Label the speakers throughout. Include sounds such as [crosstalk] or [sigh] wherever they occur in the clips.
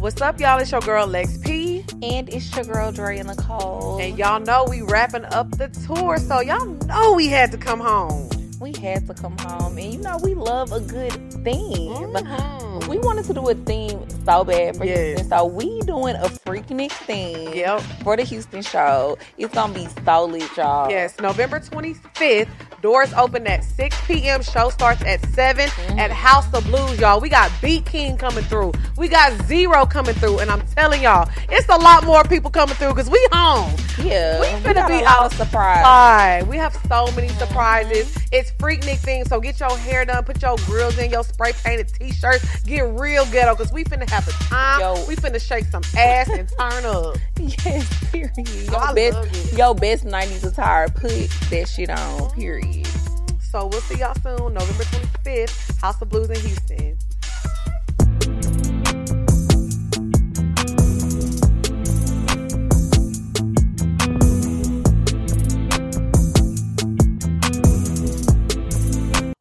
Speaker 1: What's up, y'all? It's your girl Lex P.
Speaker 2: And it's your girl Dre and Nicole.
Speaker 1: And y'all know we wrapping up the tour, so y'all know we had to come home.
Speaker 2: we had to come home, and you know we love a good theme.
Speaker 1: Mhm.
Speaker 2: We wanted to do a theme so bad for
Speaker 1: Yes.
Speaker 2: Houston, so we doing a Freaknik theme
Speaker 1: Yep.
Speaker 2: for the Houston show. It's gonna be solid, y'all.
Speaker 1: Yes, November 25th. Doors open at 6 p.m. Show starts at 7 at House of Blues, y'all. We got Beat King coming through. We got Zero coming through. And I'm telling y'all, it's a lot more people coming through because we home.
Speaker 2: yeah.
Speaker 1: We finna
Speaker 2: got
Speaker 1: be
Speaker 2: a lot
Speaker 1: out-
Speaker 2: of surprise.
Speaker 1: Hi, we have so many surprises. It's Freaknik thing, so get your hair done, put your grills in, your spray painted t-shirts, get real ghetto, cause we finna have a time.
Speaker 2: Yo.
Speaker 1: We finna shake some ass and turn up.
Speaker 2: [laughs] Yes, period. Your
Speaker 1: I
Speaker 2: best,
Speaker 1: love it.
Speaker 2: your best '90s attire. Put that shit on. Period.
Speaker 1: So we'll see y'all soon, November 25th, House of Blues in Houston.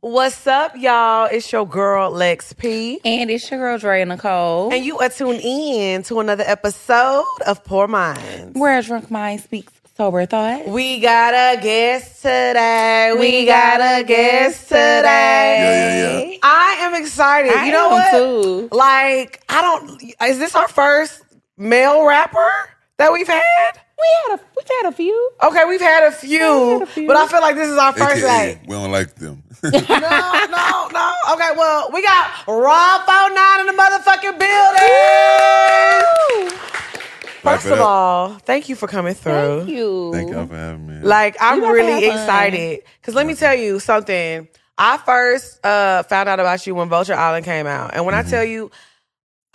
Speaker 1: What's up, y'all? It's your girl Lex P.
Speaker 2: And it's your girl Dre and Nicole.
Speaker 1: And you are tuned in to another episode of Poor Minds.
Speaker 2: Where a drunk mind speaks sober thought.
Speaker 1: We got a guest today. We got a guest today.
Speaker 3: Yeah, yeah,
Speaker 1: I am excited.
Speaker 2: I
Speaker 1: you know
Speaker 2: am
Speaker 1: what?
Speaker 2: too.
Speaker 1: Like, I don't. Is this our first male rapper that we've had?
Speaker 2: We had a we've had a few.
Speaker 1: Okay, we've had a few,
Speaker 2: had a few.
Speaker 1: but I feel like this is our first.
Speaker 3: AKA, [laughs]
Speaker 1: Like,
Speaker 3: we don't like them.
Speaker 1: no, no, no. Okay, well, we got Rob 09 in the motherfucking building. First
Speaker 3: Clap it
Speaker 1: of
Speaker 3: up.
Speaker 1: all, thank you for coming through.
Speaker 2: Thank you.
Speaker 3: thank y'all for having me.
Speaker 1: Like I'm
Speaker 2: got to
Speaker 1: really
Speaker 2: have fun.
Speaker 1: excited because let me tell you something. I first uh, found out about you when Vulture Island came out, and when I tell you,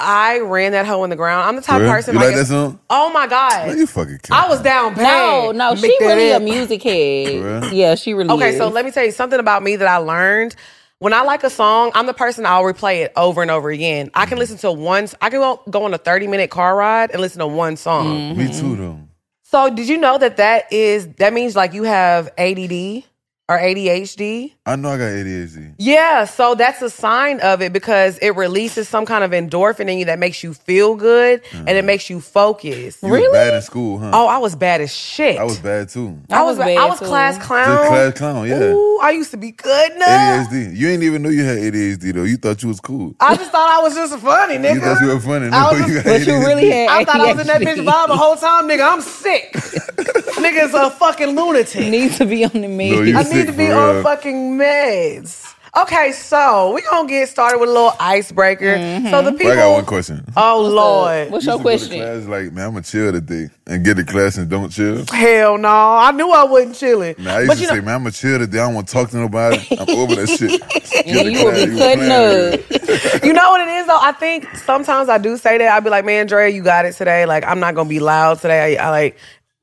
Speaker 1: I ran that hoe in the ground. I'm the type
Speaker 3: For
Speaker 1: of
Speaker 3: real?
Speaker 1: person.
Speaker 3: You
Speaker 1: like,
Speaker 3: like that song?
Speaker 1: oh my
Speaker 3: Why
Speaker 1: god,
Speaker 3: you fucking kidding?
Speaker 1: I was down
Speaker 2: No,
Speaker 1: bad.
Speaker 2: no, she
Speaker 1: Make that
Speaker 2: really a
Speaker 1: up.
Speaker 2: music head.
Speaker 3: Bruh.
Speaker 2: yeah, she really.
Speaker 1: Okay,
Speaker 2: is.
Speaker 1: so let me tell you something about me that I learned. When I like a song, I'm the person I'll replay it over and over again. I can listen to one. I can go- go on a 30 minute car ride and listen to one song.
Speaker 2: Mm-hmm.
Speaker 3: Me too, though.
Speaker 1: So did you know that that is that means like you have ADD or ADHD?
Speaker 3: I know I got ADHD.
Speaker 1: Yeah, so that's a sign of it because it releases some kind of endorphin in you that makes you feel good and it makes you focus.
Speaker 3: Mm-hmm. You was bad in school, huh?
Speaker 1: Oh, I was bad as shit.
Speaker 3: I was bad too.
Speaker 1: I was
Speaker 2: I was
Speaker 1: ba- I
Speaker 2: bad
Speaker 1: was
Speaker 2: too.
Speaker 1: class clown.
Speaker 3: Just class clown, yeah.
Speaker 1: Oh. Ooh, I used to be good now.
Speaker 3: ADHD. You ain't even know you had ADHD though. You thought you was cool.
Speaker 1: I just thought I was just funny, nigga.
Speaker 3: You thought you were funny.
Speaker 1: Oh, I
Speaker 3: No, [laughs]
Speaker 1: was-
Speaker 3: you got
Speaker 2: but you
Speaker 3: ADHD.
Speaker 2: really had.
Speaker 1: I thought I was in [laughs] that bitch
Speaker 2: ADHD.
Speaker 1: vibe the whole time, nigga. I'm
Speaker 3: [laughs]
Speaker 1: sick. Nigga's a fucking lunatic.
Speaker 2: Needs to be on the menu.
Speaker 3: No, you-
Speaker 1: I need
Speaker 3: sick
Speaker 1: to be
Speaker 3: for
Speaker 1: on
Speaker 3: real.
Speaker 1: fucking meds. Okay, so we're gonna get started with a little icebreaker. So the people.
Speaker 3: But Mm-hmm. I got one question.
Speaker 1: Oh Lord.
Speaker 2: What's
Speaker 3: You
Speaker 2: your
Speaker 3: used to go to
Speaker 2: question?
Speaker 3: Class, like, man, I'm gonna chill today and get to class and don't chill.
Speaker 1: Hell no! I knew I wasn't chilling.
Speaker 3: Man, I used
Speaker 1: but
Speaker 3: to
Speaker 1: you
Speaker 3: say,
Speaker 1: know,
Speaker 3: man, I'm gonna chill today. I don't want to talk to nobody. I'm over that
Speaker 1: [laughs]
Speaker 3: shit. Get
Speaker 2: And
Speaker 3: to
Speaker 2: you will
Speaker 3: class.
Speaker 2: be
Speaker 3: was
Speaker 2: cutting
Speaker 3: playing.
Speaker 2: up.
Speaker 1: you know what it is though. I think sometimes I do say that. I'd be like, "Man, Dre, you got it today. Like, I'm not gonna be loud today. I, I like."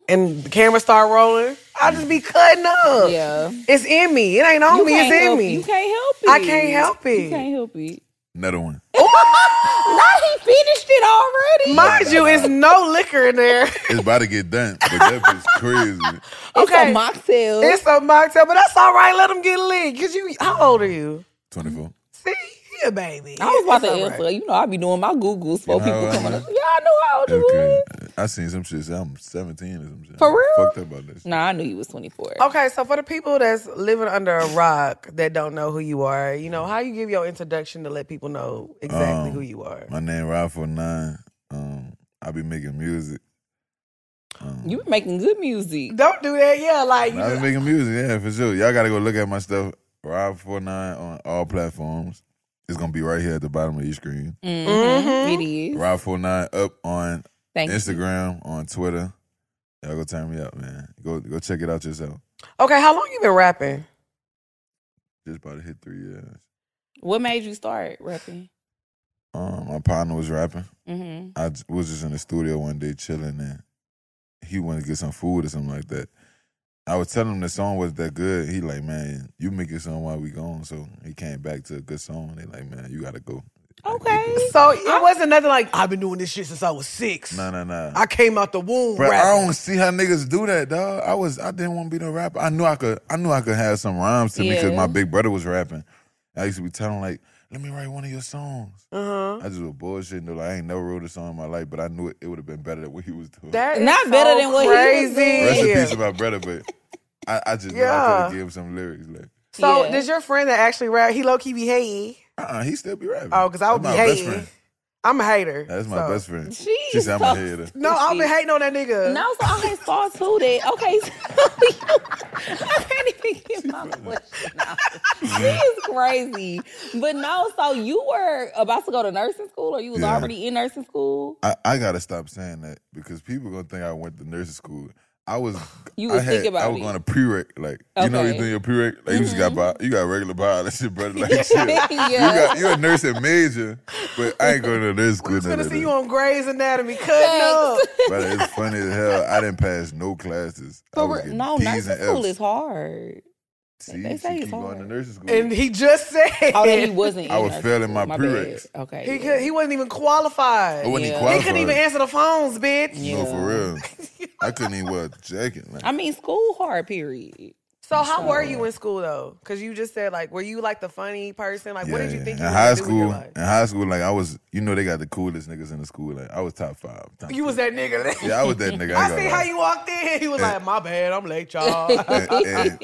Speaker 1: And the camera start rolling. I just be cutting up.
Speaker 2: Yeah.
Speaker 1: It's in me. It ain't on
Speaker 2: You
Speaker 1: me. It's
Speaker 2: can't
Speaker 1: in
Speaker 2: help,
Speaker 1: me.
Speaker 2: You can't help it.
Speaker 1: I can't help it.
Speaker 2: You can't help it. [laughs]
Speaker 3: Another one.
Speaker 2: No, he finished it already.
Speaker 1: Mind you, it's no liquor in there.
Speaker 3: It's about to get done, but that bitch crazy.
Speaker 2: it's
Speaker 1: okay.
Speaker 2: a mocktail.
Speaker 1: It's a mocktail, but that's all right. Let him get lit. Cause you, how old are you?
Speaker 3: 24.
Speaker 1: See, he a baby.
Speaker 2: I was about
Speaker 1: It's
Speaker 2: to
Speaker 1: all right.
Speaker 2: answer. You know, I be doing my Googles for
Speaker 3: You know
Speaker 2: people
Speaker 3: what?
Speaker 2: coming up. Yeah, I know how old you
Speaker 3: Okay.
Speaker 2: was.
Speaker 3: I seen some shit. say I'm 17 or some shit.
Speaker 2: For real?
Speaker 3: Fucked up about this.
Speaker 2: Nah, I knew you was 24.
Speaker 1: Okay, so for the people that's living under a rock that don't know who you are, you know how you give your introduction to let people know exactly
Speaker 3: Um,
Speaker 1: who you are.
Speaker 3: My name Rob for nine. Um, I be making music. Um,
Speaker 2: You been making good music.
Speaker 1: Don't do that. Yeah, like you
Speaker 3: I be
Speaker 1: just,
Speaker 3: making music, yeah, for sure. Y'all gotta go look at my stuff. Rob four nine on all platforms. It's gonna be right here at the bottom of your screen.
Speaker 2: Mhm,
Speaker 1: Mhm.
Speaker 2: It is.
Speaker 3: Rob four nine up on
Speaker 2: Thank you.
Speaker 3: Instagram, on Twitter. Y'all go turn me up, man. Go go check it out yourself.
Speaker 1: okay. How long you been rapping?
Speaker 3: Just about to hit three years.
Speaker 2: What made you start rapping?
Speaker 3: Um, my partner was rapping.
Speaker 2: Mm-hmm.
Speaker 3: I j- was just in the studio one day chilling, and he wanted to get some food or something like that. I was telling him the song was that good. He like, man, you make it song while we gone. So he came back to a good song. They like, man, you gotta go.
Speaker 2: Okay.
Speaker 1: So it wasn't nothing like I've been doing this shit since I was six.
Speaker 3: Nah, nah, nah.
Speaker 1: I came out the womb.
Speaker 3: Bro, I
Speaker 1: rapping.
Speaker 3: don't see how niggas do that, dog. I was, I didn't want to be no rapper. I knew I could, I knew I could have some rhymes to me because
Speaker 2: Yeah.
Speaker 3: my big brother was rapping. I used to be telling him like, let me write one of your songs.
Speaker 1: Uh huh.
Speaker 3: I just was bullshitting. Though. Like, I ain't never wrote a song in my life, but I knew it, it would have been better than what he was doing.
Speaker 1: That is
Speaker 2: Not
Speaker 1: so
Speaker 2: better than what he was doing.
Speaker 3: Rest
Speaker 1: crazy.
Speaker 3: in peace to my brother, but I, I just know I
Speaker 1: Yeah.
Speaker 3: could have him some lyrics. Like,
Speaker 1: So
Speaker 2: Yeah.
Speaker 1: does your friend that actually rap? He low key be hating.
Speaker 3: uh-uh, he still be rapping.
Speaker 1: Oh, because I would be
Speaker 3: That's my best
Speaker 1: hating.
Speaker 3: friend.
Speaker 1: I'm a hater.
Speaker 3: That's my
Speaker 1: so.
Speaker 3: best friend.
Speaker 2: She
Speaker 3: She said, I'm a
Speaker 2: so-
Speaker 3: hater.
Speaker 1: No, I've been hating on that nigga.
Speaker 2: And I was like, I ain't saw who that. Okay, [laughs] so I can't even get my question out. She is crazy. But no, so you were about to go to nursing school or you was
Speaker 3: Yeah.
Speaker 2: already in nursing school?
Speaker 3: I, I gotta stop saying that because people gonna think I went to nursing school. I was
Speaker 2: [sighs] You
Speaker 3: I
Speaker 2: was thinking about
Speaker 3: I was
Speaker 2: it.
Speaker 3: going to prereq like you know you
Speaker 2: Okay. Mm-hmm.
Speaker 3: doing your prereq like you just got bi- you got regular bio that shit brother like shit.
Speaker 2: [laughs] yeah.
Speaker 3: You got you a nursing major, but I ain't going
Speaker 2: [laughs]
Speaker 3: to nursing
Speaker 1: I
Speaker 3: school.
Speaker 1: was
Speaker 3: none
Speaker 1: gonna
Speaker 3: of
Speaker 1: see you
Speaker 3: that.
Speaker 1: on Grey's Anatomy cutting up.
Speaker 3: Brother, it's funny as hell. I didn't pass no classes. I
Speaker 2: So
Speaker 3: was
Speaker 2: we're-
Speaker 3: getting
Speaker 2: no,
Speaker 3: Ds
Speaker 2: nursing
Speaker 3: and
Speaker 2: school
Speaker 3: Fs.
Speaker 2: is hard.
Speaker 3: See,
Speaker 2: they say
Speaker 3: she
Speaker 2: it's
Speaker 3: keep going
Speaker 2: hard.
Speaker 3: to nursing school.
Speaker 1: And he just said
Speaker 2: [laughs]
Speaker 1: [laughs]
Speaker 2: Oh, that he wasn't.
Speaker 3: I
Speaker 2: in
Speaker 3: was
Speaker 2: nursing
Speaker 3: failing
Speaker 2: school.
Speaker 3: my
Speaker 2: bad.
Speaker 3: prereqs.
Speaker 2: Okay,
Speaker 1: he
Speaker 2: yeah.
Speaker 1: could he wasn't even qualified.
Speaker 3: I wasn't
Speaker 2: Yeah.
Speaker 3: even
Speaker 1: They
Speaker 3: qualified.
Speaker 1: couldn't even answer the phones, bitch.
Speaker 2: Yeah.
Speaker 3: No, for real.
Speaker 1: [laughs]
Speaker 3: I couldn't even wear a jacket. Like,
Speaker 2: I mean, school hard. Period.
Speaker 1: So how were you in school though? Because you just said like, were you like the funny person? Like, what did you
Speaker 3: Yeah,
Speaker 1: think?
Speaker 3: in
Speaker 1: you
Speaker 3: high
Speaker 1: was gonna do
Speaker 3: school?
Speaker 1: with your
Speaker 3: In
Speaker 1: life?
Speaker 3: high school, like I was, you know, they got the coolest niggas in the school. Like I was top five. top
Speaker 1: You was
Speaker 3: two.
Speaker 1: that nigga.
Speaker 3: Yeah, I was that
Speaker 1: [laughs]
Speaker 3: nigga.
Speaker 1: I
Speaker 3: ain't
Speaker 1: see
Speaker 3: gonna
Speaker 1: how
Speaker 3: lie.
Speaker 1: you walked in. He was like, "My bad, I'm late,
Speaker 2: [laughs]
Speaker 1: y'all."
Speaker 3: [laughs]
Speaker 1: [laughs]
Speaker 3: And,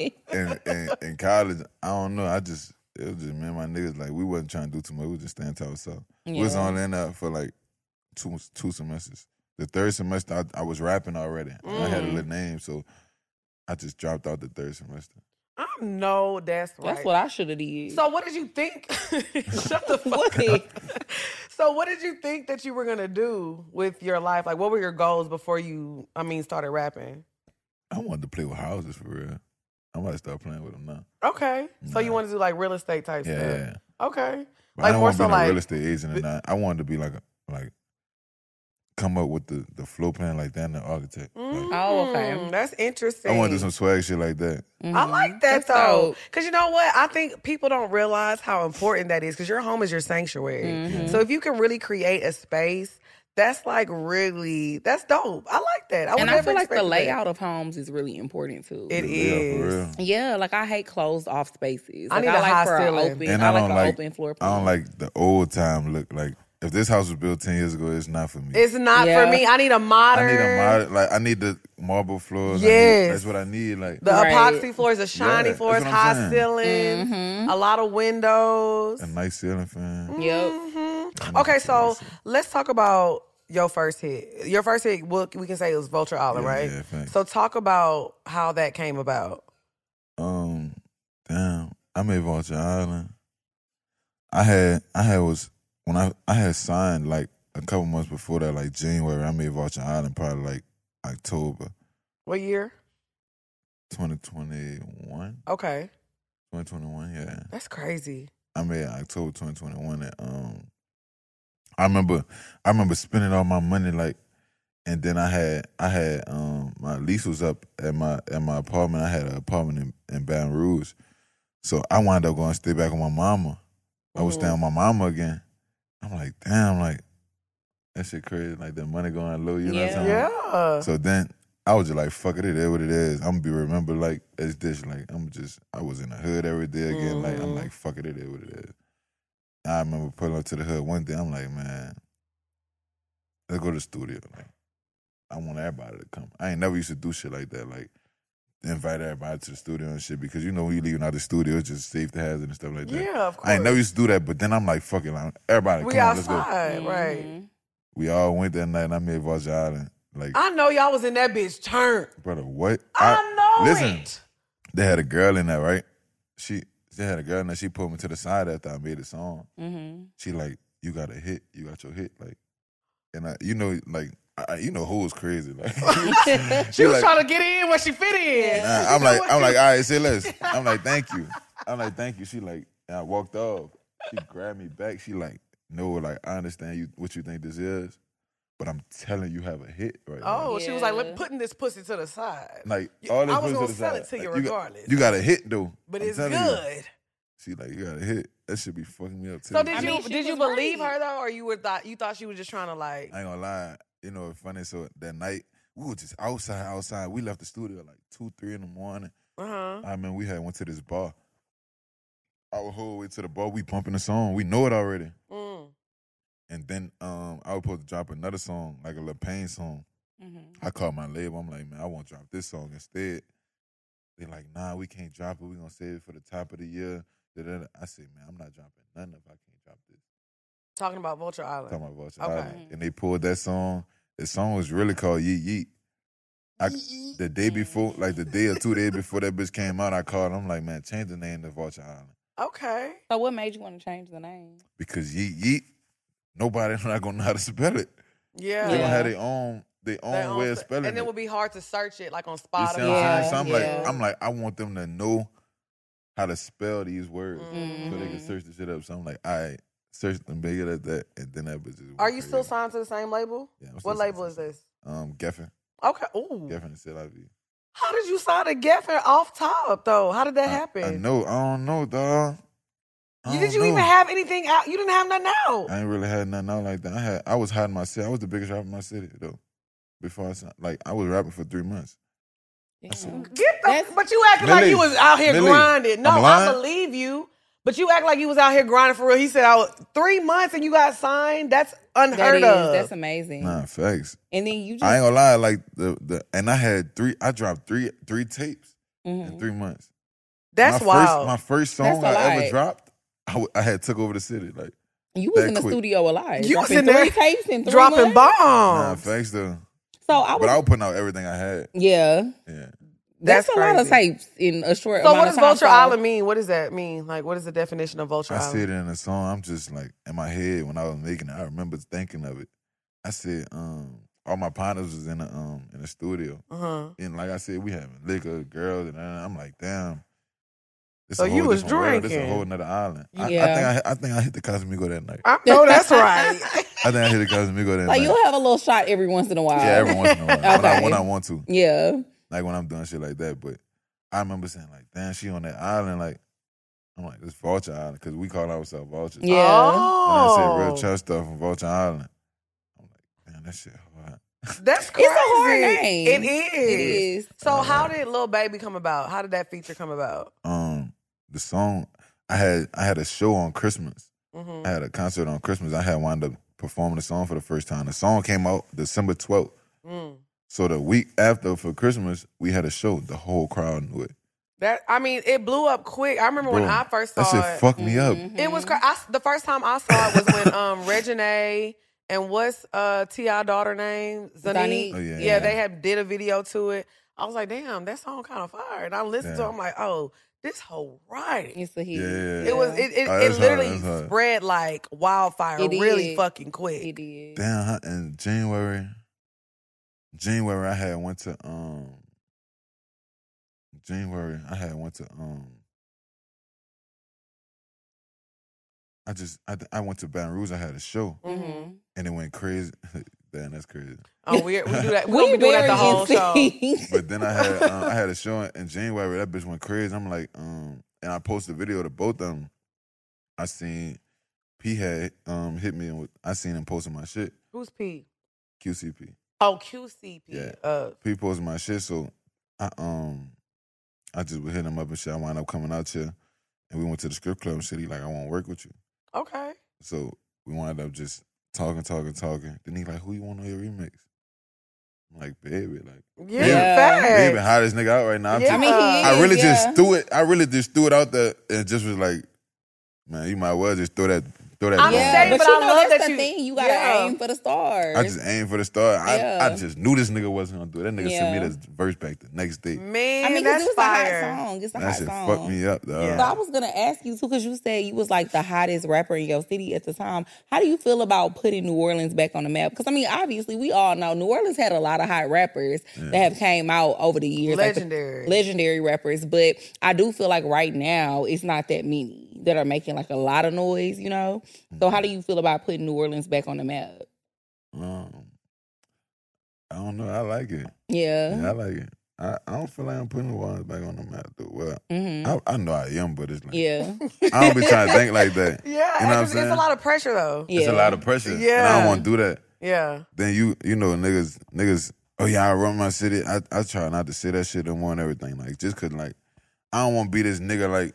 Speaker 3: and, and, and- in college, I don't know. I just it was just me and my niggas. Like we wasn't trying to do too much. We was just staying to ourselves. We was
Speaker 2: Yeah.
Speaker 3: on in that for like two two semesters. The third semester, I, I was rapping already. I had a
Speaker 2: Mm.
Speaker 3: little name, so I just dropped out the third semester.
Speaker 1: I know that's right.
Speaker 2: That's what I should have did.
Speaker 1: so what did you
Speaker 2: [laughs]
Speaker 1: think? Shut the fuck
Speaker 2: What?
Speaker 1: up. So what did you think that you were gonna do with your life? Like, what were your goals before you? I mean, started rapping.
Speaker 3: I wanted to play with houses for real. I might start playing with them now.
Speaker 1: Okay. So you
Speaker 3: Nah.
Speaker 1: want to do like real estate type
Speaker 3: Yeah.
Speaker 1: stuff.
Speaker 3: yeah.
Speaker 1: Okay.
Speaker 3: But
Speaker 1: Like,
Speaker 3: I didn't
Speaker 1: more
Speaker 3: want to
Speaker 1: so
Speaker 3: be no
Speaker 1: like-
Speaker 3: real estate agent and not. I wanted to be like a, like come up with the the floor plan like that and the architect. Like,
Speaker 2: Oh, okay.
Speaker 1: Mm, That's interesting.
Speaker 3: I want to do some swag shit like that.
Speaker 1: I like that
Speaker 2: Mm-hmm. That's
Speaker 1: though,
Speaker 2: dope.
Speaker 1: because you know what? I think people don't realize how important that is. Because your home is your sanctuary.
Speaker 2: Mhm.
Speaker 1: Mm-hmm. So if you can really create a space, that's like really that's dope. I like that. I would
Speaker 2: and I
Speaker 1: never
Speaker 2: feel like the
Speaker 1: expected that.
Speaker 2: layout of homes is really important too.
Speaker 1: It
Speaker 3: Yeah, for
Speaker 1: is.
Speaker 3: real.
Speaker 2: yeah, like I hate closed off spaces.
Speaker 1: I
Speaker 2: Like,
Speaker 1: need a
Speaker 2: like
Speaker 1: high
Speaker 2: for a
Speaker 1: ceiling.
Speaker 2: open.
Speaker 3: And
Speaker 2: I,
Speaker 3: I
Speaker 2: like
Speaker 3: don't
Speaker 2: an
Speaker 3: like-
Speaker 2: open floor plan.
Speaker 3: I don't like the old time look. Like if this house was built ten years ago, it's not for me.
Speaker 1: It's not
Speaker 2: Yeah.
Speaker 1: for me. I need a
Speaker 3: I
Speaker 1: modern.
Speaker 3: need a modern, like I need the marble floors. I need-
Speaker 1: Yes.
Speaker 3: that's what I need. Like
Speaker 1: The
Speaker 2: Right.
Speaker 1: epoxy floors, the shiny
Speaker 3: that's
Speaker 1: floors,
Speaker 3: what I'm
Speaker 1: high
Speaker 3: saying.
Speaker 1: ceilings,
Speaker 2: Mhm.
Speaker 1: a lot of windows.
Speaker 3: a nice ceiling fan.
Speaker 1: Mm-hmm.
Speaker 2: Yep.
Speaker 1: Mhm. Mm. Okay, so let's talk about your first hit. Your first hit, we'll, we can say it was Vulture Island,
Speaker 3: Yeah,
Speaker 1: right?
Speaker 3: yeah, thanks.
Speaker 1: so talk about how that came about.
Speaker 3: Um, damn, I made Vulture Island. I had I had was when I I had signed like a couple months before that, like January. I made Vulture Island probably like October
Speaker 1: What year?
Speaker 3: 2021.
Speaker 1: Okay,
Speaker 3: 2021, yeah.
Speaker 1: that's crazy.
Speaker 3: I made October 2021. And, um, I remember, I remember spending all my money like, and then I had, I had, um, my lease was up at my at my apartment. I had an apartment in, in Baton Rouge, so I wound up going to stay back with my mama. I was staying with my mama again. I'm like, damn, like that shit crazy. Like the money going low, you know what I'm
Speaker 2: Yeah.
Speaker 3: saying?
Speaker 1: Yeah.
Speaker 3: So then I was just like, fuck it, it is what it is. I'm gonna be remembered like as this. Like I'm just I was in the hood every day again. Like I'm
Speaker 1: Mhm.
Speaker 3: like, fuck it, it is what it is. I remember pulling up to the hood one day, I'm like, man, let's go to the studio. Like, I want everybody to come. I ain't never used to do shit like that. Like invite everybody to the studio and shit because you know when you leaving out the studio, it's just safety hazard and stuff like that.
Speaker 1: yeah, of course.
Speaker 3: I ain't never used to do that, but then I'm like, fuck it, like, everybody
Speaker 1: we
Speaker 3: come on, let's go.
Speaker 1: outside, right?
Speaker 2: Mhm.
Speaker 3: We all went that night and I made Vajra Island. Like,
Speaker 1: I know y'all was in that bitch turn.
Speaker 3: brother, what?
Speaker 1: I, know
Speaker 3: listen,
Speaker 1: it.
Speaker 3: they had a girl in there, right? She they had a girl in there. She pulled me to the side after I made the song.
Speaker 2: Mhm.
Speaker 3: She like, you got a hit. You got your hit. Like, and I, you know, like, I, you know who was crazy.
Speaker 1: [laughs]
Speaker 3: Like, [laughs]
Speaker 2: Mm-hmm.
Speaker 1: She was trying to get in where she fit in. [laughs]
Speaker 3: Nah, I'm like, I'm like, all right, say less. I'm like, thank you. I'm like, thank you. She like, and I walked off. She grabbed me back. She like, no, like, I understand you what you think this is, but I'm telling you, have a hit right now.
Speaker 1: Oh, she was like,
Speaker 2: Yeah.
Speaker 1: let, putting this pussy to the side.
Speaker 3: Like all this
Speaker 1: I was
Speaker 3: pussy
Speaker 1: gonna
Speaker 3: to the
Speaker 1: sell
Speaker 3: side.
Speaker 1: it to you
Speaker 3: Like, got-
Speaker 1: regardless.
Speaker 3: You got a hit though,
Speaker 1: but
Speaker 3: I'm
Speaker 1: it's
Speaker 3: telling
Speaker 1: good.
Speaker 3: you. She like, you got a hit. That should be fucking me up too.
Speaker 1: So did
Speaker 2: I
Speaker 1: you
Speaker 2: mean, she
Speaker 1: did you
Speaker 2: was right.
Speaker 1: believe her though, or you were thought you thought she was just trying to like?
Speaker 3: I ain't gonna lie. You know, it's funny. So that night, we were just outside, outside. We
Speaker 2: Oh.
Speaker 3: left the studio at like two, three in the morning.
Speaker 1: Uh huh.
Speaker 3: I mean, we had went to this bar. our whole way to the bar, we bumping the song. We know it already.
Speaker 1: Mm.
Speaker 3: And then um, I was supposed to drop another song, like a Lil Pain song.
Speaker 2: Mm-hmm.
Speaker 3: I called my label. I'm like, man, I want to drop this song instead. They're like, nah, we can't drop it. We're going to save it for the top of the year. Da-da-da. I said, man, I'm not dropping nothing if I can't drop this.
Speaker 1: Talking about Vulture Island.
Speaker 3: Talking about Vulture
Speaker 1: Okay.
Speaker 3: Island. And they pulled that song. The song was really called Yeet Yeet. I, the day
Speaker 1: Mm.
Speaker 3: before, like the day or two days before that bitch came out, I called. I'm like, man, change the name to Vulture Island.
Speaker 1: Okay.
Speaker 2: [laughs] So what made you want to change the name?
Speaker 3: Because Yeet Yeet, nobody's [laughs] not going to know how to spell it.
Speaker 1: Yeah.
Speaker 3: They're going to
Speaker 2: Yeah.
Speaker 3: have their own, their own
Speaker 1: Their own
Speaker 3: way of
Speaker 1: sp-
Speaker 3: spelling
Speaker 1: And it
Speaker 3: it.
Speaker 1: would be hard to search it like on
Speaker 3: You
Speaker 1: Spotify.
Speaker 3: see what I'm saying?
Speaker 2: Yeah,
Speaker 3: So I'm
Speaker 2: yeah.
Speaker 3: like, I'm like, I want them to know how to spell these words
Speaker 1: Mm-hmm.
Speaker 3: so they can
Speaker 2: Mhm.
Speaker 3: search the shit up. So I'm like, all right, search them, make it at that, and then that bitch is.
Speaker 1: Are you still signed to the same label?
Speaker 3: Yeah, I'm still
Speaker 1: What label is
Speaker 3: signed.
Speaker 1: this? Mm.
Speaker 3: Um, Geffen,
Speaker 1: Okay. Ooh.
Speaker 3: Geffen and CLIV.
Speaker 1: How did you sign a Geffen off top though? How did that
Speaker 3: I-
Speaker 1: happen?
Speaker 3: I, know, I don't know, dog.
Speaker 1: You- Did you even have anything out? You didn't have nothing out.
Speaker 3: I ain't really had nothing out like that. I had, I was hiding my city. I was the biggest rapper in my city though. Before I signed, like, I was rapping for three months.
Speaker 2: Damn.
Speaker 1: Get the,
Speaker 2: That's-
Speaker 1: but you acting like
Speaker 3: Lily,
Speaker 1: you was out here
Speaker 3: Lily,
Speaker 1: grinding. No,
Speaker 3: I'm
Speaker 1: I
Speaker 3: lying?
Speaker 1: believe you. But you act like you was out here grinding for real. He said, "I was three months and you got signed. That's unheard
Speaker 2: That is.
Speaker 1: of."
Speaker 2: That's amazing.
Speaker 3: Nah, facts.
Speaker 2: And then you just.
Speaker 3: I ain't gonna lie, like the the, and I had three. I dropped three three tapes
Speaker 2: Mhm.
Speaker 3: in three months.
Speaker 1: Mm-hmm. That's
Speaker 3: my
Speaker 1: wild.
Speaker 3: First, my first
Speaker 2: That's
Speaker 3: song I
Speaker 2: alright.
Speaker 3: ever dropped, I, w- I had took over the city. Like,
Speaker 2: You was
Speaker 3: that
Speaker 2: in the
Speaker 3: quick.
Speaker 2: studio alive.
Speaker 1: You was
Speaker 2: dropping
Speaker 1: in there
Speaker 2: three tapes in three
Speaker 1: Dropping
Speaker 2: months?
Speaker 3: nah,
Speaker 1: bombs.
Speaker 3: facts though.
Speaker 2: So I was.
Speaker 3: but I was putting out everything I had.
Speaker 2: yeah.
Speaker 3: Yeah,
Speaker 2: That's,
Speaker 1: That's
Speaker 2: a lot of
Speaker 1: crazy.
Speaker 2: tapes in a short
Speaker 1: so
Speaker 2: amount
Speaker 1: what does
Speaker 2: of time.
Speaker 1: Vulture
Speaker 2: so-
Speaker 1: Island mean? What does that mean? Like, what is the definition of Vulture
Speaker 3: I
Speaker 1: Island?
Speaker 3: see it in a song. I'm just like in my head when I was making it. I remember thinking of it. I said, um, all my partners was in the um in the studio,
Speaker 2: [laughs]
Speaker 1: Uh-huh.
Speaker 3: and like I said, we having liquor, girls, and I- I'm like, damn. This
Speaker 1: So
Speaker 3: a whole
Speaker 1: you was
Speaker 3: different world. This a
Speaker 1: drinking.
Speaker 3: whole another island. I, I
Speaker 2: Yeah.
Speaker 3: think I, I think I hit the Cosmigo that night.
Speaker 1: I know that's right.
Speaker 3: I think I hit the Cosmigo that
Speaker 2: Like
Speaker 3: night.
Speaker 2: you'll have a little shot every once in a while.
Speaker 3: Yeah, every once in
Speaker 1: [laughs]
Speaker 3: a while when, I,
Speaker 2: Okay.
Speaker 3: when I want to.
Speaker 2: [laughs] Yeah.
Speaker 3: like when I'm doing shit like that. But I remember saying like, "Damn, she on that island." Like I'm like, "This Vulture Island," because we call ourselves
Speaker 2: [laughs]
Speaker 3: vultures.
Speaker 2: Yeah.
Speaker 3: And I said real
Speaker 1: Oh,
Speaker 3: church stuff from Vulture Island. I'm like, "Damn, that shit hard."
Speaker 1: that's
Speaker 2: It's
Speaker 1: crazy.
Speaker 2: a hard name.
Speaker 1: It is.
Speaker 2: It is.
Speaker 1: So how did Lil Baby come about? How did that feature come about?
Speaker 3: Um, the song I had I had a show on Christmas.
Speaker 1: Mm-hmm.
Speaker 3: I had a concert on Christmas. I had wound up performing the song for the first time. The song came out December 12th.
Speaker 1: Mm.
Speaker 3: So the week after for Christmas, we had a show. The whole crowd knew it.
Speaker 1: That I mean, it blew up quick. I remember when
Speaker 3: Bro,
Speaker 1: I first
Speaker 3: That
Speaker 1: saw
Speaker 3: shit
Speaker 1: it.
Speaker 3: fucked me up.
Speaker 2: Mm-hmm.
Speaker 1: It was cra- I, the first time I saw it was
Speaker 3: [laughs]
Speaker 1: when um Regine and what's uh Ti daughter name Zanique.
Speaker 2: Zanique.
Speaker 3: Oh,
Speaker 1: yeah,
Speaker 3: yeah.
Speaker 1: they had did a video to it. I was like, damn, that song kind of fire. And I listened to it.
Speaker 3: Yeah.
Speaker 1: I'm like, oh, this whole right.
Speaker 2: It's a hit.
Speaker 3: Yeah.
Speaker 1: It was it it,
Speaker 3: Oh,
Speaker 1: it
Speaker 3: that's hard,
Speaker 1: literally
Speaker 3: that's hard.
Speaker 1: spread like wildfire,
Speaker 2: It
Speaker 1: really
Speaker 2: did.
Speaker 1: fucking quick.
Speaker 2: It is.
Speaker 3: Damn, huh? in January, January I had went to um, January I had went to um, I just I I went to Baton Rouge. I had a show
Speaker 1: Mm-hmm.
Speaker 2: Mhm.
Speaker 3: and it went crazy. [laughs] Damn, that's crazy.
Speaker 1: Oh, weird. We do
Speaker 2: [laughs]
Speaker 1: that. We,
Speaker 2: We
Speaker 1: don't be doing that the
Speaker 2: very
Speaker 1: whole show.
Speaker 2: in sync.
Speaker 3: But then I had um, I had a show in January. That bitch went crazy. I'm like um, and I posted a video to both of them. I seen P had um hit me and with- I seen him posting my shit.
Speaker 1: Who's P?
Speaker 3: QCP.
Speaker 1: Oh, QCP.
Speaker 3: Yeah.
Speaker 1: Uh,
Speaker 3: people was my shit, so I um I just would hit him up and shit. I wound up coming out here and we went to the strip club and shit. He like, I wanna work with you.
Speaker 1: okay.
Speaker 3: So we wound up just talking, talking, talking. Then he like, who you want on your remix? I'm like, baby, like
Speaker 1: Yeah,
Speaker 2: Yeah.
Speaker 1: fact.
Speaker 3: baby, how this nigga out right now. I'm
Speaker 1: Yeah.
Speaker 2: [laughs] I
Speaker 3: just-
Speaker 2: mean, he
Speaker 1: Uh,
Speaker 2: is,
Speaker 3: I really
Speaker 2: yeah.
Speaker 3: just threw it. I really just threw it out there and just was like, man, you might as well just throw that throw that.
Speaker 1: I'm
Speaker 3: bone.
Speaker 2: Yeah,
Speaker 1: saying,
Speaker 2: but,
Speaker 1: but
Speaker 2: you
Speaker 1: I
Speaker 2: know
Speaker 1: love
Speaker 2: that's
Speaker 1: that
Speaker 2: the
Speaker 1: you-
Speaker 2: thing. You gotta
Speaker 1: Yeah.
Speaker 2: aim for the stars.
Speaker 3: I just aimed for the star. I,
Speaker 2: Yeah.
Speaker 3: I just knew this nigga wasn't gonna do it. That nigga
Speaker 2: Yeah.
Speaker 3: sent me this verse back the next day.
Speaker 1: Man,
Speaker 2: I mean, 'cause
Speaker 1: that's
Speaker 2: it was
Speaker 1: fire.
Speaker 2: a hot song. It's a
Speaker 3: That
Speaker 2: hot
Speaker 3: shit
Speaker 2: song.
Speaker 3: fucked me up, though.
Speaker 1: Yeah.
Speaker 2: So I was gonna ask you too, because you said you was like the hottest rapper in your city at the time. How do you feel about putting New Orleans back on the map? Because I mean, obviously, we all know New Orleans had a lot of hot rappers that have came out over the years, like the
Speaker 1: Legendary. [laughs]
Speaker 2: legendary rappers. But I do feel like right now it's not that many that are making like a lot of noise, you know. So how do you feel about putting New Orleans back on the map?
Speaker 3: Um, I don't know. I like it. Yeah, I
Speaker 2: Yeah.
Speaker 3: like it. I, I don't feel like I'm putting the Wilds back on the map though. Well,
Speaker 2: hmm
Speaker 3: I, I know I am, but it's
Speaker 2: [laughs]
Speaker 3: like
Speaker 2: Yeah.
Speaker 3: I don't be trying to think like that.
Speaker 1: [laughs] Yeah,
Speaker 3: You know what I'm
Speaker 1: it's, it's a
Speaker 3: saying?
Speaker 1: lot of pressure though.
Speaker 2: [laughs] Yeah.
Speaker 3: It's a lot of pressure. and I
Speaker 1: Yeah.
Speaker 3: don't want to do that.
Speaker 1: Yeah.
Speaker 3: Then you you know niggas niggas. Oh yeah, I run my city. I I try not to say that shit no more and everything. Like just cause like I don't want to be this nigga like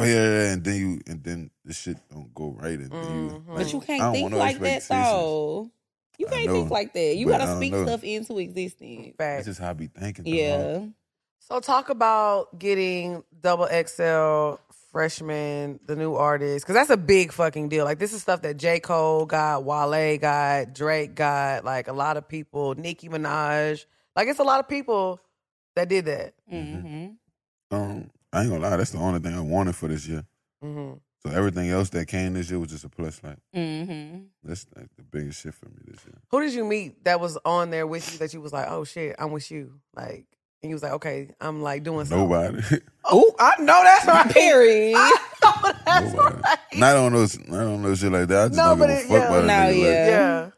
Speaker 3: Oh yeah, yeah, yeah, and then you and then the shit don't go right, and then
Speaker 1: Mhm.
Speaker 3: you. Like,
Speaker 2: Mm-hmm. But you
Speaker 3: I
Speaker 2: can't
Speaker 3: don't
Speaker 2: think
Speaker 3: want no
Speaker 2: like that
Speaker 3: expectations.
Speaker 2: though. You
Speaker 3: I
Speaker 2: can't
Speaker 3: know,
Speaker 2: think like that. You
Speaker 3: but I
Speaker 2: gotta
Speaker 3: don't
Speaker 2: speak
Speaker 3: know.
Speaker 2: stuff into existence.
Speaker 1: Facts.
Speaker 3: That's just how I be thinking. though.
Speaker 2: Yeah.
Speaker 1: So talk about getting double XL freshman, the new artist, because that's a big fucking deal. Like this is stuff that J. Cole got, Wale got, Drake got, like a lot of people, Nicki Minaj. Like it's a lot of people that did that.
Speaker 3: Mhm.
Speaker 2: hmm
Speaker 3: Um, I ain't gonna lie. That's the only thing I wanted for this year.
Speaker 1: hmm
Speaker 3: So everything else that came this year was just a plus. Like
Speaker 2: hmm
Speaker 3: that's like the biggest shit for me this year.
Speaker 1: Who did you meet that was on there with you that you was like, oh shit, I'm with you? Like, and you was like, okay, I'm like doing something.
Speaker 3: Nobody,
Speaker 1: Oh, I know that's
Speaker 2: [laughs]
Speaker 1: right.
Speaker 2: Period.
Speaker 1: [laughs] I know Oh, that's
Speaker 3: Nobody.
Speaker 1: right.
Speaker 3: [laughs] not on those, not on those shit like that. I just
Speaker 1: No,
Speaker 3: don't give
Speaker 1: but
Speaker 3: a
Speaker 1: it-
Speaker 3: fuck
Speaker 1: yeah.
Speaker 3: about it.
Speaker 2: No, yeah.
Speaker 1: Yeah.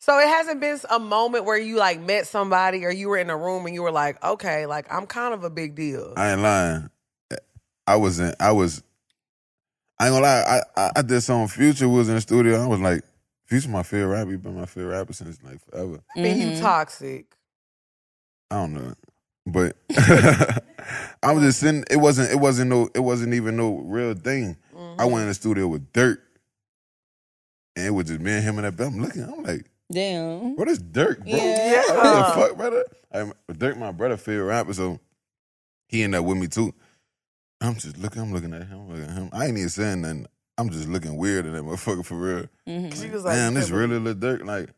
Speaker 1: So it hasn't been a moment where you like met somebody or you were in a room and you were like, okay, like I'm kind of a big deal.
Speaker 3: I ain't lying. I was in. I was. I ain't gonna lie. I I, I did some Future was in the studio. I was like, Future my favorite rapper. He been my favorite rapper since like forever.
Speaker 1: I mean, you
Speaker 2: Mhm.
Speaker 1: toxic.
Speaker 3: I don't know, but [laughs] I was just sitting. It wasn't. It wasn't no. It wasn't even no real thing.
Speaker 1: Mm-hmm.
Speaker 3: I
Speaker 2: Mm-hmm.
Speaker 3: went in the studio with Dirt, and it was just me and him and that. I'm looking. I'm like,
Speaker 2: Damn.
Speaker 3: what is Dirt, bro?
Speaker 2: Yeah.
Speaker 1: Yeah.
Speaker 3: What the fuck, brother? I, Dirk, my brother, favorite rapper, so he ended up with me too. I'm just looking, I'm looking at him, I'm looking at him. I ain't even saying nothing. I'm just looking weird at that motherfucker
Speaker 2: [laughs]
Speaker 3: for real.
Speaker 2: Mhm.
Speaker 1: She was like,
Speaker 3: Damn, this
Speaker 1: "Yeah, but-
Speaker 3: really little Dirk. Like,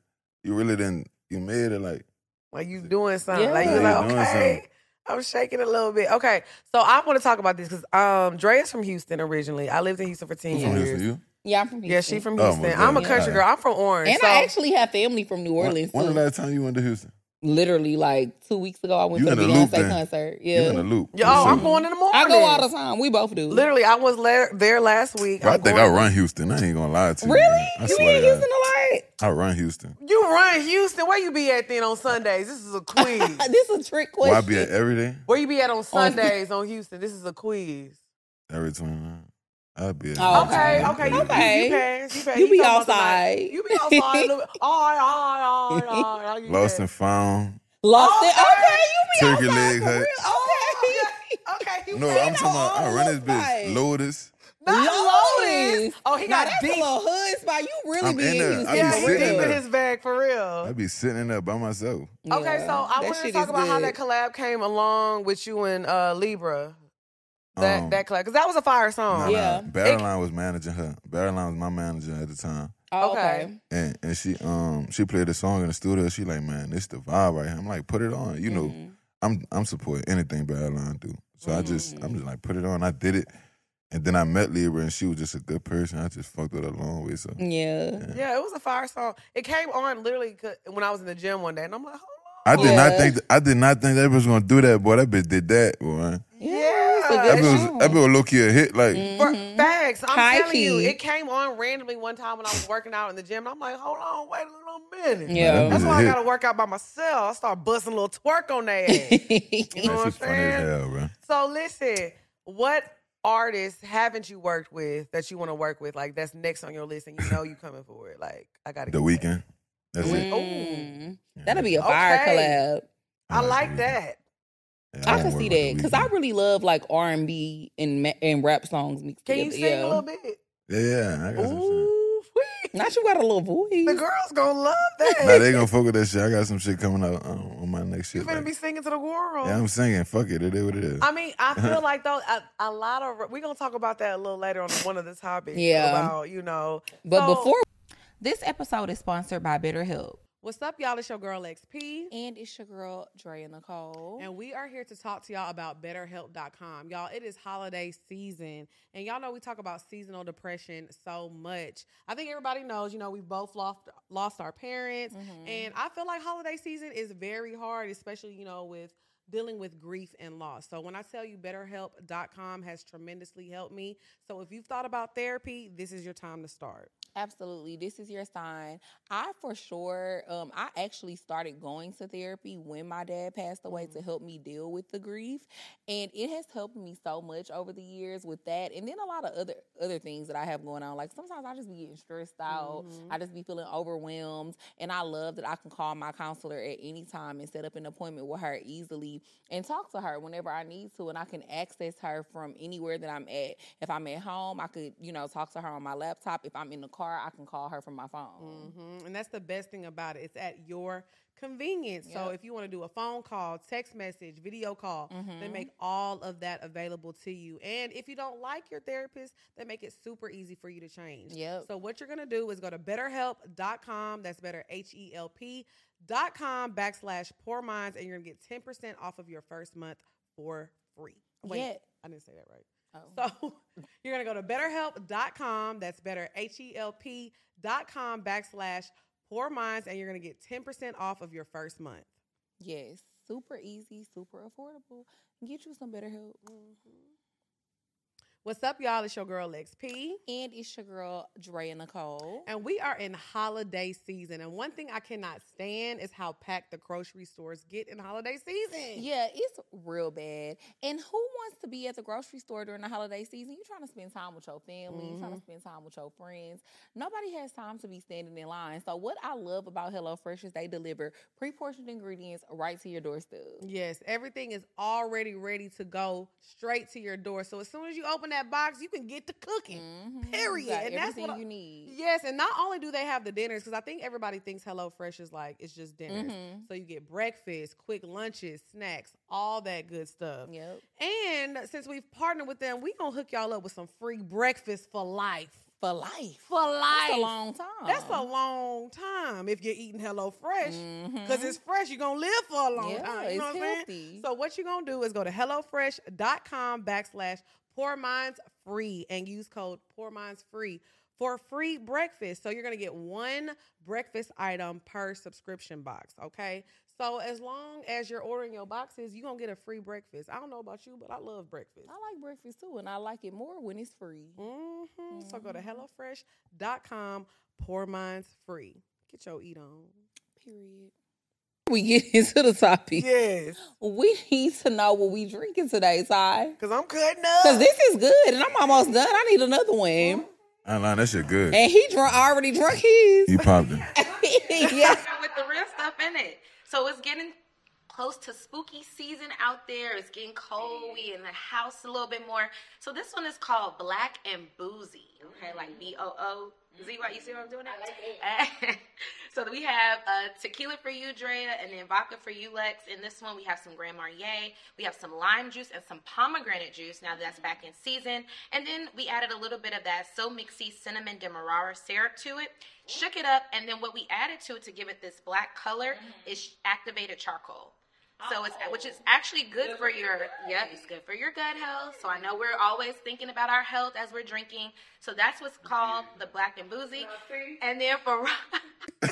Speaker 3: you really didn't, you made it. Like,
Speaker 1: Like you doing something.
Speaker 2: Yeah.
Speaker 1: Like you
Speaker 2: Yeah,
Speaker 1: like,
Speaker 3: you doing
Speaker 1: okay.
Speaker 3: something.
Speaker 1: I'm shaking a little bit. Okay. So I want to talk about this because um Dre is from Houston originally. I lived in Houston for 10
Speaker 3: who's
Speaker 1: years.
Speaker 3: from Houston? You?
Speaker 2: Yeah, I'm from Houston.
Speaker 1: Yeah, she from
Speaker 3: Oh, my
Speaker 1: Houston.
Speaker 3: God.
Speaker 1: I'm a country
Speaker 3: Yeah.
Speaker 1: girl. I'm from Orange.
Speaker 2: And
Speaker 1: so
Speaker 2: I actually have family from New
Speaker 3: When,
Speaker 2: Orleans
Speaker 3: when the
Speaker 2: too.
Speaker 3: last time you went to Houston?
Speaker 2: Literally, like two weeks ago, I went
Speaker 3: You
Speaker 2: to
Speaker 3: in
Speaker 2: the
Speaker 3: the loop
Speaker 2: Beyonce
Speaker 3: then.
Speaker 2: concert.
Speaker 3: You in
Speaker 2: Yeah,
Speaker 3: the loop.
Speaker 1: yo,
Speaker 3: For
Speaker 1: oh, I'm
Speaker 3: sure.
Speaker 1: going in the morning.
Speaker 2: I go all the time. We both do.
Speaker 1: Literally, I was la- there last week.
Speaker 3: Bro, I
Speaker 1: I'm
Speaker 3: think I
Speaker 1: going-
Speaker 3: run Houston. I ain't gonna lie to you.
Speaker 2: really?
Speaker 3: man. I
Speaker 2: you
Speaker 3: swear
Speaker 2: in
Speaker 3: to
Speaker 2: Houston
Speaker 3: God.
Speaker 2: a lot?
Speaker 3: I run Houston.
Speaker 1: You run Houston. Where you be at then on Sundays? This is a quiz.
Speaker 2: [laughs]
Speaker 1: [laughs]
Speaker 2: this is a trick
Speaker 3: Why
Speaker 2: question.
Speaker 3: I be at every day?
Speaker 1: Where you be at on Sundays on Houston? This is a quiz.
Speaker 3: Every 29. I be at
Speaker 2: Oh,
Speaker 1: Okay,
Speaker 3: every
Speaker 1: okay, you,
Speaker 3: 29.
Speaker 1: You,
Speaker 2: Okay.
Speaker 1: you pass. You pass.
Speaker 2: You
Speaker 1: He
Speaker 2: be
Speaker 1: talking about
Speaker 2: outside.
Speaker 1: somebody- You be outside. little- All right, all right, all right, all right. you
Speaker 3: Lost
Speaker 1: pass.
Speaker 3: and found.
Speaker 2: Lost it.
Speaker 1: Okay.
Speaker 2: Okay, you be
Speaker 3: Turkey
Speaker 2: outside
Speaker 3: leg
Speaker 2: for
Speaker 3: hut.
Speaker 2: real? Okay.
Speaker 1: Oh,
Speaker 2: [laughs]
Speaker 1: yeah. Okay, you
Speaker 3: No,
Speaker 1: pass.
Speaker 3: I'm talking about I run this bitch.
Speaker 2: Like-
Speaker 3: Lotus.
Speaker 1: not Lotus. Oh, he
Speaker 2: Now,
Speaker 1: got
Speaker 2: that's
Speaker 1: deep.
Speaker 2: a little hood spot. You really
Speaker 3: I'm
Speaker 2: be in
Speaker 3: in there.
Speaker 2: Houston.
Speaker 3: I be
Speaker 1: yeah,
Speaker 2: for
Speaker 1: he
Speaker 3: sitting
Speaker 1: deep in
Speaker 3: there.
Speaker 1: his bag for
Speaker 3: I
Speaker 1: real.
Speaker 3: be sitting there by myself.
Speaker 2: real.
Speaker 1: okay, so
Speaker 2: Yeah,
Speaker 1: I
Speaker 2: that
Speaker 1: wanted to
Speaker 2: shit
Speaker 1: talk
Speaker 2: is
Speaker 1: about how
Speaker 2: good.
Speaker 1: that collab came along with you and uh, Libra. That
Speaker 3: Um,
Speaker 1: that collab, because that was a fire
Speaker 3: Nah,
Speaker 1: song.
Speaker 3: nah,
Speaker 2: Yeah.
Speaker 3: Barreline was managing her. Barreline was my manager at the time.
Speaker 2: Oh, okay.
Speaker 1: Okay.
Speaker 3: And and she um she played a song in the studio. She like, man, this the vibe right here. I'm like, put it on. You know,
Speaker 2: Mhm.
Speaker 3: I'm I'm supporting anything Barreline do. So I just I'm just like, put it on. I did it. And then I met Libra and she was just a good person. I just fucked with her a long way. So
Speaker 2: Mm-hmm. Yeah.
Speaker 1: Yeah, it was a fire song. It came on literally 'cause- when I was in the gym one day, and I'm like, hold on.
Speaker 3: I did
Speaker 2: Yeah.
Speaker 3: not think I did not think that bitch was gonna do that, boy. That bitch did that, boy.
Speaker 2: Yeah.
Speaker 3: That
Speaker 1: That
Speaker 2: It's a good
Speaker 3: bitch was that bitch was low key a hit. Like
Speaker 1: For
Speaker 2: [laughs]
Speaker 1: facts, I'm
Speaker 2: Mm-hmm. High
Speaker 1: telling you,
Speaker 2: key.
Speaker 1: it came on randomly one time when I was working out in the gym. And I'm like, hold on, wait a little minute.
Speaker 2: Yeah.
Speaker 1: That's why I
Speaker 3: Hit.
Speaker 1: gotta work out by myself. I start busting a little twerk on their
Speaker 2: [laughs]
Speaker 1: ass.
Speaker 2: show.
Speaker 1: You know
Speaker 3: that
Speaker 1: what I'm
Speaker 3: shit funny as
Speaker 1: saying?
Speaker 3: hell, bro.
Speaker 1: So listen, what artists haven't you worked with that you want to work with? Like that's next on your list, and you know you coming for it. Like I gotta.
Speaker 3: The
Speaker 1: get
Speaker 3: weekend. That's it.
Speaker 2: Mm. That'll be a
Speaker 1: Oh. Okay.
Speaker 2: fire collab.
Speaker 1: that.
Speaker 3: Oh,
Speaker 1: I like that.
Speaker 2: I
Speaker 3: Yeah, don't
Speaker 2: can
Speaker 3: worry
Speaker 2: see
Speaker 3: about the
Speaker 2: that because I
Speaker 3: weekend.
Speaker 2: really love like R and B and ma- and rap songs mixed
Speaker 1: Can you
Speaker 2: together.
Speaker 1: sing
Speaker 2: yeah.
Speaker 1: a little bit?
Speaker 3: Yeah, yeah. I got some shit.
Speaker 1: Ooh, wee.
Speaker 2: Not you got a little voice.
Speaker 1: the girls gonna love that. [laughs]
Speaker 3: Nah, they gonna fuck with that shit. I got some shit coming out um, on my next
Speaker 1: you
Speaker 3: shit.
Speaker 1: finna
Speaker 3: like-
Speaker 1: be singing to the world.
Speaker 3: yeah, I'm singing. Fuck it. It is what it is.
Speaker 1: I mean, I
Speaker 3: [laughs]
Speaker 1: feel like though a, a lot of we're gonna talk about that a little later on one of the topics.
Speaker 2: Yeah.
Speaker 1: About, you know.
Speaker 2: But
Speaker 1: So,
Speaker 2: before this episode is sponsored by BetterHelp,
Speaker 1: What's up, y'all? It's your girl XP.
Speaker 2: and it's your girl Dre and Nicole.
Speaker 1: And we are here to talk to y'all about betterhelp.com. Y'all, it is holiday season. And y'all know we talk about seasonal depression so much. I think everybody knows, you know, we've both lost lost our parents. And I feel like holiday season is very hard, especially, you know, with dealing with grief and loss. So when I tell you betterhelp.com has tremendously helped me. So if you've thought about therapy, this is your time to start.
Speaker 2: Absolutely. This is your sign. I for sure, um, I actually started going to therapy when my dad passed away to help me deal with the grief. And it has helped me so much over the years with that. And then a lot of other other things that I have going on. Like sometimes I just be getting stressed out.
Speaker 1: Mm-hmm.
Speaker 2: I just be feeling overwhelmed. And I love that I can call my counselor at any time and set up an appointment with her easily and talk to her whenever I need to. And I can access her from anywhere that I'm at. If I'm at home, I could, you know, talk to her on my laptop. If I'm in the car, I can call her from my phone.
Speaker 1: Mhm. And that's the best thing about it. It's at your convenience. So if you want to do a phone call, text message, video call, Mm-hmm. they
Speaker 2: Mm-hmm.
Speaker 1: make all of that available to you. And if you don't like your therapist, they make it super easy for you to change.
Speaker 2: Yep.
Speaker 1: So what you're going to do is go to betterhelp.com. That's better H E L P dot com backslash poor minds and you're going to get 10% off of your first month for free.
Speaker 2: Yeah. Oh.
Speaker 1: I didn't say that right. So [laughs] you're going to go to betterhelp.com. That's better, H E L P.com backslash poor minds, and you're going to get 10% off of your first month.
Speaker 2: Yes. Super easy, super affordable. Get you some better help.
Speaker 1: What's up, y'all? It's your girl, Lex P.
Speaker 2: And it's your girl, Dre and Nicole.
Speaker 1: And we are in holiday season. And one thing I cannot stand is how packed the grocery stores get in holiday season.
Speaker 2: Yeah, it's real bad. And who wants to be at the grocery store during the holiday season? You trying to spend time with your family, you
Speaker 1: Mm-hmm.
Speaker 2: trying to spend time with your friends. Nobody has time to be standing in line. So what I love about HelloFresh is they deliver pre-portioned ingredients right to your doorstep.
Speaker 1: Yes, everything is already ready to go straight to your door. So as soon as you open that box, you can get to cooking. Period.
Speaker 2: Mm-hmm. You got
Speaker 1: and that's
Speaker 2: everything
Speaker 1: what I-
Speaker 2: you need.
Speaker 1: Yes, and not only do they have the dinners, because I think everybody thinks HelloFresh is like it's just dinners.
Speaker 2: Mm-hmm.
Speaker 1: So you get breakfast, quick lunches, snacks, all that good stuff.
Speaker 2: Yep.
Speaker 1: And since we've partnered with them, we gonna hook y'all up with some free breakfast for life.
Speaker 2: For life.
Speaker 1: For life.
Speaker 2: That's a long time.
Speaker 1: That's a long time if you're eating Hello Fresh. Because it's fresh, you're going to live for a long
Speaker 2: Mm-hmm. Yeah,
Speaker 1: time. You know
Speaker 2: it's
Speaker 1: what I'm saying?
Speaker 2: healthy.
Speaker 1: So what you're going to do is go to HelloFresh.com backslash Poor Minds Free and use code Poor Minds Free for free breakfast. So you're going to get one breakfast item per subscription box, okay? So as long as you're ordering your boxes, you're going to get a free breakfast. I don't know about you, but I love breakfast.
Speaker 2: I like breakfast too, and I like it more when it's free.
Speaker 1: Mhm. So go to
Speaker 2: Mm-hmm.
Speaker 1: HelloFresh.com, Poor Minds Free. Get your eat on.
Speaker 2: Period. We get [laughs] into the topic.
Speaker 1: Yes.
Speaker 2: We need to know what we drinking today, Ty.
Speaker 1: Because I'm cutting
Speaker 2: Cause
Speaker 1: up.
Speaker 2: this is good, and I'm almost done. I need another one.
Speaker 3: I ain't lying, that shit good.
Speaker 2: And he drunk already drunk his.
Speaker 3: You popped
Speaker 1: [laughs]
Speaker 2: [laughs]
Speaker 3: it.
Speaker 2: yeah.
Speaker 4: [laughs] with the real stuff in it. So it's getting close to spooky season out there. It's getting cold. We in the house a little bit more. So this one is called Black and Boozy. Okay, like B O O Z Y. You see what I'm doing? There? [laughs] so we have uh, tequila for you, Drea, and then vodka for you, Lex. In this one, we have some Grand Marnier. We have some lime juice and some pomegranate juice. Now that's back in season. And then we added a little bit of that so mixy cinnamon demerara syrup to it shook it up, and then what we added to it to give it this black color is activated charcoal. So it's which is actually Oh. good for your yeah, it's good for your gut health. So I know we're always thinking about our health as we're drinking. So that's what's called the black and boozy. And then for [laughs]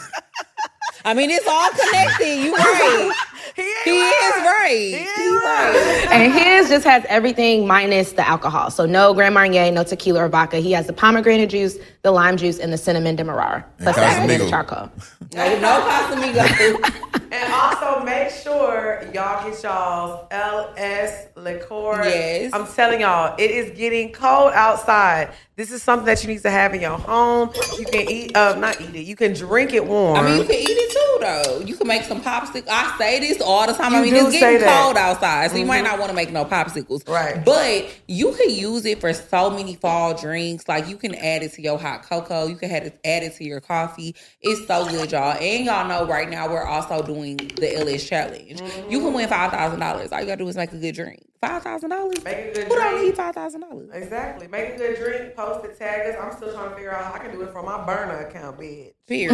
Speaker 2: I mean, it's all connected. You [laughs] right.
Speaker 1: He ain't
Speaker 2: He is
Speaker 1: lying.
Speaker 2: right.
Speaker 1: He
Speaker 2: He right.
Speaker 4: and his just has everything minus the alcohol. So no Grand Marnier, no tequila or vodka. He has the pomegranate juice, the lime juice, and the cinnamon demerara plus the activated
Speaker 3: Casamigo.
Speaker 4: charcoal.
Speaker 2: No, no [laughs] Casamigos.
Speaker 1: And also make sure y'all get y'all's LS liqueur.
Speaker 2: Yes.
Speaker 1: I'm telling y'all, it is getting cold outside. This is something that you need to have in your home. You can eat, uh, not eat it. You can drink it warm.
Speaker 2: I mean, you can eat it too, though. You can make some popsicles. I say this all the time.
Speaker 1: You
Speaker 2: I mean,
Speaker 1: do
Speaker 2: it's
Speaker 1: say
Speaker 2: getting
Speaker 1: that. Mm-hmm.
Speaker 2: cold outside, so you might not want to make no popsicles.
Speaker 1: Right.
Speaker 2: But you can use it for so many fall drinks. Like, you can add it to your hot cocoa. You can add it, add it to your coffee. It's so good, y'all. And y'all know right now we're also doing the LS Challenge. You can win $5,000. All you got to do is make a good drink. $5,000?
Speaker 1: Make a good
Speaker 2: Who don't
Speaker 1: drink.
Speaker 2: need $5,000?
Speaker 1: Exactly. Make a good drink, post it, tag us. I'm still trying to figure out how I can do it from my burner account, bitch. [laughs]
Speaker 2: Period.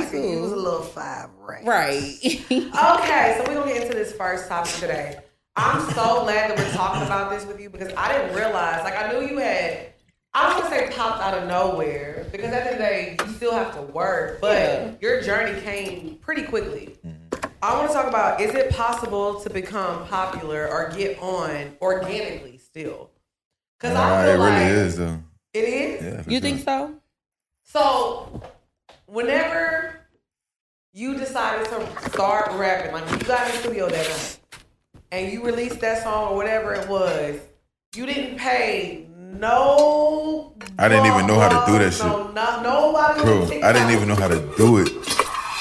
Speaker 1: It was a
Speaker 2: too.
Speaker 1: little five right.
Speaker 2: Right. [laughs]
Speaker 1: Okay, so we're gonna get into this first topic today. I'm so glad that we're talking about this with you because I didn't realize, like I knew you had I don't wanna say popped out of nowhere because at the end of the day you still have to work, but
Speaker 2: Yeah.
Speaker 1: your journey came pretty quickly.
Speaker 3: Mm-hmm.
Speaker 1: I wanna talk about is it possible to become popular or get on organically still? Cause
Speaker 3: Nah,
Speaker 1: I
Speaker 3: it
Speaker 1: feel
Speaker 3: really
Speaker 1: like
Speaker 3: is though.
Speaker 1: it is.
Speaker 3: Yeah, for
Speaker 2: you
Speaker 3: sure.
Speaker 2: think so?
Speaker 1: So whenever you decided to start rapping, like when you got in the studio that night and you released that song or whatever it was, you didn't pay no.
Speaker 3: I didn't even know how to do that
Speaker 1: no, No, nobody. on
Speaker 3: Bro, I didn't
Speaker 1: TikTok,
Speaker 3: even know how to do it.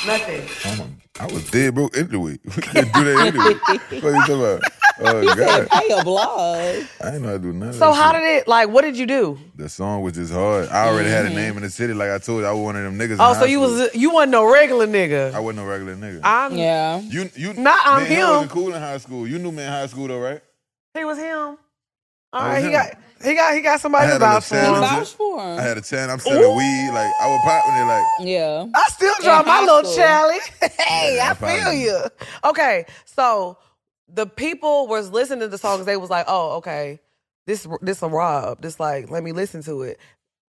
Speaker 1: nothing.
Speaker 3: Oh my- I was dead broke anyway. [laughs] We couldn't do that anyway. what you
Speaker 1: [laughs]
Speaker 3: talking about? Oh God,
Speaker 2: Hey, a blog.
Speaker 3: I didn't know how to do nothing.
Speaker 1: So how did it? Like, what did you do?
Speaker 3: the song was just hard? I already had a name in the city. Like I told you, I was one of them niggas. in
Speaker 1: Oh,
Speaker 3: high
Speaker 1: so you
Speaker 3: school.
Speaker 1: was you wasn't no regular nigga.
Speaker 3: I wasn't no regular nigga.
Speaker 1: I'm.
Speaker 2: Yeah.
Speaker 3: you you
Speaker 1: Nah, I'm
Speaker 3: man, Hill
Speaker 1: um, him.
Speaker 3: wasn't cool in high school. You knew me in high school though, right?
Speaker 1: He was him. All
Speaker 3: I
Speaker 1: right,
Speaker 3: was
Speaker 1: he
Speaker 3: him.
Speaker 1: got he got he got
Speaker 3: I
Speaker 1: somebody
Speaker 3: had
Speaker 1: to
Speaker 3: a
Speaker 1: vouch for
Speaker 3: little
Speaker 2: You
Speaker 3: challenge.
Speaker 1: him.
Speaker 3: Wow.
Speaker 2: vouched for him.
Speaker 3: I had a chance. I'm selling
Speaker 1: Ooh.
Speaker 3: weed. Like I would pop when they like.
Speaker 2: yeah.
Speaker 1: I still drop my
Speaker 2: high
Speaker 1: little
Speaker 2: school.
Speaker 1: challenge. [laughs] Hey,
Speaker 3: Yeah,
Speaker 1: I
Speaker 3: I
Speaker 1: feel
Speaker 3: probably-
Speaker 1: you. Okay, so the people was listening to the songs. They was like, "Oh, okay, this this a Rob. This like, let me listen to it."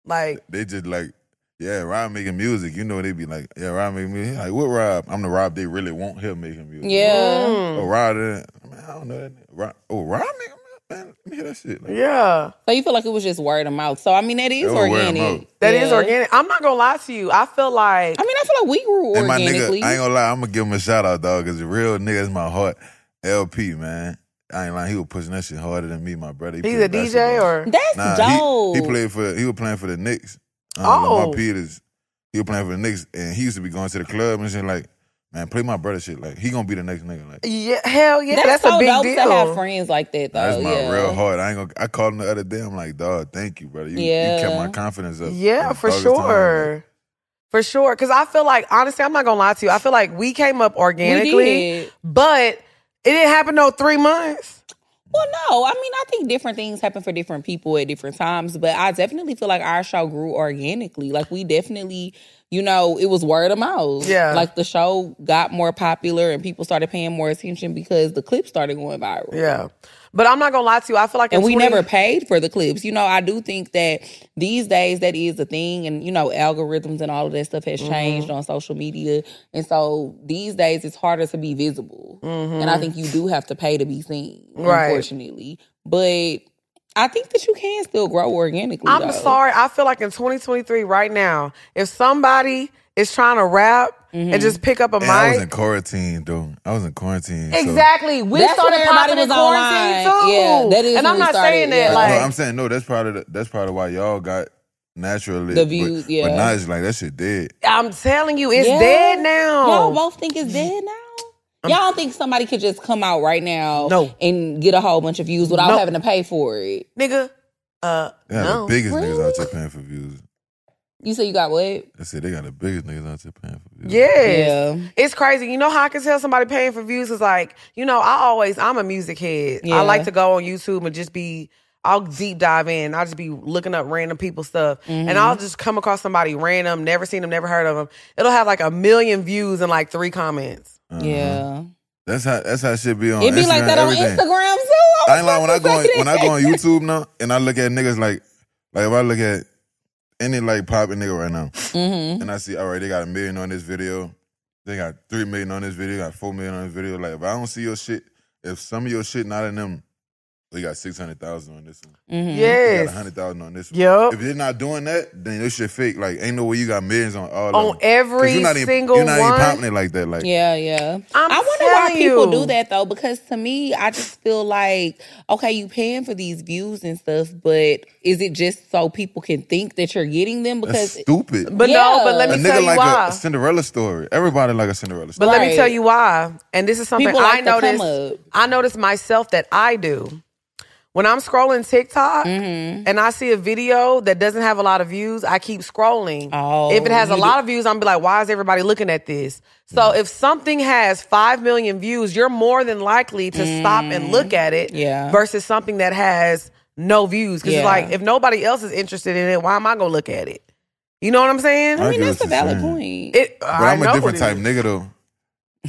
Speaker 1: Like,
Speaker 3: they just like, yeah, Rob making music. You know, they be like, yeah, Rob making music. Like, what Rob? I'm the Rob they really want him making music.
Speaker 2: Yeah.
Speaker 1: mm.
Speaker 3: Oh, Rob, that, man, I don't know that. nigga. Rob, oh, Rob making music? Man, let me hear that shit. Like,
Speaker 1: yeah,
Speaker 2: So you feel like it was just word of mouth. So I mean that is
Speaker 3: That was word of mouth.
Speaker 2: organic.
Speaker 1: that is
Speaker 2: Yeah.
Speaker 1: organic. I'm not gonna lie to you. I feel like
Speaker 2: I mean, I feel like we grew
Speaker 3: And my nigga,
Speaker 2: organically.
Speaker 3: I ain't gonna lie, I'm gonna give him a shout out, dog, because the real nigga is my heart. LP, man. I ain't lying, he was pushing that shit harder than me, my brother. He
Speaker 1: he's a
Speaker 3: played
Speaker 1: DJ
Speaker 3: basketball.
Speaker 1: or
Speaker 2: That's
Speaker 3: Nah,
Speaker 2: dope.
Speaker 3: he, he played for he was playing for the Knicks. Um,
Speaker 1: Oh.
Speaker 3: Lamar Peters. He was playing for the Knicks, and he used to be going to the club and shit like, man, play my brother shit. Like he gonna be the next nigga. Like
Speaker 1: yeah, hell yeah,
Speaker 2: that's,
Speaker 1: that's,
Speaker 2: so
Speaker 1: a big
Speaker 2: dope
Speaker 1: deal.
Speaker 2: to have friends like that though.
Speaker 3: that's my
Speaker 2: Oh, yeah.
Speaker 3: real heart. I ain't gonna. I called him the other day. I'm like, dog, thank you, brother. You,
Speaker 2: Yeah.
Speaker 3: you kept my confidence up.
Speaker 1: Yeah,
Speaker 3: in
Speaker 1: for
Speaker 3: darkest time." Like,
Speaker 1: sure. For sure. Cause I feel like honestly, I'm not gonna lie to you. I feel like we came up organically,
Speaker 2: We did.
Speaker 1: but it didn't happen no three months.
Speaker 2: Well, no, I mean, I think different things happen for different people at different times, but I definitely feel like our show grew organically. Like we definitely, you know, it was word of mouth.
Speaker 1: Yeah.
Speaker 2: like the show got more popular and people started paying more attention because the clips started going viral.
Speaker 1: Yeah. But I'm not gonna lie to you. I feel like
Speaker 2: and
Speaker 1: in
Speaker 2: we
Speaker 1: 20
Speaker 2: never paid for the clips. You know, I do think that these days that is a thing, and you know, algorithms and all of that stuff has changed
Speaker 1: Mm-hmm.
Speaker 2: on social media, and so these days it's harder to be visible, and I think you do have to pay to be seen,
Speaker 1: Mm-hmm. Right.
Speaker 2: unfortunately. But I think that you can still grow organically.
Speaker 1: I'm
Speaker 2: though.
Speaker 1: sorry. I feel like in 2023 right now, if somebody is trying to rap
Speaker 2: Mm-hmm.
Speaker 1: and just pick up a
Speaker 3: And I was in
Speaker 1: mic.
Speaker 3: quarantine, though. I was in quarantine. so-
Speaker 1: Exactly. We
Speaker 2: That's
Speaker 1: started
Speaker 2: when
Speaker 1: popping
Speaker 2: everybody
Speaker 1: in
Speaker 2: was
Speaker 1: quarantine
Speaker 2: online.
Speaker 1: too.
Speaker 2: Yeah, that is
Speaker 1: And
Speaker 2: when
Speaker 1: I'm
Speaker 2: we
Speaker 1: not
Speaker 2: started,
Speaker 1: saying that
Speaker 2: yeah.
Speaker 3: But
Speaker 1: like
Speaker 3: no, I'm saying no. That's part of the, that's part of why y'all got naturally
Speaker 2: The views,
Speaker 3: But,
Speaker 2: yeah.
Speaker 3: but now it's like that shit dead.
Speaker 1: I'm, telling you, it's
Speaker 2: Yeah.
Speaker 1: dead now.
Speaker 2: Y'all both think
Speaker 1: Mm-hmm.
Speaker 2: it's dead now. Y'all don't think somebody could just come out right now
Speaker 1: No.
Speaker 2: and get a whole bunch of views without
Speaker 1: No.
Speaker 2: having to pay for it?
Speaker 1: Nigga. Uh
Speaker 3: They got
Speaker 1: no.
Speaker 3: the biggest niggas out
Speaker 2: Really?
Speaker 3: there paying for views.
Speaker 2: You say you got what?
Speaker 3: I said they got the biggest niggas out there paying for views.
Speaker 1: Yes.
Speaker 2: Yeah.
Speaker 1: It's crazy. You know how I can tell somebody paying for views is like, you know, I always I'm a music head.
Speaker 2: Yeah.
Speaker 1: I like to go on YouTube and just be I'll deep dive in. I'll just be looking up random people stuff. And I'll
Speaker 2: Mm-hmm.
Speaker 1: just come across somebody random, never seen them, never heard of them. It'll have like a million views and like three comments.
Speaker 3: Uh-huh.
Speaker 1: Mm-hmm.
Speaker 2: Yeah.
Speaker 3: That's how that's how shit be on.
Speaker 2: It'd be
Speaker 3: Instagram,
Speaker 2: like that
Speaker 3: everything.
Speaker 2: on Instagram too.
Speaker 3: I ain't lying. When I go
Speaker 2: [laughs]
Speaker 3: on, when I go on YouTube now, and I look at niggas like, like if I look at any like popping nigga right now,
Speaker 2: Mm-hmm.
Speaker 3: and I see, all right, they got a million on this video, they got three million on this video, got four million on this video. Like if I don't see your shit, if some of your shit not in them, they got six hundred thousand on this one,
Speaker 2: Mm-hmm.
Speaker 3: they got a
Speaker 1: Yes.
Speaker 3: hundred thousand on this one.
Speaker 1: Yup.
Speaker 3: If they're not doing that, then this shit fake. Like ain't no way you got millions on all of
Speaker 1: On
Speaker 3: them. 'Cause
Speaker 1: every
Speaker 3: you're not even,
Speaker 1: single
Speaker 3: You're not
Speaker 1: one.
Speaker 3: even popping it like that. Like
Speaker 2: Yeah, yeah.
Speaker 1: I'm
Speaker 2: i wonder why
Speaker 1: telling
Speaker 2: people
Speaker 1: you.
Speaker 2: do that though, because to me, I just feel like okay, you paying for these views and stuff, but is it just so people can think that you're getting them?
Speaker 3: that's
Speaker 2: Because
Speaker 3: [laughs] stupid.
Speaker 1: But no,
Speaker 2: Yeah.
Speaker 1: but let
Speaker 3: a
Speaker 1: me tell
Speaker 3: nigga
Speaker 1: you
Speaker 3: like
Speaker 1: why.
Speaker 3: a, Cinderella story. Everybody like a Cinderella
Speaker 1: But
Speaker 3: story.
Speaker 1: let me
Speaker 2: Right.
Speaker 1: tell you why. And this is something
Speaker 2: People like
Speaker 1: I
Speaker 2: to come up.
Speaker 1: noticed. I noticed myself that I do. When I'm scrolling TikTok
Speaker 2: Mm-hmm.
Speaker 1: and I see a video that doesn't have a lot of views, I keep scrolling.
Speaker 2: Oh,
Speaker 1: if it has a
Speaker 2: you Mm.
Speaker 1: lot of views, I'm be like, why is everybody looking at this? So if something has five million views, you're more than likely to stop and look at it
Speaker 2: Mm. Yeah.
Speaker 1: versus something that has no views. Because
Speaker 2: Yeah.
Speaker 1: like if nobody else is interested in it, why am I gonna look at it? You know what I'm saying?
Speaker 2: I
Speaker 3: I
Speaker 2: mean,
Speaker 3: get
Speaker 2: that's a
Speaker 3: what you're
Speaker 2: valid
Speaker 3: saying.
Speaker 2: point.
Speaker 1: It,
Speaker 3: But
Speaker 1: I
Speaker 3: I'm
Speaker 1: know
Speaker 3: a
Speaker 1: what
Speaker 3: different
Speaker 1: it
Speaker 3: type
Speaker 1: is.
Speaker 3: nigga though.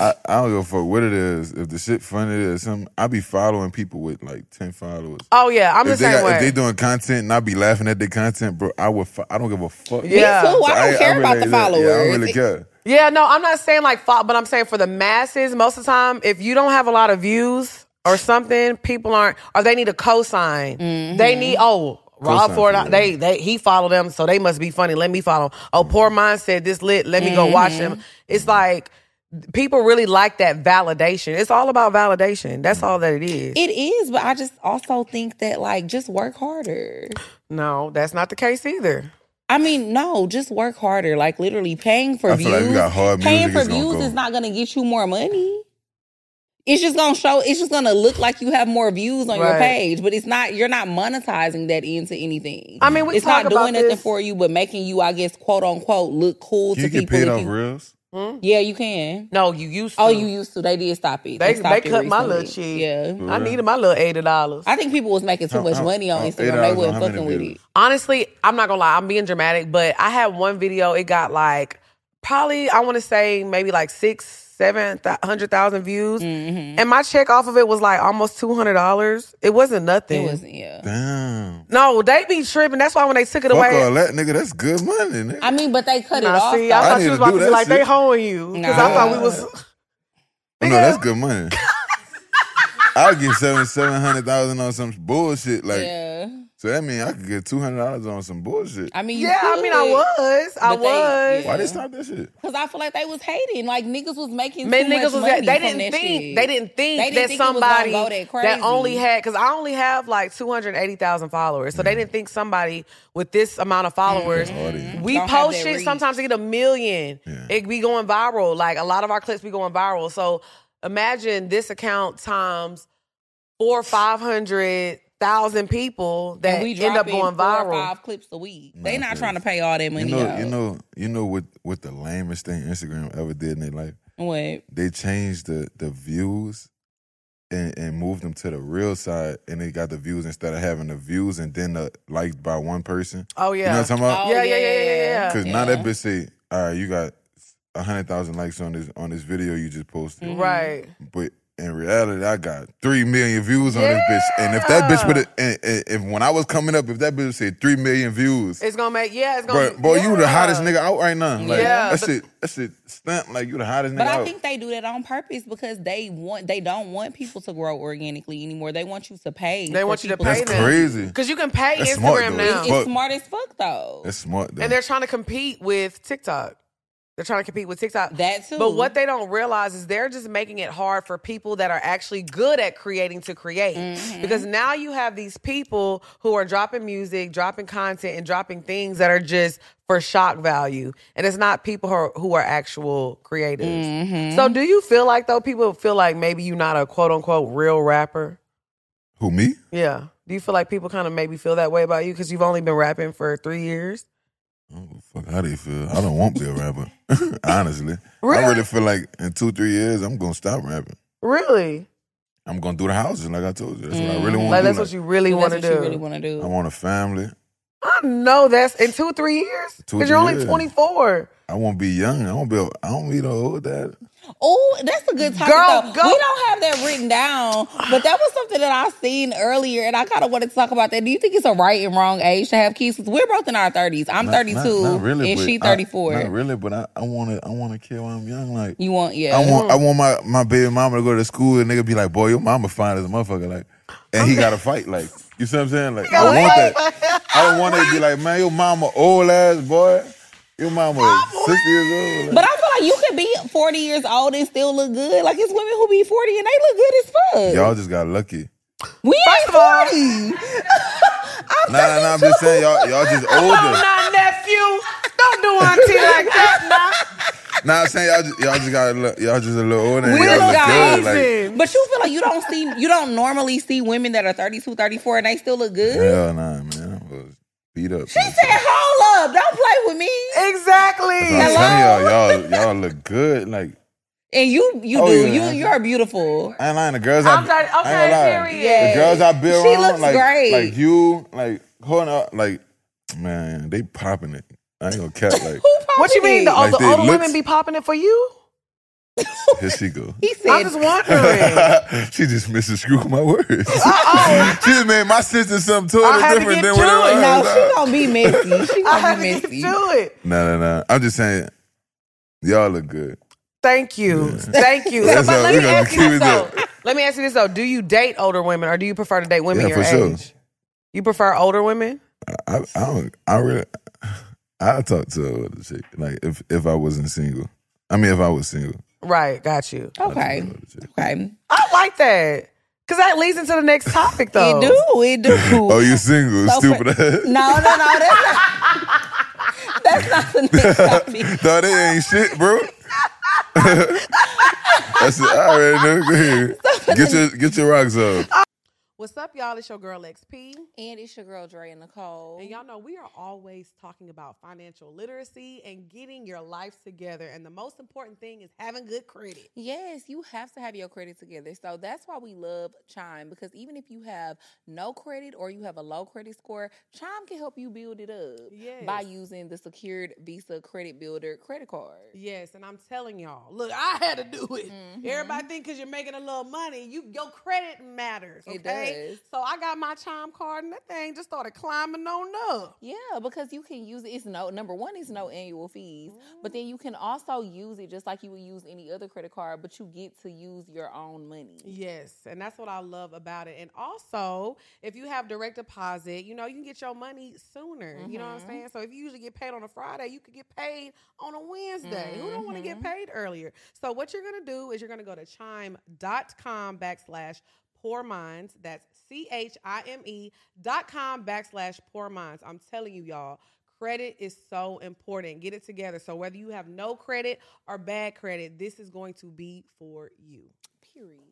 Speaker 3: I, I don't give a fuck what it is. If the shit funny or something, I be following people with like ten followers.
Speaker 1: Oh yeah, I'm
Speaker 3: if
Speaker 1: the same
Speaker 3: they got,
Speaker 1: way.
Speaker 3: if they doing content and I be laughing at their content, bro, I would. Fo- I don't give a
Speaker 1: Yeah.
Speaker 3: fuck.
Speaker 2: Me too.
Speaker 3: So
Speaker 2: I don't
Speaker 3: ain't-
Speaker 2: care
Speaker 3: really
Speaker 2: about the
Speaker 3: ain't that-
Speaker 2: followers.
Speaker 3: Yeah, I don't really care.
Speaker 1: Yeah, no, I'm not saying like, fo- but I'm saying for the masses, most of the time, if you don't have a lot of views or something, people aren't, or they need a cosign. They need, oh, Rob
Speaker 3: Cosign
Speaker 1: Ford,
Speaker 3: for that.
Speaker 1: they they he follow them, so they must be funny. Let me follow. Oh, poor mind said this lit. Let me go watch them. It's like people really like that validation. It's all about validation. That's all that it is.
Speaker 2: It is, but I just also think that like just work harder.
Speaker 1: no, that's not the case either.
Speaker 2: I mean, no, just work harder. Like literally paying for
Speaker 3: I
Speaker 2: views.
Speaker 3: feel like we got hard
Speaker 2: paying
Speaker 3: music.
Speaker 2: for
Speaker 3: It's gonna
Speaker 2: views
Speaker 3: go.
Speaker 2: is not gonna get you more money. It's just gonna show. It's just gonna look like you have more views on your
Speaker 1: Right.
Speaker 2: page, but it's not. You're not monetizing that into anything.
Speaker 1: I mean, we
Speaker 2: it's
Speaker 1: talk
Speaker 2: not doing
Speaker 1: about
Speaker 2: nothing
Speaker 1: this.
Speaker 2: for you, but making you, I guess, quote unquote, look cool
Speaker 3: Can you
Speaker 2: to
Speaker 3: get
Speaker 2: people.
Speaker 3: paid
Speaker 2: if
Speaker 3: off
Speaker 2: you-
Speaker 3: reels?
Speaker 2: yeah, you can.
Speaker 1: No, you used to.
Speaker 2: Oh, you used to. They did stop it.
Speaker 1: They-
Speaker 2: stopped
Speaker 1: they
Speaker 2: it
Speaker 1: cut my little
Speaker 2: recently.
Speaker 1: cheek.
Speaker 2: Yeah.
Speaker 1: I needed my little eighty dollars.
Speaker 2: I think people was making too
Speaker 3: How-
Speaker 2: much
Speaker 3: how-
Speaker 2: money on
Speaker 3: how-
Speaker 2: Instagram.
Speaker 3: $8
Speaker 2: They
Speaker 3: on
Speaker 2: wasn't
Speaker 3: how many
Speaker 2: fucking with
Speaker 3: views?
Speaker 2: it.
Speaker 1: Honestly, I'm not gonna lie. I'm being dramatic, but I had one video. It got like probably I want to say maybe like six, seven th- hundred thousand views,
Speaker 2: Mm-hmm.
Speaker 1: and my check off of it was like almost two hundred dollars. It wasn't nothing.
Speaker 2: It wasn't. Yeah.
Speaker 3: Damn.
Speaker 1: no, they be tripping. That's why when they took it
Speaker 3: Fuck all
Speaker 1: away,
Speaker 3: that, nigga. That's good money, nigga.
Speaker 2: I mean, but they cut it
Speaker 1: nah,
Speaker 2: off.
Speaker 1: see,
Speaker 2: though.
Speaker 1: I
Speaker 3: I
Speaker 1: thought
Speaker 3: need
Speaker 1: you was
Speaker 3: to
Speaker 1: about
Speaker 3: do
Speaker 1: to be
Speaker 3: that
Speaker 1: like they
Speaker 3: shit.
Speaker 1: hoeing you because I
Speaker 2: Nah.
Speaker 1: thought we was.
Speaker 3: Oh, no, that's
Speaker 2: [laughs]
Speaker 3: good money. I'll get seven seven hundred thousand on some bullshit. Like
Speaker 2: yeah.
Speaker 3: so that means I could get two hundred dollars on some bullshit.
Speaker 2: I mean, you
Speaker 1: Yeah, I mean, I
Speaker 2: could.
Speaker 1: was, I
Speaker 2: But they-
Speaker 1: was.
Speaker 3: Why they stop that shit?
Speaker 2: Cause I feel like they was hating. Like niggas was making
Speaker 1: Man,
Speaker 2: too much
Speaker 1: niggas was
Speaker 2: money
Speaker 1: they
Speaker 2: from
Speaker 1: didn't
Speaker 2: that
Speaker 1: think
Speaker 2: shit.
Speaker 1: they didn't think
Speaker 2: They didn't
Speaker 1: that
Speaker 2: think it was gonna
Speaker 1: somebody
Speaker 2: go
Speaker 1: that,
Speaker 2: that crazy.
Speaker 1: only had because I only have like two hundred eighty thousand followers, so they didn't think somebody with this amount of followers.
Speaker 3: Audience.
Speaker 1: We
Speaker 2: Mm-hmm. Don't have
Speaker 1: post
Speaker 2: that
Speaker 1: shit
Speaker 2: reach.
Speaker 1: sometimes to get a million.
Speaker 3: Yeah.
Speaker 1: It be going viral. Like a lot of our clips be going viral. So imagine this account times four five hundred thousand people that
Speaker 2: And we
Speaker 1: end up
Speaker 2: dropping
Speaker 1: going
Speaker 2: four or
Speaker 1: viral.
Speaker 2: five clips a week. They
Speaker 3: Nah,
Speaker 2: not
Speaker 3: please.
Speaker 2: trying to pay all that
Speaker 3: You
Speaker 2: money.
Speaker 3: know,
Speaker 2: out.
Speaker 3: you know, you know what what the lamest thing Instagram ever did in their life?
Speaker 2: what?
Speaker 3: They changed the the views and, and moved them to the real side, and they got the views instead of having the views and then the liked by one person.
Speaker 1: Oh
Speaker 3: You know
Speaker 1: yeah,
Speaker 3: what I'm talking about?
Speaker 1: Oh, yeah, yeah, yeah, yeah, yeah.
Speaker 3: Because now that bitch say, all right, you got hundred thousand likes on this on this video you just posted.
Speaker 2: Mm-hmm.
Speaker 1: right.
Speaker 3: But in reality, I got three million views on this bitch. And if that bitch would, and, and, if when I was coming up, if that bitch said three million views,
Speaker 1: It's gonna make yeah. It's gonna
Speaker 3: bro, boy, you the
Speaker 1: yeah.
Speaker 3: hottest nigga out right now. Like
Speaker 1: Yeah,
Speaker 3: that
Speaker 1: but-
Speaker 3: shit, that shit stamp like you the hottest
Speaker 2: But
Speaker 3: nigga
Speaker 2: I
Speaker 3: out.
Speaker 2: think they do that on purpose because they want they don't want people to grow organically anymore. They want you to pay.
Speaker 1: They
Speaker 2: for
Speaker 1: want you to
Speaker 2: people
Speaker 1: pay
Speaker 3: That's
Speaker 1: them.
Speaker 3: crazy.
Speaker 1: Because you can pay
Speaker 3: That's smart,
Speaker 1: Instagram
Speaker 3: though.
Speaker 1: now.
Speaker 2: It's,
Speaker 3: Fuck.
Speaker 2: it's smart as fuck though.
Speaker 3: That's smart though.
Speaker 1: and they're trying to compete with TikTok. They're trying to compete with TikTok.
Speaker 2: That too.
Speaker 1: But what they don't realize is they're just making it hard for people that are actually good at creating to create. Because now you have these people who are dropping music, dropping content, and dropping things that are just for shock value. And it's not people who are, who are actual creatives. So do you feel like though people feel like maybe you're not a quote unquote real rapper?
Speaker 3: Who me?
Speaker 1: Yeah. Do you feel like people kind of maybe feel that way about you because you've only been rapping for three years?
Speaker 3: Oh, fuck how they feel. I don't want to be a rapper. [laughs] Honestly,
Speaker 1: Really?
Speaker 3: I really feel like in two three years I'm gonna stop rapping.
Speaker 1: Really?
Speaker 3: I'm gonna do the houses like I told you. That's what I really want.
Speaker 1: Mm. Like
Speaker 3: to
Speaker 1: that's
Speaker 3: do.
Speaker 1: what you really
Speaker 2: That's
Speaker 1: want to
Speaker 2: what
Speaker 1: do.
Speaker 2: you really want to
Speaker 3: I
Speaker 2: do.
Speaker 3: want a family.
Speaker 1: I know that's in two or three years
Speaker 3: Two,
Speaker 1: because you're
Speaker 3: three
Speaker 1: only
Speaker 3: years.
Speaker 1: 24.
Speaker 3: I won't be young. I won't be. I don't be the old dad.
Speaker 2: Oh, that's a good topic.
Speaker 1: Girl,
Speaker 2: though.
Speaker 1: go-
Speaker 2: We don't have that written down, but that was something that I seen earlier, and I kind of wanted to talk about that. Do you think it's a right and wrong age to have kids? 'Cause we're both in our thirties. I'm
Speaker 3: Not-
Speaker 2: thirty
Speaker 3: not-
Speaker 2: two,
Speaker 3: not really,
Speaker 2: and
Speaker 3: but
Speaker 2: she
Speaker 3: I-
Speaker 2: thirty four.
Speaker 3: Not really, but I, I want to. I want to kid while I'm young. Like
Speaker 2: You want yeah?
Speaker 3: I want. I want my my baby mama to go to school and nigga be like, boy, your mama fine as a motherfucker. Like, and he got to fight. Like, you see what I'm saying? Like, I
Speaker 1: gotta
Speaker 3: want that. I don't want it to be like, man, your mama old ass boy. Your mama six years old. Like,
Speaker 2: but I feel like you could be forty years old and still look good. Like it's women who be forty and they look good as fuck.
Speaker 3: y'all just got lucky.
Speaker 2: we ain't
Speaker 1: of all-
Speaker 2: forty.
Speaker 3: Nah, nah, nah. I'm just saying, y'all, y'all just
Speaker 1: Come
Speaker 3: older.
Speaker 1: now, nephew. Don't do [laughs] auntie like that now.
Speaker 3: Nah, I'm saying y'all just, y'all just got a li- y'all just a little older. And
Speaker 2: We
Speaker 3: y'all
Speaker 2: look
Speaker 3: look good. [laughs] Like,
Speaker 1: amazing.
Speaker 2: But you feel like you don't see you don't normally see women that are 32, 34 and they still look good.
Speaker 3: hell nah, man. I was beat up.
Speaker 2: She said, "Hold up, don't play with me."
Speaker 1: Exactly.
Speaker 3: I'm
Speaker 2: Hello?
Speaker 3: telling y'all, y'all, y'all look good. Like,
Speaker 2: And you, you
Speaker 3: Oh,
Speaker 2: do.
Speaker 3: yeah.
Speaker 2: You, you are beautiful.
Speaker 3: I ain't lying. The girls I,
Speaker 1: I'm sorry,
Speaker 3: I ain't
Speaker 1: okay,
Speaker 3: gonna lie.
Speaker 1: period.
Speaker 3: The girls I build
Speaker 2: She
Speaker 3: around,
Speaker 2: looks
Speaker 3: like,
Speaker 2: great.
Speaker 3: like you, like holding up, like man, they popping it. I ain't gonna cap.
Speaker 1: [laughs]
Speaker 2: Who
Speaker 3: Like
Speaker 2: popped
Speaker 1: What you mean? The,
Speaker 2: it?
Speaker 1: all the
Speaker 3: Like, they
Speaker 1: older
Speaker 3: looks-
Speaker 1: women be popping it for you?
Speaker 3: here she go.
Speaker 2: He
Speaker 1: I'm
Speaker 2: said,
Speaker 1: just
Speaker 3: [laughs]
Speaker 1: wondering.
Speaker 3: she just misconstrued my
Speaker 1: [laughs]
Speaker 3: words. she just made my sister something
Speaker 1: I had to
Speaker 3: totally different
Speaker 1: get
Speaker 3: than
Speaker 1: to
Speaker 3: what
Speaker 1: it.
Speaker 3: it was.
Speaker 2: "No, she gonna be messy. She
Speaker 1: I
Speaker 2: gonna
Speaker 1: had
Speaker 2: be
Speaker 1: to get to
Speaker 2: messy."
Speaker 1: it.
Speaker 3: No, no, no. I'm just saying, y'all look good.
Speaker 1: Thank you. Thank you.
Speaker 3: That's
Speaker 1: So, but
Speaker 3: all.
Speaker 1: let
Speaker 3: We
Speaker 1: me
Speaker 3: gonna
Speaker 1: ask you
Speaker 3: keep
Speaker 1: this
Speaker 3: it
Speaker 1: though.
Speaker 3: up.
Speaker 1: Let me ask you this though. Do you date older women or do you prefer to date women
Speaker 3: Yeah,
Speaker 1: your
Speaker 3: for sure.
Speaker 1: age? You prefer older women?
Speaker 3: I, I don't. I really. I talk to a other chick. Like if if I wasn't single. I mean, if I was single.
Speaker 1: Right, got you.
Speaker 3: I'd talk to
Speaker 2: Okay.
Speaker 3: a other chick.
Speaker 2: Okay.
Speaker 1: I like that because that leads into the next
Speaker 2: [laughs]
Speaker 1: topic, though.
Speaker 2: It do. It do.
Speaker 3: Oh, you single,
Speaker 2: So for-
Speaker 3: stupid. ass.
Speaker 2: No, no, no. That's not, that's not the
Speaker 3: [laughs]
Speaker 2: next topic.
Speaker 3: [laughs] no, that ain't shit, bro. [laughs] That's it. All right, no, go ahead. Get your get your rocks
Speaker 2: [laughs]
Speaker 3: up.
Speaker 1: What's up, y'all? It's your girl XP.
Speaker 2: And it's your girl Dre and Nicole.
Speaker 1: And y'all know we are always talking about financial literacy and getting your life together. And the most important thing is having good credit.
Speaker 2: Yes, you have to have your credit together. So that's why we love Chime because even if you have no credit or you have a low credit score, Chime can help you build it up by
Speaker 1: Yes.
Speaker 2: using the secured Visa Credit Builder credit card.
Speaker 1: Yes, and I'm telling y'all, look, I had to do it.
Speaker 2: Mhm.
Speaker 1: Everybody think because you're making a little money, you your credit matters.
Speaker 2: It
Speaker 1: Okay,
Speaker 2: does.
Speaker 1: so I got my chime card, and that thing just started climbing on up.
Speaker 2: Yeah, because you can use it. It's no number one is no annual fees, but then you can also use it just like you would use any other credit card, but you get to use your own money.
Speaker 1: Yes, and that's what I love about it. And also, if you have direct deposit, you know, you can get your money sooner. You know what I'm
Speaker 2: Mhm.
Speaker 1: saying? So if you usually get paid on a Friday, you could get paid on a Wednesday. Who don't want to get
Speaker 2: Mhm.
Speaker 1: paid earlier? So what you're going to do is you're going to go to chime.com backslash poor minds. That's C-H-I-M-E E dot com backslash poor minds. I'm telling you, y'all. Credit is so important. Get it together. So whether you have no credit or bad credit, this is going to be for you.
Speaker 2: Period.
Speaker 1: [laughs]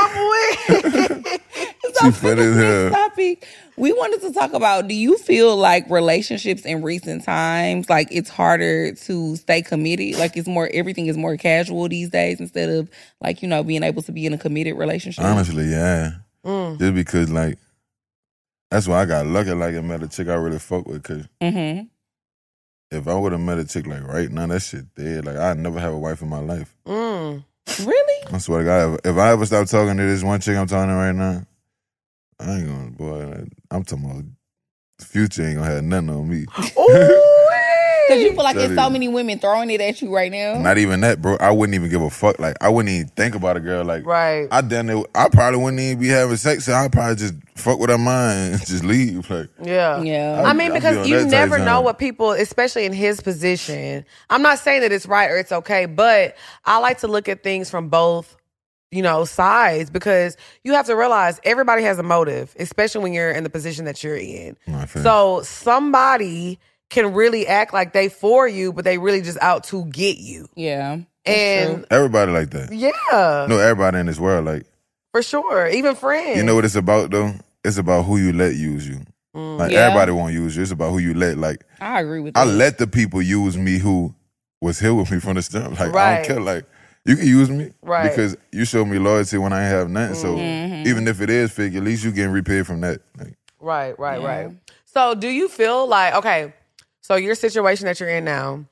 Speaker 2: Oh.
Speaker 1: I'm weak.
Speaker 3: She funny as hell.
Speaker 2: topic we wanted to talk about do you feel like relationships in recent times like it's harder to stay committed like it's more everything is more casual these days instead of like you know being able to be in a committed relationship
Speaker 3: Honestly, yeah.
Speaker 1: Mm,
Speaker 3: Just because, like, that's why I got lucky, like, I met a chick I really fuck with. Because
Speaker 2: mm-hmm.
Speaker 3: if I would have met a chick, like, right now, that shit dead. Like, I'd never have a wife in my life.
Speaker 1: [laughs] Mm.
Speaker 2: really
Speaker 3: I swear to God, if, if I ever stop talking to this one chick I'm talking to right now, I ain't gonna, boy, I'm talking about the future ain't gonna have nothing on me.
Speaker 2: because you feel like it's so
Speaker 3: Study.
Speaker 2: many women throwing it at you right now
Speaker 3: Not even that, bro. I wouldn't even give a fuck. Like, I wouldn't even think about a girl. Like,
Speaker 1: Right.
Speaker 3: I damn near, I probably wouldn't even be having sex. So I'd probably just fuck with her mind and just leave. Like,
Speaker 1: yeah.
Speaker 2: yeah
Speaker 1: I
Speaker 3: I'd-
Speaker 1: mean,
Speaker 3: I'd be on
Speaker 1: because you
Speaker 3: that type
Speaker 1: never know
Speaker 3: time.
Speaker 1: what people, especially in his position. I'm not saying that it's right or it's okay, but I like to look at things from both, you know, sides because you have to realize everybody has a motive, especially when you're in the position that you're in.
Speaker 3: my friend.
Speaker 1: So somebody can really act like they for you, but they really just out to get you.
Speaker 2: yeah that's
Speaker 1: And
Speaker 3: everybody like that.
Speaker 1: yeah,
Speaker 3: No, everybody in this world, like,
Speaker 1: for sure. Even friends.
Speaker 3: you know what it's about though? It's about who you let use you.
Speaker 1: Mm,
Speaker 3: Like
Speaker 2: Yeah.
Speaker 3: everybody won't use you. It's about who you let. Like
Speaker 2: true. i agree with
Speaker 3: I
Speaker 2: that
Speaker 3: let the people use me who was here with me from the start. Like I
Speaker 1: Right.
Speaker 3: don't care. Like you can use me
Speaker 1: Right. Mm.
Speaker 3: because you showed me loyalty when I ain't have nothing. So
Speaker 2: Mhm.
Speaker 3: even if it is fake, at least you getting repaid from that. Like,
Speaker 1: Right, right,
Speaker 2: Yeah.
Speaker 1: right. So, do you feel like okay? So, your situation that you're in now,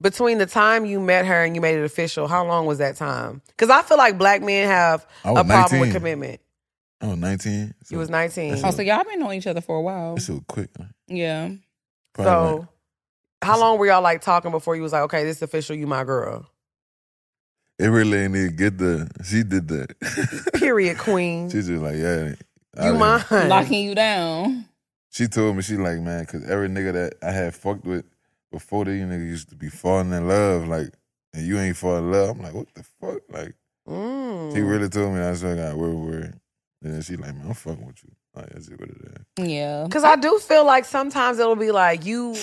Speaker 1: between the time you met her and you made it official, how long was that time? Because I feel like black men have
Speaker 3: I
Speaker 1: a
Speaker 3: was
Speaker 1: problem with
Speaker 3: 19.
Speaker 1: commitment.
Speaker 3: I was 19. So
Speaker 1: You was 19,
Speaker 2: oh so y'all been knowing each other for a while
Speaker 3: It's so quick.
Speaker 2: yeah
Speaker 3: Probably like-
Speaker 1: so how long were y'all like talking before you was like, okay, this is official, you my girl.
Speaker 3: it really ain't even get the. She did that. [laughs]
Speaker 1: Period, queen.
Speaker 3: She's just like, yeah. I
Speaker 1: you
Speaker 3: done-
Speaker 1: mine.
Speaker 2: locking you down
Speaker 3: She told me she like, man, cause every nigga that I had fucked with before these niggas used to be falling in love, like, and you ain't fall in love. I'm like, what the fuck? Like,
Speaker 1: Mm.
Speaker 3: she really told me I swear to God, word for word. And then she like, man, I'm fucking with you. Like, that's it what it is.
Speaker 2: yeah
Speaker 1: Because I do feel like sometimes it'll be like you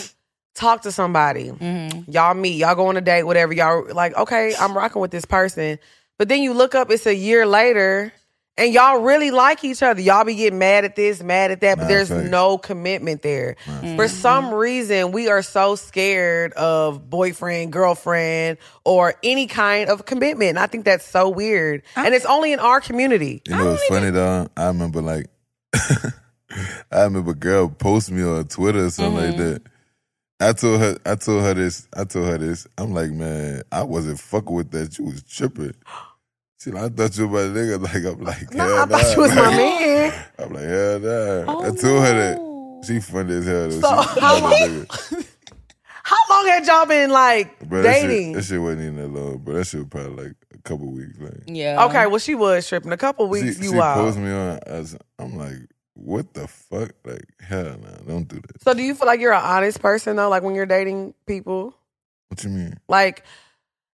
Speaker 1: talk to somebody.
Speaker 2: mm-hmm.
Speaker 1: y'all meet, y'all go on a date, whatever. Y'all like, okay, I'm rocking with this person. But then you look up, it's a year later, and y'all really like each other. Y'all be getting mad at this, mad at that, but
Speaker 3: Nah,
Speaker 1: there's
Speaker 3: facts.
Speaker 1: no commitment there.
Speaker 3: Nah,
Speaker 1: For some reason, we are so scared of boyfriend, girlfriend, or any kind of commitment. And I think that's so weird. and it's only in our community.
Speaker 3: You know, it's funny though. I remember like, [laughs] I remember a girl post me on Twitter or something like
Speaker 1: Mm-hmm.
Speaker 3: that. I told her, I told her this, I told her this. I'm like, man, I wasn't fucking with that. You was
Speaker 1: [gasps]
Speaker 3: tripping. She like, I thought you was my nigga. [laughs] Like, I'm like,
Speaker 1: Nah,
Speaker 3: hell
Speaker 1: I thought
Speaker 3: nah.
Speaker 1: you was my
Speaker 3: Like,
Speaker 1: man.
Speaker 3: [laughs] I'm like, hell nah. I
Speaker 2: Oh,
Speaker 3: told her that.
Speaker 2: no.
Speaker 3: She funny as hell. Though.
Speaker 1: So,
Speaker 3: she,
Speaker 1: how
Speaker 3: my
Speaker 1: long-
Speaker 3: nigga.
Speaker 1: How long had y'all been like
Speaker 3: Bro, that shit,
Speaker 1: dating?
Speaker 3: that shit wasn't even that long, but that shit was probably like a couple weeks. Like,
Speaker 2: yeah
Speaker 1: okay, well, she was tripping a couple weeks.
Speaker 3: she,
Speaker 1: you
Speaker 3: she
Speaker 1: wild.
Speaker 3: posted me on. I was, I'm like, what the fuck? Like, hell no, don't do that.
Speaker 1: So do you feel like you're an honest person though? Like when you're dating people,
Speaker 3: What you mean?
Speaker 1: like.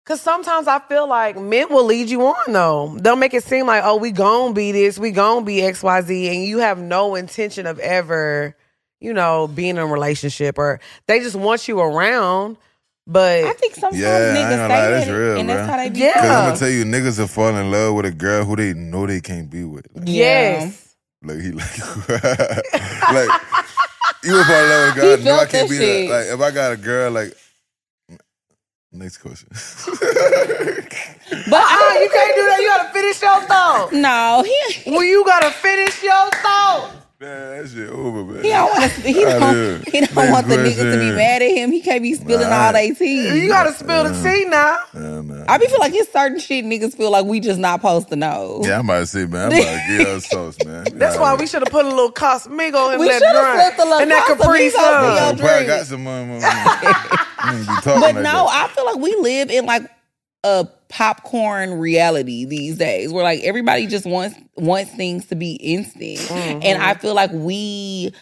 Speaker 1: Cause sometimes I feel like men will lead you on though. They'll make it seem like, oh, we gon' be this, we gon' be X, Y, Z, and you have no intention of ever, you know, being in a relationship or they just want you around. But
Speaker 2: I think sometimes
Speaker 3: Yeah, I ain't
Speaker 2: niggas
Speaker 3: gonna
Speaker 2: say
Speaker 3: lie,
Speaker 2: that,
Speaker 3: that's real,
Speaker 2: and
Speaker 3: bruh.
Speaker 2: that's how they be.
Speaker 1: Yeah.
Speaker 3: Because I'm
Speaker 1: Yeah.
Speaker 3: gonna tell you, niggas will fall in love with a girl who they know they can't be with. Like,
Speaker 1: yes,
Speaker 3: like, he [laughs] like, like you would fall in love with a girl.
Speaker 2: He
Speaker 3: No, I
Speaker 2: felt that
Speaker 3: can't be there.
Speaker 2: shit.
Speaker 3: Like, if I got a girl, like, next question. [laughs]
Speaker 2: But
Speaker 1: ah,
Speaker 2: I,
Speaker 1: you can't do that. You gotta finish your thought.
Speaker 2: [laughs] no, he
Speaker 1: Well, you gotta finish your thought.
Speaker 3: Man, that shit over, man.
Speaker 2: he don't want to. He
Speaker 3: Outta
Speaker 2: don't,
Speaker 3: here.
Speaker 2: he don't
Speaker 3: Next
Speaker 2: want the niggas to be
Speaker 3: question.
Speaker 2: mad at him. He can't be spilling
Speaker 3: Nah.
Speaker 2: all they
Speaker 1: You
Speaker 2: tea.
Speaker 1: gotta spill the tea now.
Speaker 3: Nah, nah.
Speaker 2: I be feel like it's certain shit niggas feel like we just not supposed to know.
Speaker 3: yeah, I'm about to say, man, I'm about to
Speaker 2: [laughs]
Speaker 3: get her sauce, man.
Speaker 1: That's why we should have put a little Cosmigo in
Speaker 2: We
Speaker 1: that
Speaker 2: shoulda
Speaker 1: drink.
Speaker 2: slipped a little
Speaker 1: in that Capri
Speaker 2: Cosmigo in
Speaker 1: Sun.
Speaker 2: your
Speaker 3: Oh, probably
Speaker 2: drink.
Speaker 3: got some money. money, money.
Speaker 2: [laughs]
Speaker 3: You ain't be talking
Speaker 2: But
Speaker 3: like
Speaker 2: no,
Speaker 3: that.
Speaker 2: I feel like we live in like a popcorn reality these days where like everybody just wants wants things to be instant. And I feel like we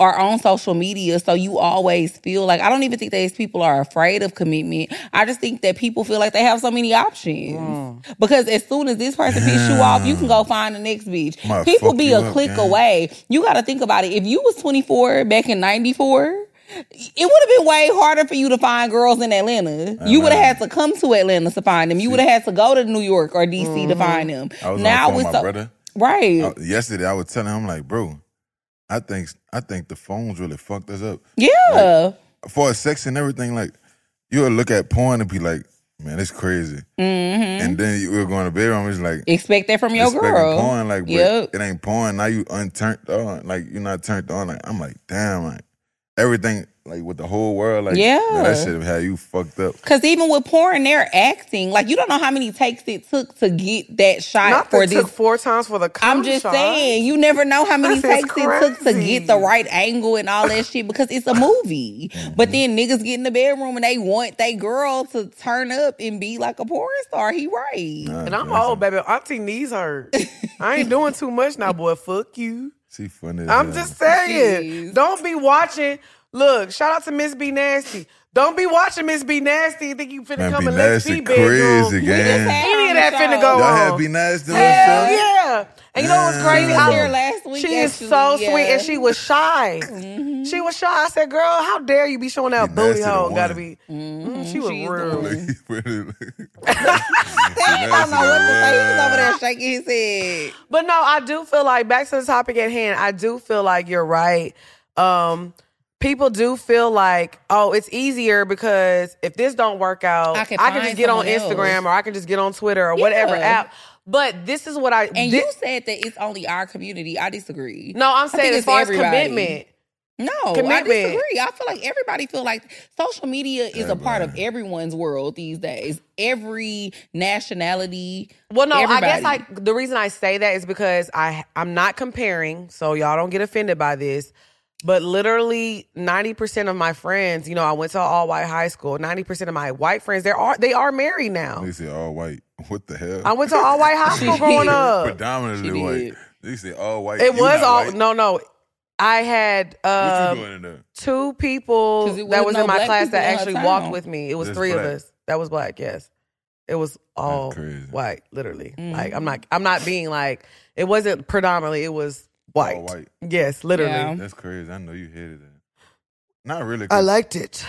Speaker 2: are on social media, so you always feel like I don't even think these people are afraid of commitment. I just think that people feel like they have so many options. Because as soon as this person picks you off, you can go find the next bitch.
Speaker 3: Might
Speaker 2: people
Speaker 3: fuck
Speaker 2: be
Speaker 3: you
Speaker 2: a
Speaker 3: up,
Speaker 2: click
Speaker 3: gang.
Speaker 2: away. You gotta think about it. If you was 24 back in 94, it would have been way harder for you to find girls in Atlanta. You would have
Speaker 3: Uh-huh.
Speaker 2: had to come to Atlanta to find them. You would have had to go to New York or DC to find them.
Speaker 3: Mm-hmm. I was
Speaker 2: now
Speaker 3: on the phone
Speaker 2: it's
Speaker 3: with my
Speaker 2: a-
Speaker 3: brother. uh,
Speaker 2: right.
Speaker 3: I- yesterday I was telling him like, bro, I think I think the phones really fucked us up
Speaker 2: yeah.
Speaker 3: for sex and everything. Like, you'll look at porn and be like, man, it's crazy,
Speaker 2: hmm
Speaker 3: and then you will go in the bedroom. It's like
Speaker 2: Expect that from your
Speaker 3: expecting
Speaker 2: girl.
Speaker 3: porn, like, but
Speaker 2: Yep.
Speaker 3: it ain't porn. Now you unturned on, like you're not turned on. Like, I'm like, damn, like everything, like with the whole world, like,
Speaker 2: Yeah.
Speaker 3: man, that shit had you fucked up.
Speaker 2: Cause even with porn, they're acting like you don't know how many takes it took to get that shot
Speaker 1: Not
Speaker 2: for
Speaker 1: that
Speaker 2: this
Speaker 1: took four times for the cum
Speaker 2: I'm just
Speaker 1: shot.
Speaker 2: saying, you never know how many
Speaker 1: This is
Speaker 2: takes it took to
Speaker 1: crazy.
Speaker 2: get the right angle and all that shit because it's a movie.
Speaker 3: Mm-hmm.
Speaker 2: But then niggas get in the bedroom and they want they girl to turn up and be like a porn star. He right.
Speaker 1: And I'm old, baby. Auntie knees hurt. I ain't doing too much now, boy. Fuck you.
Speaker 3: She funny. as
Speaker 1: I'm
Speaker 3: hell.
Speaker 1: just saying.
Speaker 2: Jeez.
Speaker 1: Don't be watching. Look, shout out to Miss B Nasty. Don't be watching Miss B Nasty and think you finna
Speaker 3: Man,
Speaker 1: come
Speaker 3: be
Speaker 1: and let's
Speaker 3: nasty,
Speaker 1: be bedroom.
Speaker 3: crazy,
Speaker 2: We just had
Speaker 3: gang.
Speaker 1: Any
Speaker 2: on
Speaker 1: of
Speaker 2: the
Speaker 1: that finna
Speaker 2: show.
Speaker 1: go
Speaker 3: Y'all
Speaker 1: on.
Speaker 3: had be nasty on the
Speaker 1: Hell
Speaker 3: show?
Speaker 1: yeah. And you know what's crazy?
Speaker 3: Yeah.
Speaker 1: I,
Speaker 2: Here last week,
Speaker 1: She is
Speaker 2: actually,
Speaker 1: so
Speaker 2: yeah. Mm-hmm.
Speaker 1: sweet, and she was shy. She was shy. I said, "Girl, how dare you be showing that
Speaker 3: Be
Speaker 1: booty
Speaker 3: nasty to
Speaker 1: hole?
Speaker 3: the
Speaker 1: Gotta
Speaker 3: woman.
Speaker 1: be." Mm, she was
Speaker 2: she's Mm-hmm. the
Speaker 1: rude.
Speaker 3: Like, he [laughs] really-
Speaker 2: I don't know what to say. He was
Speaker 3: Nasty
Speaker 2: over
Speaker 1: [gasps]
Speaker 2: there shaking his head.
Speaker 1: But no, I do feel like back to the topic at hand. I do feel like you're right. Um, people do feel like, oh, it's easier because if this don't work out,
Speaker 2: I
Speaker 1: I
Speaker 2: can
Speaker 1: can,
Speaker 2: find
Speaker 1: just get on
Speaker 2: someone else.
Speaker 1: Instagram or I can just get on Twitter or whatever
Speaker 2: Yeah.
Speaker 1: app. But this is what I
Speaker 2: And
Speaker 1: thi-
Speaker 2: you said that it's only our community. I disagree.
Speaker 1: no, I'm
Speaker 2: think
Speaker 1: saying as
Speaker 2: it's
Speaker 1: far
Speaker 2: everybody.
Speaker 1: as commitment.
Speaker 2: No, I
Speaker 1: Commitment.
Speaker 2: disagree. I feel like everybody feel like social media is a part of
Speaker 3: Everybody.
Speaker 2: everyone's world these days. Every nationality.
Speaker 1: Well, no, I guess
Speaker 2: everybody.
Speaker 1: I the reason I say that is because I I'm not comparing, so y'all don't get offended by this. But literally 90% of my friends, you know, I went to an all white high school. 90% of my white friends, they are they are married now.
Speaker 3: They say all white. [laughs] What the hell?
Speaker 1: I went to all white high
Speaker 3: [laughs]
Speaker 1: school
Speaker 2: She
Speaker 1: growing
Speaker 2: did.
Speaker 1: up.
Speaker 3: predominantly
Speaker 2: She
Speaker 3: white.
Speaker 2: did.
Speaker 3: They say all white.
Speaker 1: It
Speaker 3: You
Speaker 1: was
Speaker 3: not
Speaker 1: all
Speaker 3: white.
Speaker 1: no no. I had
Speaker 3: What you
Speaker 1: um,
Speaker 3: doing in there?
Speaker 1: two people
Speaker 2: 'Cause it
Speaker 1: that
Speaker 2: wasn't
Speaker 1: was
Speaker 2: no
Speaker 1: in my
Speaker 2: black
Speaker 1: class that
Speaker 2: people in
Speaker 1: actually
Speaker 2: her
Speaker 1: walked
Speaker 2: town.
Speaker 1: with me. It was
Speaker 3: That's
Speaker 1: three
Speaker 3: black.
Speaker 1: of us. That was black. Yes, it was all
Speaker 3: crazy.
Speaker 1: white. Literally, like
Speaker 2: Mm-hmm.
Speaker 1: I'm not I'm not being like it wasn't predominantly. It was white.
Speaker 3: All white.
Speaker 1: Yes, literally.
Speaker 2: Yeah.
Speaker 3: That's crazy. I know you hated that. Not really.
Speaker 1: I
Speaker 3: 'cause
Speaker 1: liked it.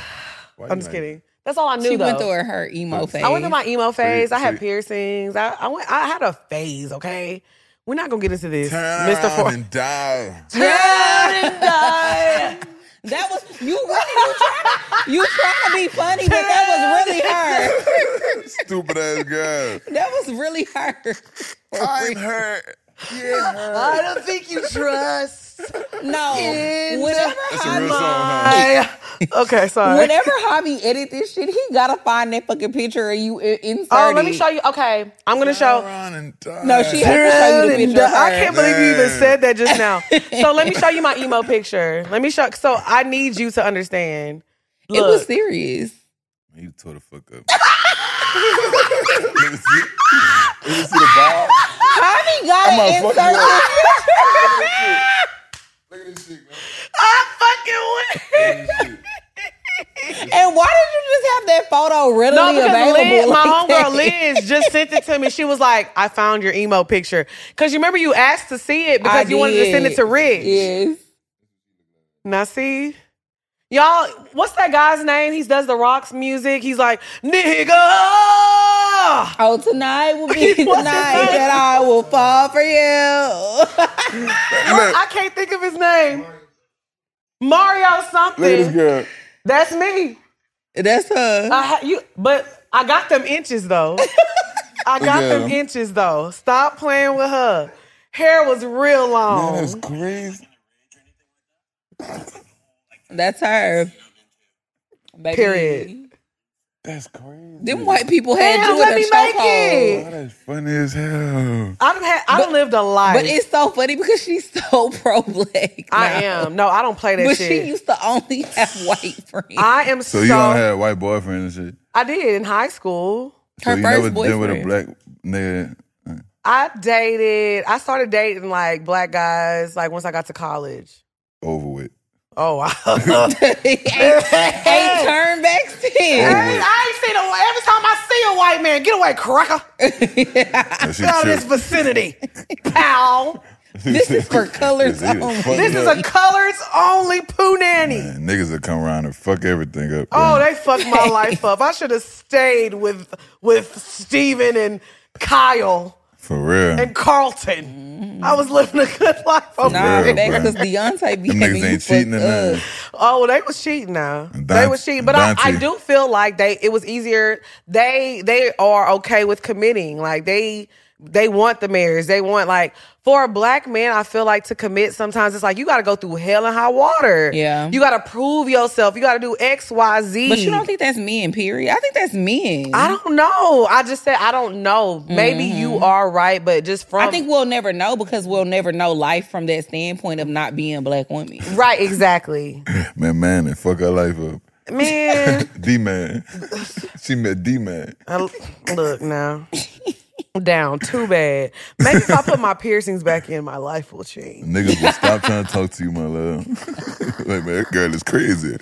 Speaker 3: why you
Speaker 1: I'm just
Speaker 3: like
Speaker 1: kidding. That's all I knew.
Speaker 2: She
Speaker 1: though.
Speaker 2: went through her, her emo phase.
Speaker 1: I went through my emo phase. I had
Speaker 3: see-
Speaker 1: piercings. I, I went. I had a phase. Okay, we're not gonna get into this,
Speaker 3: it? Turn
Speaker 1: Mister
Speaker 3: around
Speaker 1: Four.
Speaker 3: and die.
Speaker 2: that was you really you trying, you trying to be funny, but that was
Speaker 1: [laughs]
Speaker 2: really her.
Speaker 3: Stupid ass girl.
Speaker 2: That was really her.
Speaker 3: I'm hurt.
Speaker 1: I don't think you trust.
Speaker 2: No,
Speaker 1: In
Speaker 2: whenever
Speaker 3: That's a
Speaker 2: Jaime,
Speaker 3: real song, huh?
Speaker 1: I, okay, sorry.
Speaker 2: whenever Jaime edit this shit, he gotta find that fucking picture of you i- insert.
Speaker 1: oh, let me
Speaker 2: it.
Speaker 1: show you. Okay, I'm gonna
Speaker 3: Turn
Speaker 1: show.
Speaker 3: around and die.
Speaker 2: No, she has to show you the picture. of her.
Speaker 1: I can't believe you even
Speaker 3: Damn.
Speaker 1: said that just now. So let me show you my emo picture. Let me show. So I need you to understand.
Speaker 2: It was
Speaker 1: Look.
Speaker 2: serious.
Speaker 3: Man, you tore the fuck up. [laughs] Let me see. Let me see the ball.
Speaker 2: Jaime got
Speaker 3: I'm
Speaker 2: it
Speaker 3: gonna fuck you
Speaker 2: inserted.
Speaker 3: up.
Speaker 2: photo readily
Speaker 1: No, because
Speaker 2: available?
Speaker 1: Liz, my
Speaker 2: like that?
Speaker 1: homegirl Liz just sent it to me. She was like, "I found your emo picture." Because you remember you asked to see it because
Speaker 2: I
Speaker 1: you wanted to send
Speaker 2: did.
Speaker 1: it to Rich.
Speaker 2: Yes.
Speaker 1: Now see, y'all, what's that guy's name? He does the rocks music. He's like, "Nigga."
Speaker 2: Oh, tonight
Speaker 1: [laughs]
Speaker 2: will be the
Speaker 1: What's
Speaker 2: night
Speaker 1: his name?
Speaker 2: that I will fall for you. [laughs]
Speaker 3: Look,
Speaker 1: [laughs] I can't think of his name. Mario something.
Speaker 3: look at this girl.
Speaker 1: That's me.
Speaker 2: That's her.
Speaker 1: I ha- you, but I got them inches though.
Speaker 3: [laughs]
Speaker 1: I got
Speaker 3: Yeah.
Speaker 1: them inches though. Stop playing with her. Hair was real long.
Speaker 3: That is crazy.
Speaker 2: That's her. Baby.
Speaker 1: Period.
Speaker 3: That's crazy.
Speaker 2: Them white people had
Speaker 1: Damn,
Speaker 2: you
Speaker 1: let
Speaker 2: in
Speaker 1: me
Speaker 2: a
Speaker 1: make
Speaker 2: chokehold.
Speaker 1: it.
Speaker 3: Oh, that's funny as hell.
Speaker 1: I don't have. I don't lived a life.
Speaker 2: But it's so funny because she's so [laughs] pro black.
Speaker 1: I
Speaker 2: now.
Speaker 1: am. No, I don't play that
Speaker 2: But she
Speaker 1: shit.
Speaker 2: used to only have white friends.
Speaker 1: I am
Speaker 3: So
Speaker 1: so.
Speaker 3: you don't have white boyfriends and shit.
Speaker 1: I did in high school.
Speaker 3: So
Speaker 2: Her
Speaker 3: you
Speaker 2: first
Speaker 3: never been with a
Speaker 2: boyfriend.
Speaker 3: black nigga.
Speaker 1: I dated. I started dating like black guys like once I got to college.
Speaker 3: Over with.
Speaker 1: Oh wow.
Speaker 2: ain't, ain't turned back
Speaker 3: [laughs]
Speaker 2: since.
Speaker 1: Hey, I ain't seen a, every time I see a white man, get away, cracker.
Speaker 3: That shit
Speaker 1: Get out of this
Speaker 3: chill.
Speaker 1: vicinity. Pal.
Speaker 2: This is for colors
Speaker 3: This is
Speaker 2: only.
Speaker 3: fucked
Speaker 1: This is
Speaker 3: up.
Speaker 1: a colors only poo nanny.
Speaker 3: Man, niggas that come around and fuck everything up.
Speaker 1: Oh,
Speaker 3: man.
Speaker 1: they fucked my life up. I should have stayed with with Steven and Kyle
Speaker 3: for real.
Speaker 1: and Carlton. I was living a good life over
Speaker 2: Nah,
Speaker 1: there.
Speaker 3: real,
Speaker 2: back
Speaker 3: bruh.
Speaker 2: because Deontay be
Speaker 3: Them
Speaker 2: having
Speaker 3: niggas
Speaker 2: you
Speaker 3: ain't cheating
Speaker 2: fucked
Speaker 3: and nothing.
Speaker 2: up.
Speaker 1: Oh, well, they was cheating now.
Speaker 3: And
Speaker 1: they
Speaker 3: Dante-
Speaker 1: was cheating, but I, I
Speaker 3: Dante.
Speaker 1: do feel like they it was easier. They they are okay with committing. Like they they want the marriage. They want like for a black man, I feel like to commit sometimes it's like you got to go through hell and high water.
Speaker 2: Yeah.
Speaker 1: you got to prove yourself. You got to do X Y Z.
Speaker 2: But you don't think that's men, period. I think that's men.
Speaker 1: I don't know. I just said I don't know. Maybe you are right, but just from
Speaker 2: Mm-hmm. I think we'll never know because we'll never know life from that standpoint of not being black women.
Speaker 1: right exactly,
Speaker 3: Man, man, and fuck her life up.
Speaker 1: man.
Speaker 3: D man. [laughs] she met D man.
Speaker 1: I, [laughs] look now. I'm down too bad. Maybe if I put my piercings back in, my life will [laughs] change.
Speaker 3: Niggas will stop trying to talk to you, my love. [laughs] like, man, that girl is crazy.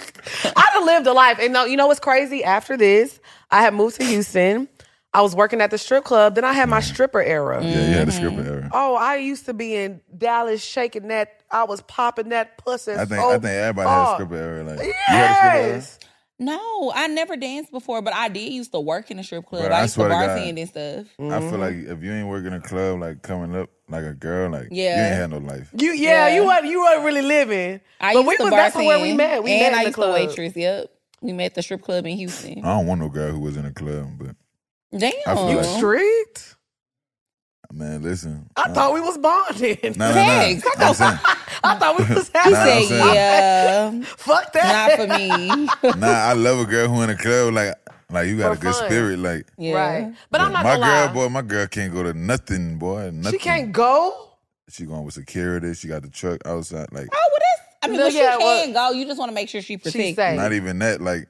Speaker 1: I'd have lived a life. And no, you know what's crazy? After this, I had moved to Houston. I was working at the strip club. Then I had my stripper era.
Speaker 3: Mm. Yeah, you had a scripting error.
Speaker 1: Oh, I used to be in Dallas shaking that. I was popping that pussy.
Speaker 3: I think
Speaker 1: so
Speaker 3: I think everybody had a
Speaker 1: hard.
Speaker 3: scripting error. Like, you had a scripting
Speaker 1: Oh, Yes.
Speaker 2: No, I never danced before, but I did used to work in a strip club.
Speaker 3: Bruh,
Speaker 2: I
Speaker 3: I
Speaker 2: used to
Speaker 3: swear to God.
Speaker 2: bartend and stuff.
Speaker 3: error? I feel like
Speaker 1: Mm-hmm.
Speaker 3: if you ain't working a club, like coming up like a girl, like you
Speaker 2: Yeah.
Speaker 3: ain't had no life.
Speaker 1: You yeah,
Speaker 2: Yeah.
Speaker 1: you weren't you weren't really living.
Speaker 2: I
Speaker 1: but
Speaker 2: used
Speaker 1: we
Speaker 2: to
Speaker 1: was
Speaker 2: bartend.
Speaker 1: that's where we met. We
Speaker 2: and
Speaker 1: met in
Speaker 2: I
Speaker 1: the
Speaker 2: used
Speaker 1: club.
Speaker 2: to waitress. Yep, we met at the strip club in Houston.
Speaker 3: I don't want no girl who was in a club, but
Speaker 2: Damn,
Speaker 3: Oh, I feel
Speaker 1: You
Speaker 3: like-
Speaker 1: tricked?
Speaker 3: man, listen.
Speaker 1: I thought we was bonding.
Speaker 3: No, no, no.
Speaker 2: Thanks. I
Speaker 3: I'm saying,
Speaker 1: [laughs] I thought we was
Speaker 2: he
Speaker 3: Nah, I'm
Speaker 1: having.
Speaker 2: said, [laughs]
Speaker 3: saying-
Speaker 2: "Yeah,
Speaker 1: Fuck
Speaker 2: not
Speaker 1: that.
Speaker 2: for me."
Speaker 3: nah, I love a girl who in a club like like you got
Speaker 1: For
Speaker 3: a good
Speaker 1: fun.
Speaker 3: spirit. Like
Speaker 2: yeah.
Speaker 1: [laughs] Right. But I'm not
Speaker 3: my
Speaker 1: gonna
Speaker 3: girl,
Speaker 1: lie.
Speaker 3: boy, my girl can't go to nothing, boy. Nothing.
Speaker 1: she can't go.
Speaker 3: She going with security. She got the truck outside. Like
Speaker 2: Oh, well, that's. I mean,
Speaker 1: No,
Speaker 2: well, she
Speaker 1: yeah, well-
Speaker 2: can go. You just want to make sure
Speaker 1: She
Speaker 2: she protects.
Speaker 1: say
Speaker 3: not even that. Like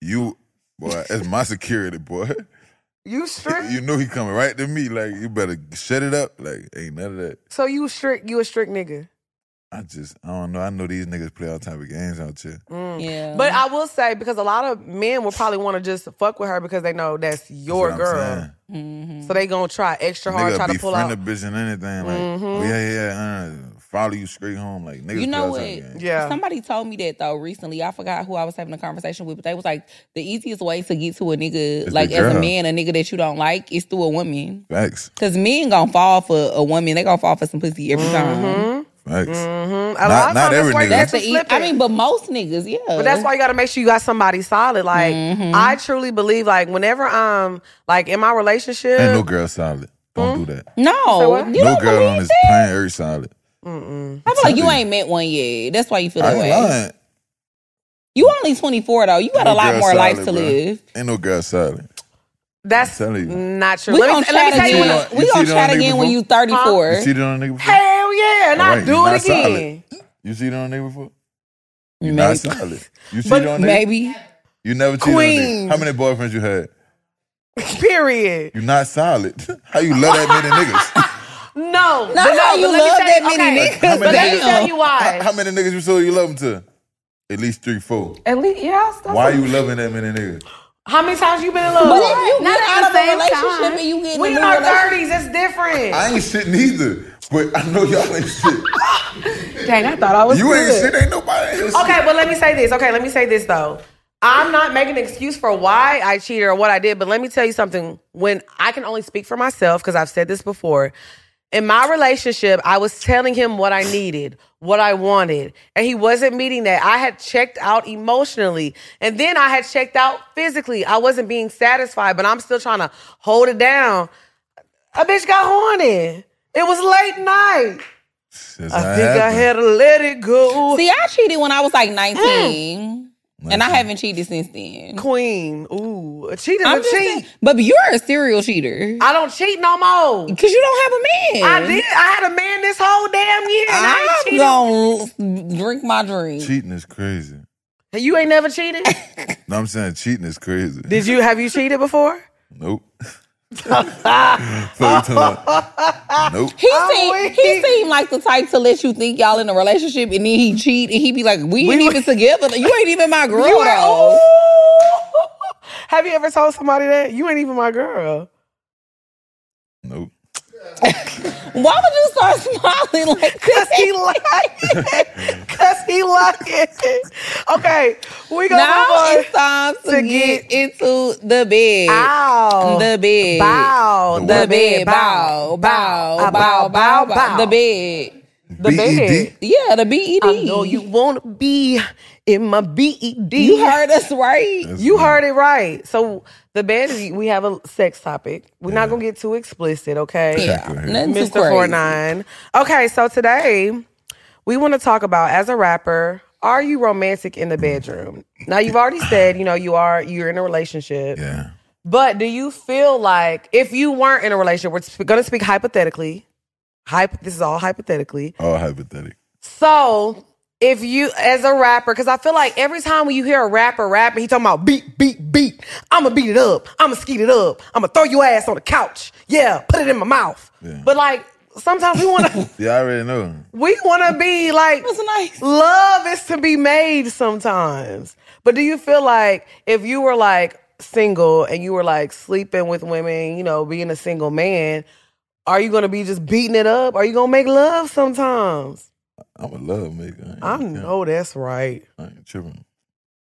Speaker 3: you, boy, that's my security, boy. [laughs]
Speaker 1: you strict.
Speaker 3: you know he coming right to me. Like you better shut it up. Like ain't none of that.
Speaker 1: so you strict. You a strict nigga.
Speaker 2: Uh-huh.
Speaker 3: I just I don't know. I know these niggas play all type of games out here.
Speaker 2: Yeah,
Speaker 1: But I will say because a lot of men will probably want to just fuck with her because they know that's your
Speaker 3: That's what I'm
Speaker 1: girl.
Speaker 3: saying.
Speaker 2: Mhm.
Speaker 1: So they gonna try extra hard,
Speaker 3: nigga
Speaker 1: try to pull
Speaker 3: befriend
Speaker 1: out.
Speaker 3: a bitch and anything. Like
Speaker 1: Mhm.
Speaker 3: oh, yeah, yeah, yeah. Uh, follow you straight home. Like niggas
Speaker 2: You know
Speaker 3: play all type of
Speaker 2: what?
Speaker 3: games.
Speaker 1: yeah.
Speaker 2: Somebody told me that though recently. I forgot who I was having a conversation with, but they was like, the easiest way to get to a nigga,
Speaker 3: It's
Speaker 2: like
Speaker 3: the
Speaker 2: as a
Speaker 3: girl.
Speaker 2: man, a nigga that you don't like, is through a woman.
Speaker 3: Facts.
Speaker 2: Cause men gonna fall for a woman. They gonna fall for some pussy every time.
Speaker 3: Facts.
Speaker 1: Mm-hmm. A
Speaker 3: Not-
Speaker 1: lot of
Speaker 3: not
Speaker 1: times
Speaker 3: every
Speaker 1: that's why
Speaker 3: nigga.
Speaker 2: That's
Speaker 1: that's
Speaker 2: the.
Speaker 1: a
Speaker 2: E-
Speaker 1: slip.
Speaker 2: I mean, but most niggas, yeah.
Speaker 1: But that's why you got to make sure you got somebody solid. Like
Speaker 2: Mm-hmm.
Speaker 1: I truly believe, like whenever I'm like in my relationship,
Speaker 3: Ain't no girl solid. Don't do that.
Speaker 2: No,
Speaker 1: what?
Speaker 2: you
Speaker 3: no
Speaker 2: don't
Speaker 3: girl
Speaker 2: believe
Speaker 3: on this
Speaker 2: that?
Speaker 3: planet earth solid.
Speaker 2: I feel like you
Speaker 3: Exactly.
Speaker 2: ain't met one yet. That's why you feel
Speaker 3: I
Speaker 2: that
Speaker 3: ain't
Speaker 2: way.
Speaker 3: lying.
Speaker 2: You only twenty four though. You got a
Speaker 3: No
Speaker 2: lot
Speaker 3: girl
Speaker 2: more life
Speaker 3: solid,
Speaker 2: to
Speaker 3: bro.
Speaker 2: live.
Speaker 3: Ain't no girl solid.
Speaker 1: that's
Speaker 3: I'm telling you.
Speaker 1: not true.
Speaker 2: We
Speaker 1: Let
Speaker 2: gonna
Speaker 1: me, let
Speaker 2: chat
Speaker 1: me tell you
Speaker 3: cheated
Speaker 1: what.
Speaker 2: again.
Speaker 3: what-
Speaker 2: We
Speaker 3: you
Speaker 2: gonna
Speaker 3: cheated on
Speaker 2: chat
Speaker 3: a nigga
Speaker 2: again when
Speaker 3: before?
Speaker 2: you thirty four.
Speaker 3: You cheated on a nigga before?
Speaker 1: Hell yeah, and I
Speaker 3: Alright,
Speaker 1: do
Speaker 3: you're
Speaker 1: it
Speaker 3: not solid.
Speaker 1: again.
Speaker 3: You cheated on a nigga before? You not
Speaker 2: Maybe.
Speaker 3: solid. You cheated
Speaker 1: But
Speaker 3: on a nigga?
Speaker 2: Maybe.
Speaker 3: You never cheated on a
Speaker 1: Queen.
Speaker 3: nigga. How many boyfriends you had?
Speaker 1: Period.
Speaker 3: You not solid. [laughs] How you love that many niggas?
Speaker 1: No,
Speaker 2: Not
Speaker 1: but no,
Speaker 2: how you
Speaker 1: but let me
Speaker 2: love
Speaker 1: tell
Speaker 2: that many
Speaker 1: okay.
Speaker 2: niggas.
Speaker 3: How many
Speaker 1: But let me
Speaker 3: niggas-
Speaker 1: tell you [laughs]
Speaker 3: how,
Speaker 1: why.
Speaker 3: how many niggas you sold you love them to? At least three, four.
Speaker 1: At least, yeah. That's
Speaker 3: Why you loving that many niggas?
Speaker 1: How many times you been in love?
Speaker 2: But if you
Speaker 5: Not
Speaker 2: get
Speaker 5: at
Speaker 2: out of
Speaker 5: the
Speaker 2: a
Speaker 5: same
Speaker 2: relationship
Speaker 5: time.
Speaker 2: and you get in
Speaker 1: we
Speaker 2: a
Speaker 1: in
Speaker 2: new
Speaker 1: our
Speaker 2: relationship,
Speaker 1: thirties. It's different.
Speaker 3: I ain't shit neither, but I know y'all ain't shit.
Speaker 1: Dang, I thought I was.
Speaker 4: [laughs]
Speaker 3: You ain't
Speaker 1: good.
Speaker 3: shit. Ain't nobody else.
Speaker 1: Okay, but let me say this. Okay, let me say this though. I'm not making an excuse for why I cheated or what I did, but let me tell you something. When I can only speak for myself, because I've said this before, in my relationship, I was telling him what I needed, what I wanted, and he wasn't meeting that. I had checked out emotionally, and then I had checked out physically. I wasn't being satisfied, but I'm still trying to hold it down. A bitch got horny. It was late night.
Speaker 3: Since
Speaker 1: I
Speaker 3: that
Speaker 1: think I
Speaker 3: happened,
Speaker 1: had to let it go.
Speaker 2: see, I cheated when I was like 19,
Speaker 3: Mm.
Speaker 2: and I haven't cheated since then.
Speaker 1: queen. Ooh, a cheat is
Speaker 2: I'm
Speaker 1: a
Speaker 2: just
Speaker 1: cheat.
Speaker 2: saying, but you're a serial cheater
Speaker 1: I don't cheat no more.
Speaker 2: because you don't have a man.
Speaker 1: I did. I had a man this whole damn year. And I ain't
Speaker 2: I'm
Speaker 1: cheated.
Speaker 2: gonna drink my drink.
Speaker 3: cheating is crazy.
Speaker 1: And You ain't never
Speaker 2: [laughs]
Speaker 1: cheated.
Speaker 3: No, I'm saying cheating is crazy.
Speaker 1: did you? Have you cheated before?
Speaker 3: Nope. [laughs]
Speaker 1: Ah.
Speaker 3: So you talking
Speaker 1: [laughs]
Speaker 3: about- nope.
Speaker 2: He
Speaker 1: I'm
Speaker 2: seemed
Speaker 1: weak.
Speaker 2: he seemed like the type to let you think y'all in a relationship, and then he cheat, and he be like, "We, ain't [laughs] even together. You ain't even my girl."
Speaker 1: You ain't-
Speaker 2: though.
Speaker 1: Ooh. Have you ever told somebody that you ain't even my girl?
Speaker 3: Nope.
Speaker 2: Why would you start [laughs] smiling like
Speaker 1: Cause
Speaker 2: that? [laughs]
Speaker 1: he lying. Cause he lying. Okay, we gonna
Speaker 2: Now
Speaker 1: move
Speaker 2: it's time to,
Speaker 1: to
Speaker 2: get, into the bed.
Speaker 1: on.
Speaker 2: The bed.
Speaker 1: Bow.
Speaker 2: The bed. Bow. Bow. Bow. Bow. Bow. The bed.
Speaker 3: E
Speaker 1: The bed.
Speaker 2: Yeah, the E BED.
Speaker 1: I know you wanna be in my E BED.
Speaker 2: You heard us right.
Speaker 1: You heard it right. So the bed, is- we have a sex topic. We're not gonna get too explicit, okay?
Speaker 2: Yeah.
Speaker 3: Exactly.
Speaker 2: Nothing too
Speaker 1: Mr. Four
Speaker 2: crazy.
Speaker 1: Nine. Okay, so today we want to talk about as a rapper, are you romantic in the bedroom? Now you've already said, you know, you are you're in a relationship.
Speaker 3: Yeah.
Speaker 1: But do you feel like if you weren't in a relationship, we're sp- gonna speak hypothetically. Hype this is all hypothetically.
Speaker 3: All hypothetical.
Speaker 1: So if you as a rapper, because I feel like every time when you hear a rapper rapping, he talking about beat, beat, beat. I'ma beat it up. I'ma skeet it up. I'ma throw your ass on the couch. Yeah, put it in my mouth.
Speaker 3: Yeah.
Speaker 1: But like sometimes we wanna
Speaker 3: Yeah, I already know.
Speaker 1: we wanna be like
Speaker 2: That was nice.
Speaker 1: love is to be made sometimes. But do you feel like if you were like single and you were like sleeping with women, you know, being a single man, are you gonna be just beating it up? Are you gonna make love sometimes?
Speaker 3: I'm a love maker.
Speaker 1: I
Speaker 3: ain't-
Speaker 1: know that's right.
Speaker 3: I ain't tripping.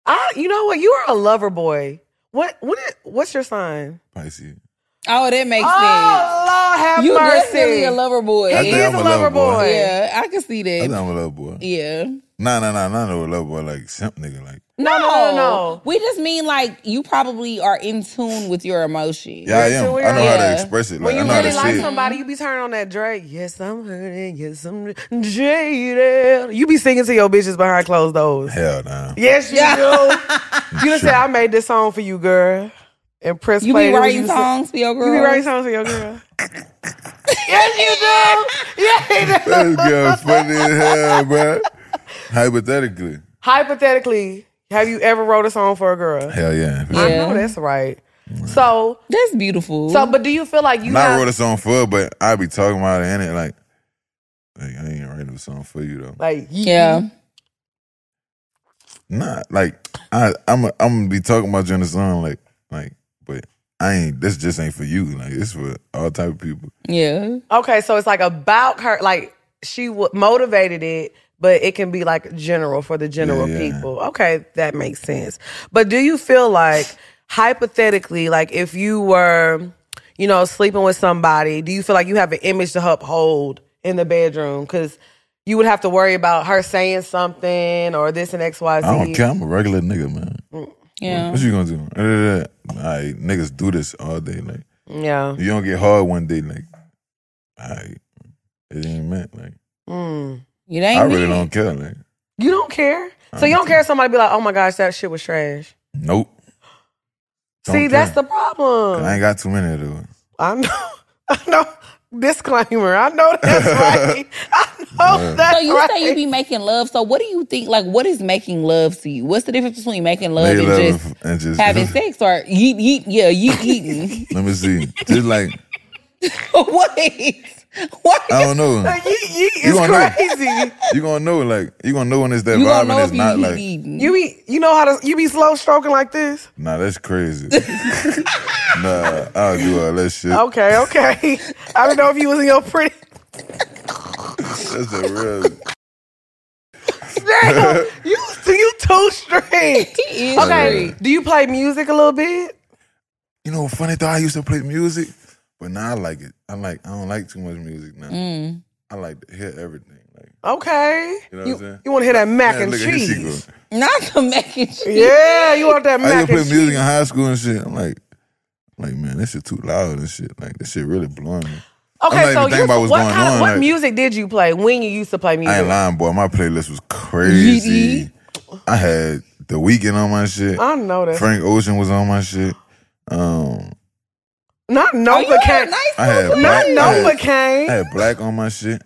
Speaker 1: I, you know what? You are a lover boy. What? What? Is, what's your sign?
Speaker 3: Pisces.
Speaker 2: Oh, that makes sense.
Speaker 1: Oh Lord, have
Speaker 2: You
Speaker 1: mercy.
Speaker 2: definitely a lover
Speaker 1: He
Speaker 3: think
Speaker 2: boy.
Speaker 1: is
Speaker 3: I'm
Speaker 1: a
Speaker 3: a
Speaker 1: lover
Speaker 3: lover boy.
Speaker 1: boy.
Speaker 2: Yeah, I can see
Speaker 3: I think
Speaker 2: that.
Speaker 3: I'm a love boy.
Speaker 2: Yeah.
Speaker 3: Nah, nah, nah, nah, no love boy like simp nigga like.
Speaker 1: No, no, no, no.
Speaker 2: We just mean like you probably are in tune with your emotions.
Speaker 3: Yeah, I
Speaker 1: That's
Speaker 3: am.
Speaker 1: who we
Speaker 3: I know
Speaker 1: are.
Speaker 3: how
Speaker 2: Yeah.
Speaker 3: to express it. Like
Speaker 1: When you
Speaker 3: I know
Speaker 1: really
Speaker 3: how to
Speaker 1: like
Speaker 3: say it.
Speaker 1: somebody, you be turning on that Drake. Yes, I'm hurting. Yes, I'm jaded. You be singing to your bitches behind closed doors.
Speaker 3: Hell nah.
Speaker 1: Yes, you do. You done said I made this song for you, girl. And press
Speaker 2: You
Speaker 1: play.
Speaker 2: be
Speaker 1: What
Speaker 2: writing
Speaker 1: you say?
Speaker 2: songs for your girl.
Speaker 1: You be writing songs for your girl. yes, you do. Yeah, you do.
Speaker 3: [laughs] This girl funny as hell, bro. Hypothetically.
Speaker 1: hypothetically, have you ever wrote a song for a girl?
Speaker 3: Hell yeah.
Speaker 1: I
Speaker 2: Yeah.
Speaker 1: know that's right. So,
Speaker 2: That's beautiful.
Speaker 1: so, but do you feel like you
Speaker 3: Not
Speaker 1: have,
Speaker 3: wrote a song for, but I be talking about it in it like, like I ain't writing a song for you though.
Speaker 1: like,
Speaker 2: yeah.
Speaker 3: Nah, like I, I'm, I'm gonna be talking about you in the song, like, like, but I ain't. This just ain't for you. Like, it's for all type of people.
Speaker 2: Yeah.
Speaker 1: okay, so it's like about her, like she w- motivated it, but it can be like general for the general
Speaker 3: Yeah, yeah.
Speaker 1: people. Okay, that makes sense. But do you feel like hypothetically, like if you were, you know, sleeping with somebody, do you feel like you have an image to uphold in the bedroom? Because you would have to worry about her saying something or this and X, Y, Z.
Speaker 3: I don't care. I'm a regular nigga, man.
Speaker 2: Yeah.
Speaker 3: What you gonna do? Uh, Alright, niggas do this all day. Like,
Speaker 1: Yeah.
Speaker 3: you don't get hard one day. Like, alright, it ain't meant. Like,
Speaker 1: Mm.
Speaker 2: You
Speaker 3: I
Speaker 2: ain't
Speaker 3: really
Speaker 2: me.
Speaker 3: don't care. Like,
Speaker 1: You don't care. So you don't care if somebody be like, oh my gosh, that shit was trash.
Speaker 3: nope. Don't
Speaker 1: See,
Speaker 3: care.
Speaker 1: that's the problem.
Speaker 3: I
Speaker 1: I,
Speaker 3: ain't got too many of those.
Speaker 1: know. [laughs] I know. Disclaimer. I know
Speaker 3: [laughs]
Speaker 1: that's right. I know that's
Speaker 2: So you
Speaker 1: right.
Speaker 2: say you be making love. So what do you think? Like, what is making love to you? What's the difference between making love
Speaker 3: Made
Speaker 2: and
Speaker 3: love
Speaker 2: just
Speaker 3: [laughs] and just
Speaker 2: having sex or
Speaker 1: [laughs]
Speaker 2: yeet yeet? Yeah, yeet yeeting.
Speaker 3: Let me see. Just like
Speaker 2: [laughs] what? Why
Speaker 3: I don't know.
Speaker 2: [laughs]
Speaker 1: [laughs] you, you,
Speaker 3: You gonna know.
Speaker 1: it's crazy.
Speaker 3: You gonna know, like you gonna know when it's that
Speaker 2: you
Speaker 3: vibe
Speaker 2: gonna know
Speaker 3: and
Speaker 2: if
Speaker 3: it's
Speaker 2: you
Speaker 3: not
Speaker 2: eat
Speaker 3: like,
Speaker 2: eating.
Speaker 1: You be you know how to you be slow stroking like this.
Speaker 3: nah, that's
Speaker 2: [laughs]
Speaker 3: crazy. nah, I'll do all that shit.
Speaker 1: Okay, okay. I don't know if you was in your pretty.
Speaker 3: [laughs]
Speaker 1: [laughs]
Speaker 3: That's a real.
Speaker 1: Damn, you you too
Speaker 2: [laughs]
Speaker 1: strict.
Speaker 2: He is
Speaker 1: Okay,
Speaker 2: strict.
Speaker 1: do you play music a little bit?
Speaker 3: You know, funny though, I used to play music, but now I like it. I like I don't like too much music now.
Speaker 2: Mm.
Speaker 3: I like to hear everything. Like
Speaker 1: Okay,
Speaker 3: you know
Speaker 1: you,
Speaker 3: what I'm saying?
Speaker 1: want to hear that mac
Speaker 3: Yeah,
Speaker 1: and
Speaker 3: look at here she go.
Speaker 1: cheese?
Speaker 2: Not the mac and cheese.
Speaker 1: Yeah, you want that
Speaker 3: I used
Speaker 1: mac
Speaker 3: to
Speaker 1: and
Speaker 3: play music
Speaker 1: cheese?
Speaker 3: in high school and shit. I'm like, I'm like man, this shit too loud and shit. Like this shit really blowing me. not
Speaker 1: Okay,
Speaker 3: even
Speaker 1: so
Speaker 3: thinking
Speaker 1: you,
Speaker 3: about what's
Speaker 1: what
Speaker 3: going
Speaker 1: kind of
Speaker 3: on,
Speaker 1: what
Speaker 3: like-
Speaker 1: music did you play when you used to play
Speaker 3: I
Speaker 1: music?
Speaker 3: ain't lying, boy. My playlist was crazy. I had The Weeknd on my shit.
Speaker 1: I know that.
Speaker 3: Frank Ocean was on my shit. Um,
Speaker 1: Not
Speaker 2: Oh, you had
Speaker 1: Novocaine.
Speaker 2: a nice
Speaker 3: I had
Speaker 2: little
Speaker 1: Not
Speaker 3: black.
Speaker 2: playlist.
Speaker 3: I had, I
Speaker 1: Novocaine.
Speaker 3: had black on my shit.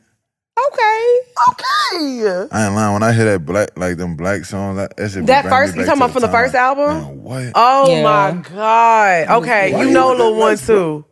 Speaker 2: Okay.
Speaker 1: Okay.
Speaker 3: I ain't lying. When I hear that black, like them black songs, that, that shit.
Speaker 1: That
Speaker 3: bring me
Speaker 1: first- you
Speaker 3: back
Speaker 1: talking
Speaker 3: to
Speaker 1: about from the
Speaker 3: time.
Speaker 1: first album?
Speaker 3: Man, what?
Speaker 1: Oh
Speaker 2: Yeah.
Speaker 1: my God. Okay,
Speaker 3: Why
Speaker 1: you
Speaker 3: you
Speaker 1: know a
Speaker 3: with
Speaker 1: little
Speaker 3: that
Speaker 1: one
Speaker 3: nice bro-
Speaker 1: too.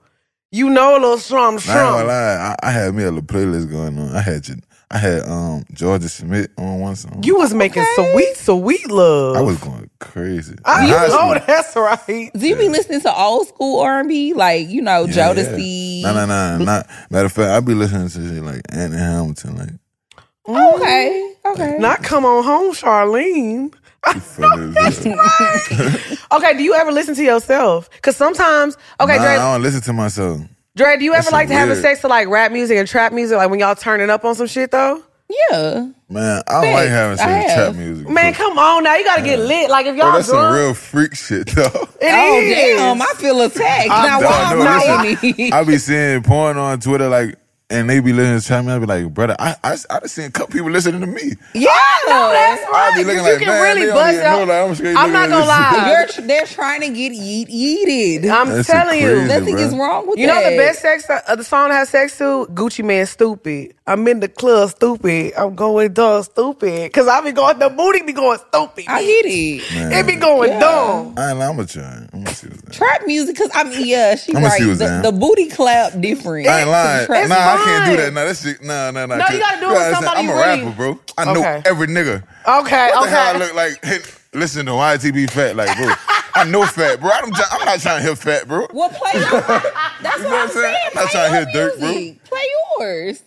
Speaker 1: You know a little strum
Speaker 3: Nah, I ain't gonna
Speaker 1: strum.
Speaker 3: lie. I, I had me a little playlist going on. I had you. I had um Georgia Smith on one song.
Speaker 1: You was making
Speaker 2: Okay.
Speaker 1: sweet, sweet love.
Speaker 3: I was going crazy.
Speaker 1: I
Speaker 3: In high school.
Speaker 1: know that's right.
Speaker 2: Do you be listening to old school R and B, like you know
Speaker 3: Yeah,
Speaker 2: Jodeci?
Speaker 3: Yeah. Nah, nah, nah. Not matter of fact, I be listening to shit like Anthony Hamilton. Like,
Speaker 2: Okay, okay.
Speaker 1: Not Mm-hmm. come on home, Charlene.
Speaker 3: you feel me?
Speaker 1: Okay, do you ever listen to yourself? Because sometimes, okay,
Speaker 3: nah,
Speaker 1: Dre,
Speaker 3: I don't listen to myself.
Speaker 1: Dre, do you ever
Speaker 3: That's
Speaker 1: like to have a
Speaker 3: weird.
Speaker 1: sex to like rap music and trap music? Like when y'all turning up on some shit though?
Speaker 2: yeah,
Speaker 3: Man, I don't
Speaker 2: Thanks,
Speaker 3: like having
Speaker 2: I
Speaker 3: some
Speaker 2: have.
Speaker 3: trap music.
Speaker 1: Man,
Speaker 3: bro.
Speaker 1: come on now. You gotta get lit. Like if y'all
Speaker 3: Bro, that's some
Speaker 1: drunk,
Speaker 3: real freak shit, though. [laughs]
Speaker 1: it
Speaker 2: Oh
Speaker 1: is.
Speaker 2: damn! I feel attacked. now
Speaker 3: done.
Speaker 2: why
Speaker 3: No,
Speaker 2: am I
Speaker 3: listen.
Speaker 2: in it?
Speaker 3: I be seeing porn on Twitter, like, and they be listening to trap music. I be like, brother, I I, I done seen a couple people listening to me.
Speaker 2: Yeah,
Speaker 1: No, that's right.
Speaker 3: I be looking
Speaker 1: 'cause
Speaker 3: like,
Speaker 1: you can
Speaker 3: man, they
Speaker 1: really
Speaker 3: don't
Speaker 1: buzz
Speaker 3: even know,
Speaker 1: out.
Speaker 3: like, I'm just
Speaker 1: [laughs]
Speaker 3: gonna
Speaker 1: I'm
Speaker 3: look
Speaker 1: not
Speaker 3: at [laughs]
Speaker 1: gonna
Speaker 3: this.
Speaker 1: lie.
Speaker 2: You're, tr- they're trying to get eat eated.
Speaker 1: I'm
Speaker 3: That's some
Speaker 1: telling you.
Speaker 3: crazy-
Speaker 2: Nothing is
Speaker 3: bruh.
Speaker 2: wrong with
Speaker 1: You know the
Speaker 2: that.
Speaker 1: best sex uh, the song to have sex to Gucci Man stupid. I'm in the club stupid. I'm going dumb stupid because I be going the booty be going stupid.
Speaker 2: I get it.
Speaker 1: It be going
Speaker 2: Yeah.
Speaker 1: dumb.
Speaker 3: I ain't lying, I'm gonna try. I'm gonna see what's that.
Speaker 2: Trap music, cause I'm yeah, she
Speaker 3: I'ma
Speaker 2: right.
Speaker 3: see what's
Speaker 2: The,
Speaker 3: down.
Speaker 2: the booty clap different.
Speaker 3: I ain't lying.
Speaker 2: Trap-
Speaker 3: nah, I can't do
Speaker 1: fine.
Speaker 3: that. Nah, that shit. Nah, nah, nah.
Speaker 1: No, you gotta do it with
Speaker 3: understand,
Speaker 1: somebody
Speaker 3: I'm a
Speaker 1: you really-
Speaker 3: rapper, bro. I know
Speaker 1: Okay.
Speaker 3: every nigga.
Speaker 1: Okay,
Speaker 3: What the hell I
Speaker 1: okay.
Speaker 3: look like? [laughs] Listen to YTB fat, like, bro. I know fat, bro. I'm, try- I'm not trying to hear fat, bro.
Speaker 2: Well,
Speaker 3: [laughs]
Speaker 2: play. Your, that's what, I'm saying.
Speaker 3: I'm not
Speaker 2: Play
Speaker 3: trying
Speaker 2: your
Speaker 3: to hear Dirk, bro.
Speaker 2: music. Play yours.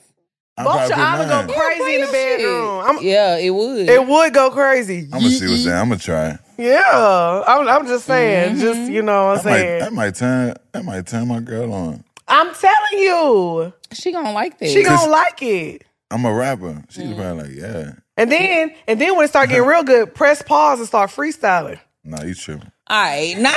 Speaker 3: I'm
Speaker 1: Both your eyes go
Speaker 2: Yeah,
Speaker 1: crazy
Speaker 2: play
Speaker 1: in the
Speaker 2: your
Speaker 1: bedroom.
Speaker 2: shit.
Speaker 1: I'm,
Speaker 2: yeah, it would.
Speaker 1: It would go crazy.
Speaker 3: I'm gonna see what's that. I'm gonna try.
Speaker 1: Yeah, I'm, I'm just saying. Just you know, what I'm
Speaker 3: That might,
Speaker 1: saying.
Speaker 3: that might turn. That might turn my girl on.
Speaker 1: I'm telling you,
Speaker 2: she gonna like that.
Speaker 1: she gonna
Speaker 3: Just-
Speaker 1: like it.
Speaker 3: I'm a rapper. She's
Speaker 1: Mm.
Speaker 3: probably like, yeah.
Speaker 1: And then, and then when it start getting real good, press pause and start freestyling.
Speaker 3: Nah, you tripping.
Speaker 2: All right, now,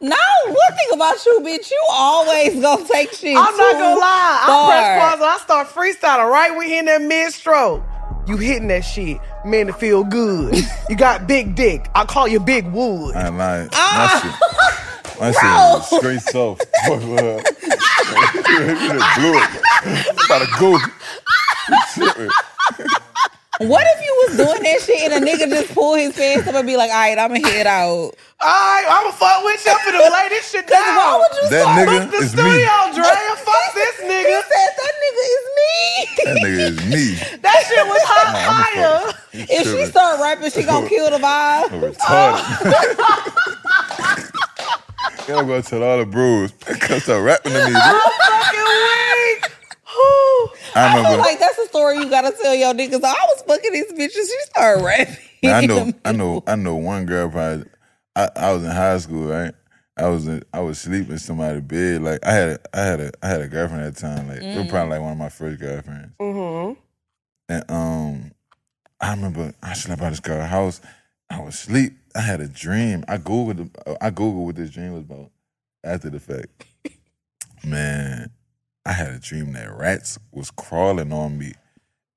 Speaker 2: now, one thing about you, bitch, you always gonna take shit.
Speaker 1: I'm not
Speaker 2: too
Speaker 1: gonna lie. I
Speaker 2: far.
Speaker 1: press pause and I start freestyling right when in that mid stroke. You hitting that shit, man, to feel
Speaker 3: [laughs]
Speaker 1: good. you got big dick. I call you Big Wood.
Speaker 3: I ain't lying.
Speaker 1: Ah.
Speaker 3: My shit. My shit. is Straight soft. [laughs] Fuck her. You done blew it. I'm about to go. You tripping.
Speaker 2: What if you was doing that shit and a nigga just pull his pants up and be like, "All right, I'ma head out."
Speaker 1: All right, I'ma fuck with you for
Speaker 3: [laughs]
Speaker 1: the lay this shit down.
Speaker 2: Why would you?
Speaker 3: That
Speaker 2: start-
Speaker 3: nigga-
Speaker 1: Fuck the
Speaker 3: It's me.
Speaker 1: studio, Drea. Fuck [laughs] this
Speaker 2: He
Speaker 1: nigga.
Speaker 2: said that nigga
Speaker 3: That
Speaker 2: is me.
Speaker 3: nigga is me.
Speaker 1: [laughs] That shit was hot fire.
Speaker 3: You
Speaker 2: If she
Speaker 3: tripping.
Speaker 2: start rapping, she gonna kill the vibe.
Speaker 3: I'm retarded. [laughs] Then I'm gonna tell all the bros. [laughs] Come start rapping to me, bro.
Speaker 1: fucking weak. Whew.
Speaker 3: I
Speaker 2: I feel
Speaker 3: remember.
Speaker 2: [laughs] like that's a story you gotta tell your niggas. I was fucking these bitches. She started rapping.
Speaker 3: Now, I know, I know, I know. One girl probably. I, I was in high school, right? I was in, I was sleeping in somebody's bed. Like I had a, I had a I had a girlfriend at the time. Like it was probably like one of my first girlfriends.
Speaker 1: Mm-hmm.
Speaker 3: And um, I remember I slept out this girl's house. I was asleep. I had a dream. I googled. the- I googled what this dream was about. After the fact, man, I had a dream that rats was crawling on me.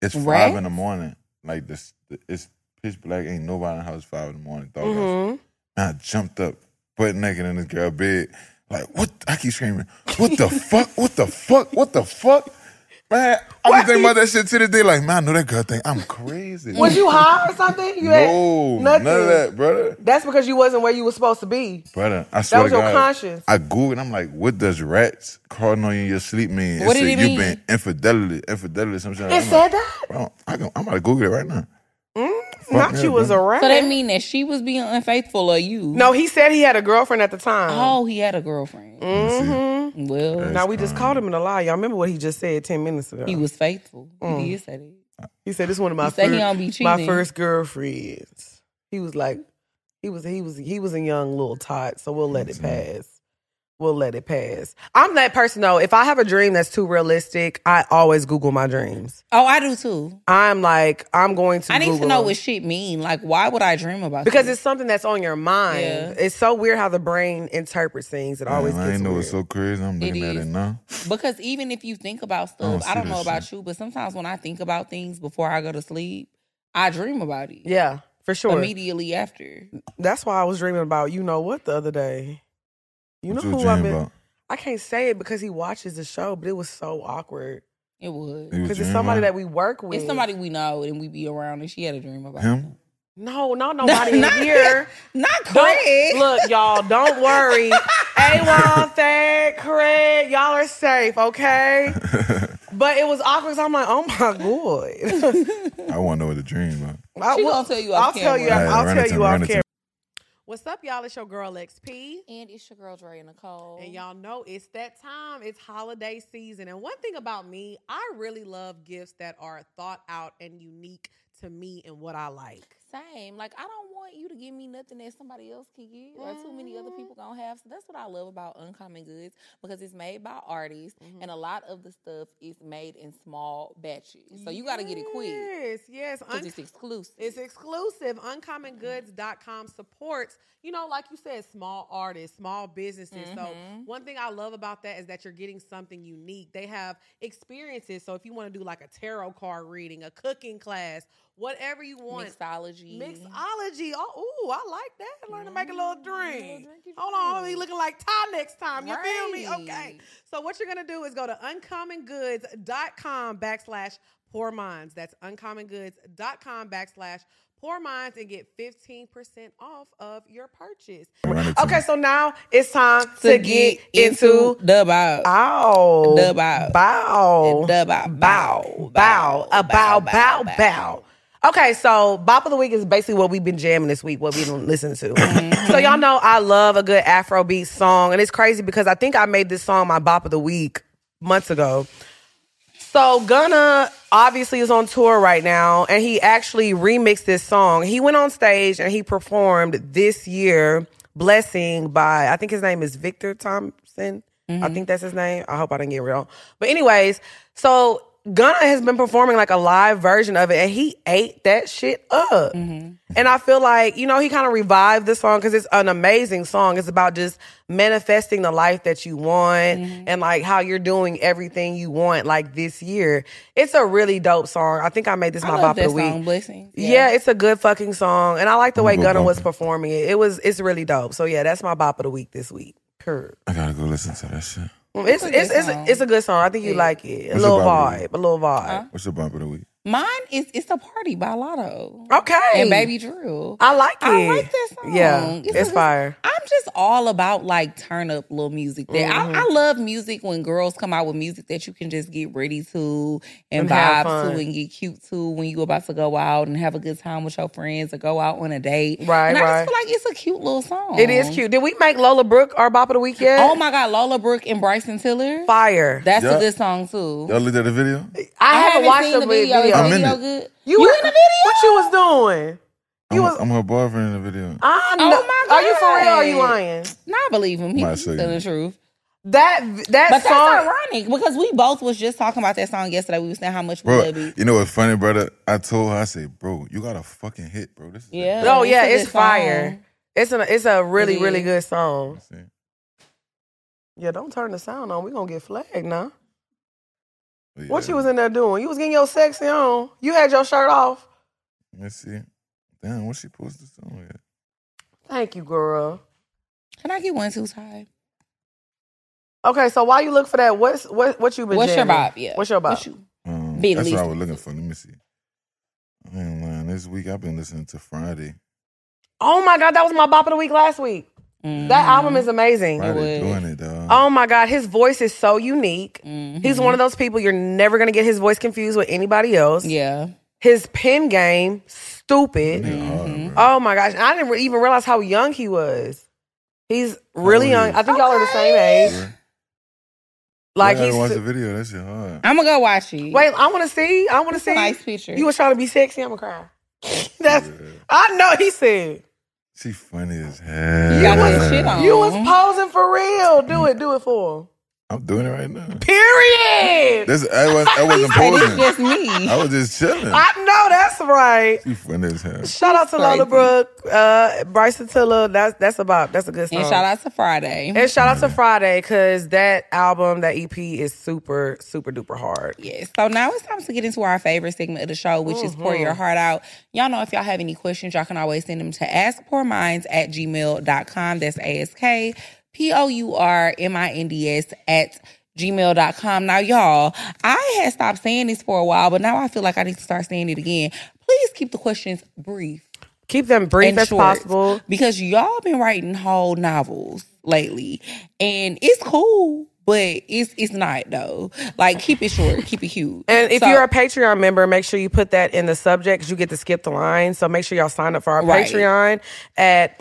Speaker 3: It's five in the morning. Like this, it's pitch black. Ain't nobody in the house. Five in the morning. Dog house.
Speaker 1: Mm-hmm.
Speaker 3: And I jumped up, butt naked in this
Speaker 1: [laughs]
Speaker 3: girl bed. Like, what? I keep screaming, what the fuck? What the fuck? What the fuck? Man, I'm thinking about that shit to this day. Like, man, I know that girl think I'm crazy.
Speaker 1: Was you high or something? You had
Speaker 3: no,
Speaker 1: nothing.
Speaker 3: none of that, brother.
Speaker 1: That's because you wasn't where you was supposed to be.
Speaker 3: Brother, I swear
Speaker 1: was
Speaker 3: to
Speaker 1: your
Speaker 3: God,
Speaker 1: conscience.
Speaker 3: I googled. I'm like, what does rats crawling on you in your sleep mean?
Speaker 2: What did
Speaker 3: said
Speaker 2: it
Speaker 3: you
Speaker 2: mean?
Speaker 3: been infidelity, infidelity, some shit.
Speaker 1: It
Speaker 3: I'm
Speaker 1: said
Speaker 3: like,
Speaker 1: that. Mm,
Speaker 3: bro, I can, I'm about to Google it right now.
Speaker 1: Not
Speaker 3: yeah,
Speaker 1: you was
Speaker 3: bro.
Speaker 1: around.
Speaker 2: [laughs] So that mean that she was being unfaithful or you?
Speaker 1: no, he said he had a girlfriend at the time.
Speaker 2: Oh, he had a girlfriend.
Speaker 1: Mm.
Speaker 3: Let me see.
Speaker 1: mm-hmm.
Speaker 2: Well,
Speaker 1: Now we just called him in a lie. Y'all remember what he just said ten minutes ago?
Speaker 2: he was faithful.
Speaker 1: Mm.
Speaker 2: He did say that.
Speaker 1: He said this one of my
Speaker 2: He said he
Speaker 1: fir-
Speaker 2: don't be
Speaker 1: my
Speaker 2: cheating.
Speaker 1: first girlfriends. He was like, he was he was he was a young little tot, so we'll let it pass. We'll let it pass. I'm that person though. If I have a dream that's too realistic, I always Google my dreams.
Speaker 2: Oh, I do too.
Speaker 1: I'm like, I'm going to.
Speaker 2: I need to
Speaker 1: Google
Speaker 2: know
Speaker 1: them.
Speaker 2: what shit mean. Like, why would I dream about
Speaker 1: because
Speaker 2: you?
Speaker 1: it's something that's on your mind.
Speaker 2: Yeah.
Speaker 1: It's so weird how the brain interprets things. It always
Speaker 3: Man, I
Speaker 1: gets
Speaker 3: ain't know
Speaker 1: weird.
Speaker 3: it's so crazy. I'm looking at
Speaker 2: is.
Speaker 3: it now.
Speaker 2: Because even if you think about
Speaker 3: I don't
Speaker 2: stuff, I
Speaker 3: see
Speaker 2: don't
Speaker 3: that
Speaker 2: know about
Speaker 3: shit.
Speaker 2: you, but sometimes when I think about things before I go to sleep, I dream about it.
Speaker 1: yeah, for sure.
Speaker 2: Immediately after.
Speaker 1: That's why I was dreaming about you know what the other day. You know
Speaker 3: What
Speaker 1: who I've
Speaker 3: dreaming
Speaker 1: been.
Speaker 3: about?
Speaker 1: I can't say it because he watches the show, but it was so awkward
Speaker 2: It was.
Speaker 3: You was
Speaker 1: because it's
Speaker 3: dreaming
Speaker 1: somebody
Speaker 3: about
Speaker 1: that we work with.
Speaker 2: It's somebody we know and we be around and she had a dream about
Speaker 3: him.
Speaker 2: it.
Speaker 1: No,
Speaker 2: [laughs]
Speaker 1: not nobody
Speaker 2: Not-
Speaker 1: in here.
Speaker 2: Not
Speaker 1: Don't,
Speaker 2: Craig.
Speaker 1: look, y'all, don't
Speaker 2: [laughs]
Speaker 1: worry. Awon, Thad, Craig, y'all are safe,
Speaker 3: [laughs]
Speaker 1: okay? But it was awkward. 'cause I'm like, oh my [laughs] god.
Speaker 3: I want to know what the
Speaker 1: [laughs]
Speaker 3: dream about.
Speaker 1: I
Speaker 2: She
Speaker 1: will-
Speaker 2: gonna tell you
Speaker 1: I'll
Speaker 2: off
Speaker 1: tell you.
Speaker 2: camera.
Speaker 3: Hey,
Speaker 1: I'll
Speaker 3: run
Speaker 1: tell
Speaker 3: it to
Speaker 1: you
Speaker 3: me,
Speaker 1: off
Speaker 3: run it to
Speaker 1: camera.
Speaker 3: me.
Speaker 1: [laughs] What's up, y'all? It's your girl XP.
Speaker 2: And it's your girl Dre and Nicole.
Speaker 1: And y'all know it's that time. It's holiday season. And one thing about me, I really love gifts that are thought out and unique to me and what I like.
Speaker 2: Same. Like I don't want you to give me nothing that somebody else can get or too many
Speaker 1: Mm-hmm.
Speaker 2: other people gonna have. So that's what I love about Uncommon Goods because it's made by artists
Speaker 1: Mm-hmm.
Speaker 2: and a lot of the stuff is made in small batches. So you gotta get it quick
Speaker 1: Yes, yes.
Speaker 2: because
Speaker 1: Un-
Speaker 2: it's exclusive.
Speaker 1: It's exclusive. Uncommongoods.com supports, you know, like you said, small artists, small businesses. So,
Speaker 2: Mm-hmm.
Speaker 1: one thing I love about that is that you're getting something unique. They have experiences. So, if you want to do like a tarot card reading, a cooking class, whatever you want,
Speaker 2: mixology.
Speaker 1: Mixology. Oh, ooh, I like that. Learn to make a little drink.
Speaker 2: drinky
Speaker 1: Hold on, I'm gonna be
Speaker 2: Mm-hmm. drink.
Speaker 1: looking like Ty next time. You feel me? Okay.
Speaker 2: Right.
Speaker 1: So what you're gonna do is go to uncommongoods.com backslash poor minds. That's uncommongoods.com backslash poor minds and get 15% off of your purchase.
Speaker 3: Run it to
Speaker 1: Okay,
Speaker 3: me.
Speaker 1: so now it's time to, get, into
Speaker 2: the bow.
Speaker 1: bow.
Speaker 2: The bow.
Speaker 1: Bow
Speaker 2: The bow.
Speaker 1: bow, bow, a bow, bow, bow. Okay, so Bop of the Week is basically what we've been jamming this week, what we've been listening to. so y'all know I love a good Afrobeat song, and it's crazy because I think I made this song my Bop of the Week months ago. So Gunna obviously is on tour right now, and he actually remixed this song. He went on stage and he performed this year "Blessing" by I think his name is Victor Thompson. I think that's his name. I hope I didn't get it wrong. But anyways, so Gunna has been performing like a live version of it, and he ate that shit up.
Speaker 2: Mm-hmm.
Speaker 1: And I feel like you know he kind of revived the song because it's an amazing song. It's about just manifesting the life that you want
Speaker 2: Mm-hmm.
Speaker 1: and like how you're doing everything you want. Like this year, it's a really dope song. I think I made this
Speaker 2: I
Speaker 1: my
Speaker 2: love
Speaker 1: bop of
Speaker 2: that
Speaker 1: the week.
Speaker 2: song, Blessings.
Speaker 1: Yeah. it's a good fucking song, and I like the way
Speaker 3: go
Speaker 1: Gunna
Speaker 3: bump
Speaker 1: was
Speaker 3: it.
Speaker 1: performing it. It was it's really dope. So yeah, that's my bop of the week this week. Period.
Speaker 3: I gotta go listen to that shit.
Speaker 1: It's
Speaker 2: a good
Speaker 1: it's it's,
Speaker 2: song.
Speaker 1: it's a good song. I think you like it. A
Speaker 3: What's
Speaker 1: little
Speaker 3: your bop of the
Speaker 1: vibe, a little vibe.
Speaker 3: What's your bump of the week?
Speaker 2: Mine is it's a party by Lotto.
Speaker 1: Okay,
Speaker 2: And Baby Drill.
Speaker 1: I like it.
Speaker 2: I like that song.
Speaker 1: Yeah,
Speaker 2: It's
Speaker 1: it's,
Speaker 2: a good-
Speaker 1: fire.
Speaker 2: I'm just all about like turn up little music. That
Speaker 1: Mm-hmm.
Speaker 2: I, I love music when girls come out with music that you can just get ready to and,
Speaker 1: And have
Speaker 2: vibe
Speaker 1: fun.
Speaker 2: to and get cute to when you about to go out and have a good time with your friends or go out on a date.
Speaker 1: Right,
Speaker 2: and I
Speaker 1: right.
Speaker 2: just feel like it's a cute little song.
Speaker 1: It is cute. Did we make Lola Brooke our bop of the week yet?
Speaker 2: Oh my God, Lola Brooke and Bryson Tiller.
Speaker 1: fire!
Speaker 2: That's
Speaker 3: Yeah.
Speaker 2: a good song too.
Speaker 3: Y'all looked at the video?
Speaker 1: I, haven't, watched
Speaker 2: seen the video. Is
Speaker 3: video.
Speaker 2: the
Speaker 3: I'm in
Speaker 2: video
Speaker 3: it.
Speaker 2: good?
Speaker 1: You, in the video? What you was doing?
Speaker 3: I'm,
Speaker 1: was-
Speaker 3: I'm her boyfriend in the video.
Speaker 1: I
Speaker 2: Oh
Speaker 1: know.
Speaker 2: my
Speaker 1: Are you for real? Or are you
Speaker 2: God.
Speaker 1: lying?
Speaker 2: No, I believe him. He-
Speaker 3: My
Speaker 2: He's telling the
Speaker 3: segment.
Speaker 2: truth.
Speaker 1: That that
Speaker 2: But that's
Speaker 1: song.
Speaker 2: ironic because we both was just talking about that song yesterday. We was saying how much we
Speaker 3: Bro,
Speaker 2: love it.
Speaker 3: you know what's funny, brother? I told her, I said, bro, you got a fucking hit, bro. This is it.
Speaker 2: Yeah.
Speaker 1: Oh yeah,
Speaker 2: a good
Speaker 1: it's fire.
Speaker 2: song.
Speaker 1: It's a it's a really
Speaker 2: It
Speaker 1: really
Speaker 2: is.
Speaker 1: good song.
Speaker 3: That's it.
Speaker 1: Yeah, don't turn the sound on. We gonna get flagged now.
Speaker 3: But
Speaker 1: What
Speaker 3: yeah,
Speaker 1: you was in there doing? You was getting your sexy on. You had your shirt off.
Speaker 3: Let me see. Damn, what she posted something like that?
Speaker 1: Thank you, girl.
Speaker 2: Can I get one too high?
Speaker 1: Okay, so while you look for that, what's what what you been?
Speaker 2: What's your
Speaker 1: jamming?
Speaker 2: vibe? Yeah.
Speaker 1: What's your vibe?
Speaker 2: you-
Speaker 3: Um,
Speaker 2: Be at
Speaker 3: that's what I
Speaker 2: least-
Speaker 3: was looking for. Let me see. Man, man, this week I've been listening to Friday.
Speaker 1: Oh my god, that was my bop of the week last week.
Speaker 2: Mhm.
Speaker 1: That album is amazing.
Speaker 3: Friday
Speaker 2: was.
Speaker 3: doing it, dog.
Speaker 1: Oh my god, his voice is so unique.
Speaker 2: Mhm.
Speaker 1: He's one of those people you're never gonna get his voice confused with anybody else.
Speaker 2: Yeah.
Speaker 1: His pen game, stupid.
Speaker 3: Nigga hard,
Speaker 2: Mm-hmm.
Speaker 3: bro.
Speaker 1: Oh my gosh, I didn't re- even realize how young he was. He's really
Speaker 3: old
Speaker 1: young.
Speaker 3: is
Speaker 1: I think y'all are the same age.
Speaker 3: Bro.
Speaker 1: Like
Speaker 3: Everybody
Speaker 1: he's
Speaker 3: watch the video. That shit hard.
Speaker 2: I'm gonna go watch it.
Speaker 1: wait. I want to see. I want to
Speaker 2: it's a
Speaker 1: see.
Speaker 2: nice picture.
Speaker 1: You was trying to be sexy. I'm gonna cry. [laughs] That's.
Speaker 3: Yeah.
Speaker 1: I know. He said
Speaker 3: She funny as hell.
Speaker 2: got my shit on.
Speaker 1: you was
Speaker 2: Mhm.
Speaker 1: posing for real. Do it. Do it for him.
Speaker 3: I'm doing it right now.
Speaker 1: Period.
Speaker 3: This I was
Speaker 1: [laughs]
Speaker 3: I wasn't
Speaker 2: Hey, this
Speaker 3: posing.
Speaker 2: just me.
Speaker 3: I was just chilling.
Speaker 1: I know that's right.
Speaker 3: She funny as hell.
Speaker 1: Shout out to
Speaker 2: crazy.
Speaker 1: Lola Brooke, uh, Bryson Tiller. That's that's about that's a good song.
Speaker 2: and shout out to Friday.
Speaker 1: And shout out to Friday because that album, that EP is super super duper hard.
Speaker 2: Yes. So now it's time to get into our favorite segment of the show, which is Pour
Speaker 1: Mm-hmm.
Speaker 2: Your Heart Out. Y'all know if y'all have any questions, y'all can always send them to askpourminds at gmail.com. That's ASK P O U R M I N D S at gmail.com. Now, y'all, I had stopped saying this for a while, but now I feel like I need to start saying it again. Please keep the questions brief
Speaker 1: Keep them brief
Speaker 2: and
Speaker 1: as
Speaker 2: short
Speaker 1: possible.
Speaker 2: because y'all been writing whole novels lately, and it's cool, but it's it's not though. Like keep it short, keep it cute.
Speaker 1: [laughs] And if
Speaker 2: So-
Speaker 1: you're a Patreon member, make sure you put that in the subject 'cause you get to skip the line. So make sure y'all sign up for our
Speaker 2: Right.
Speaker 1: Patreon at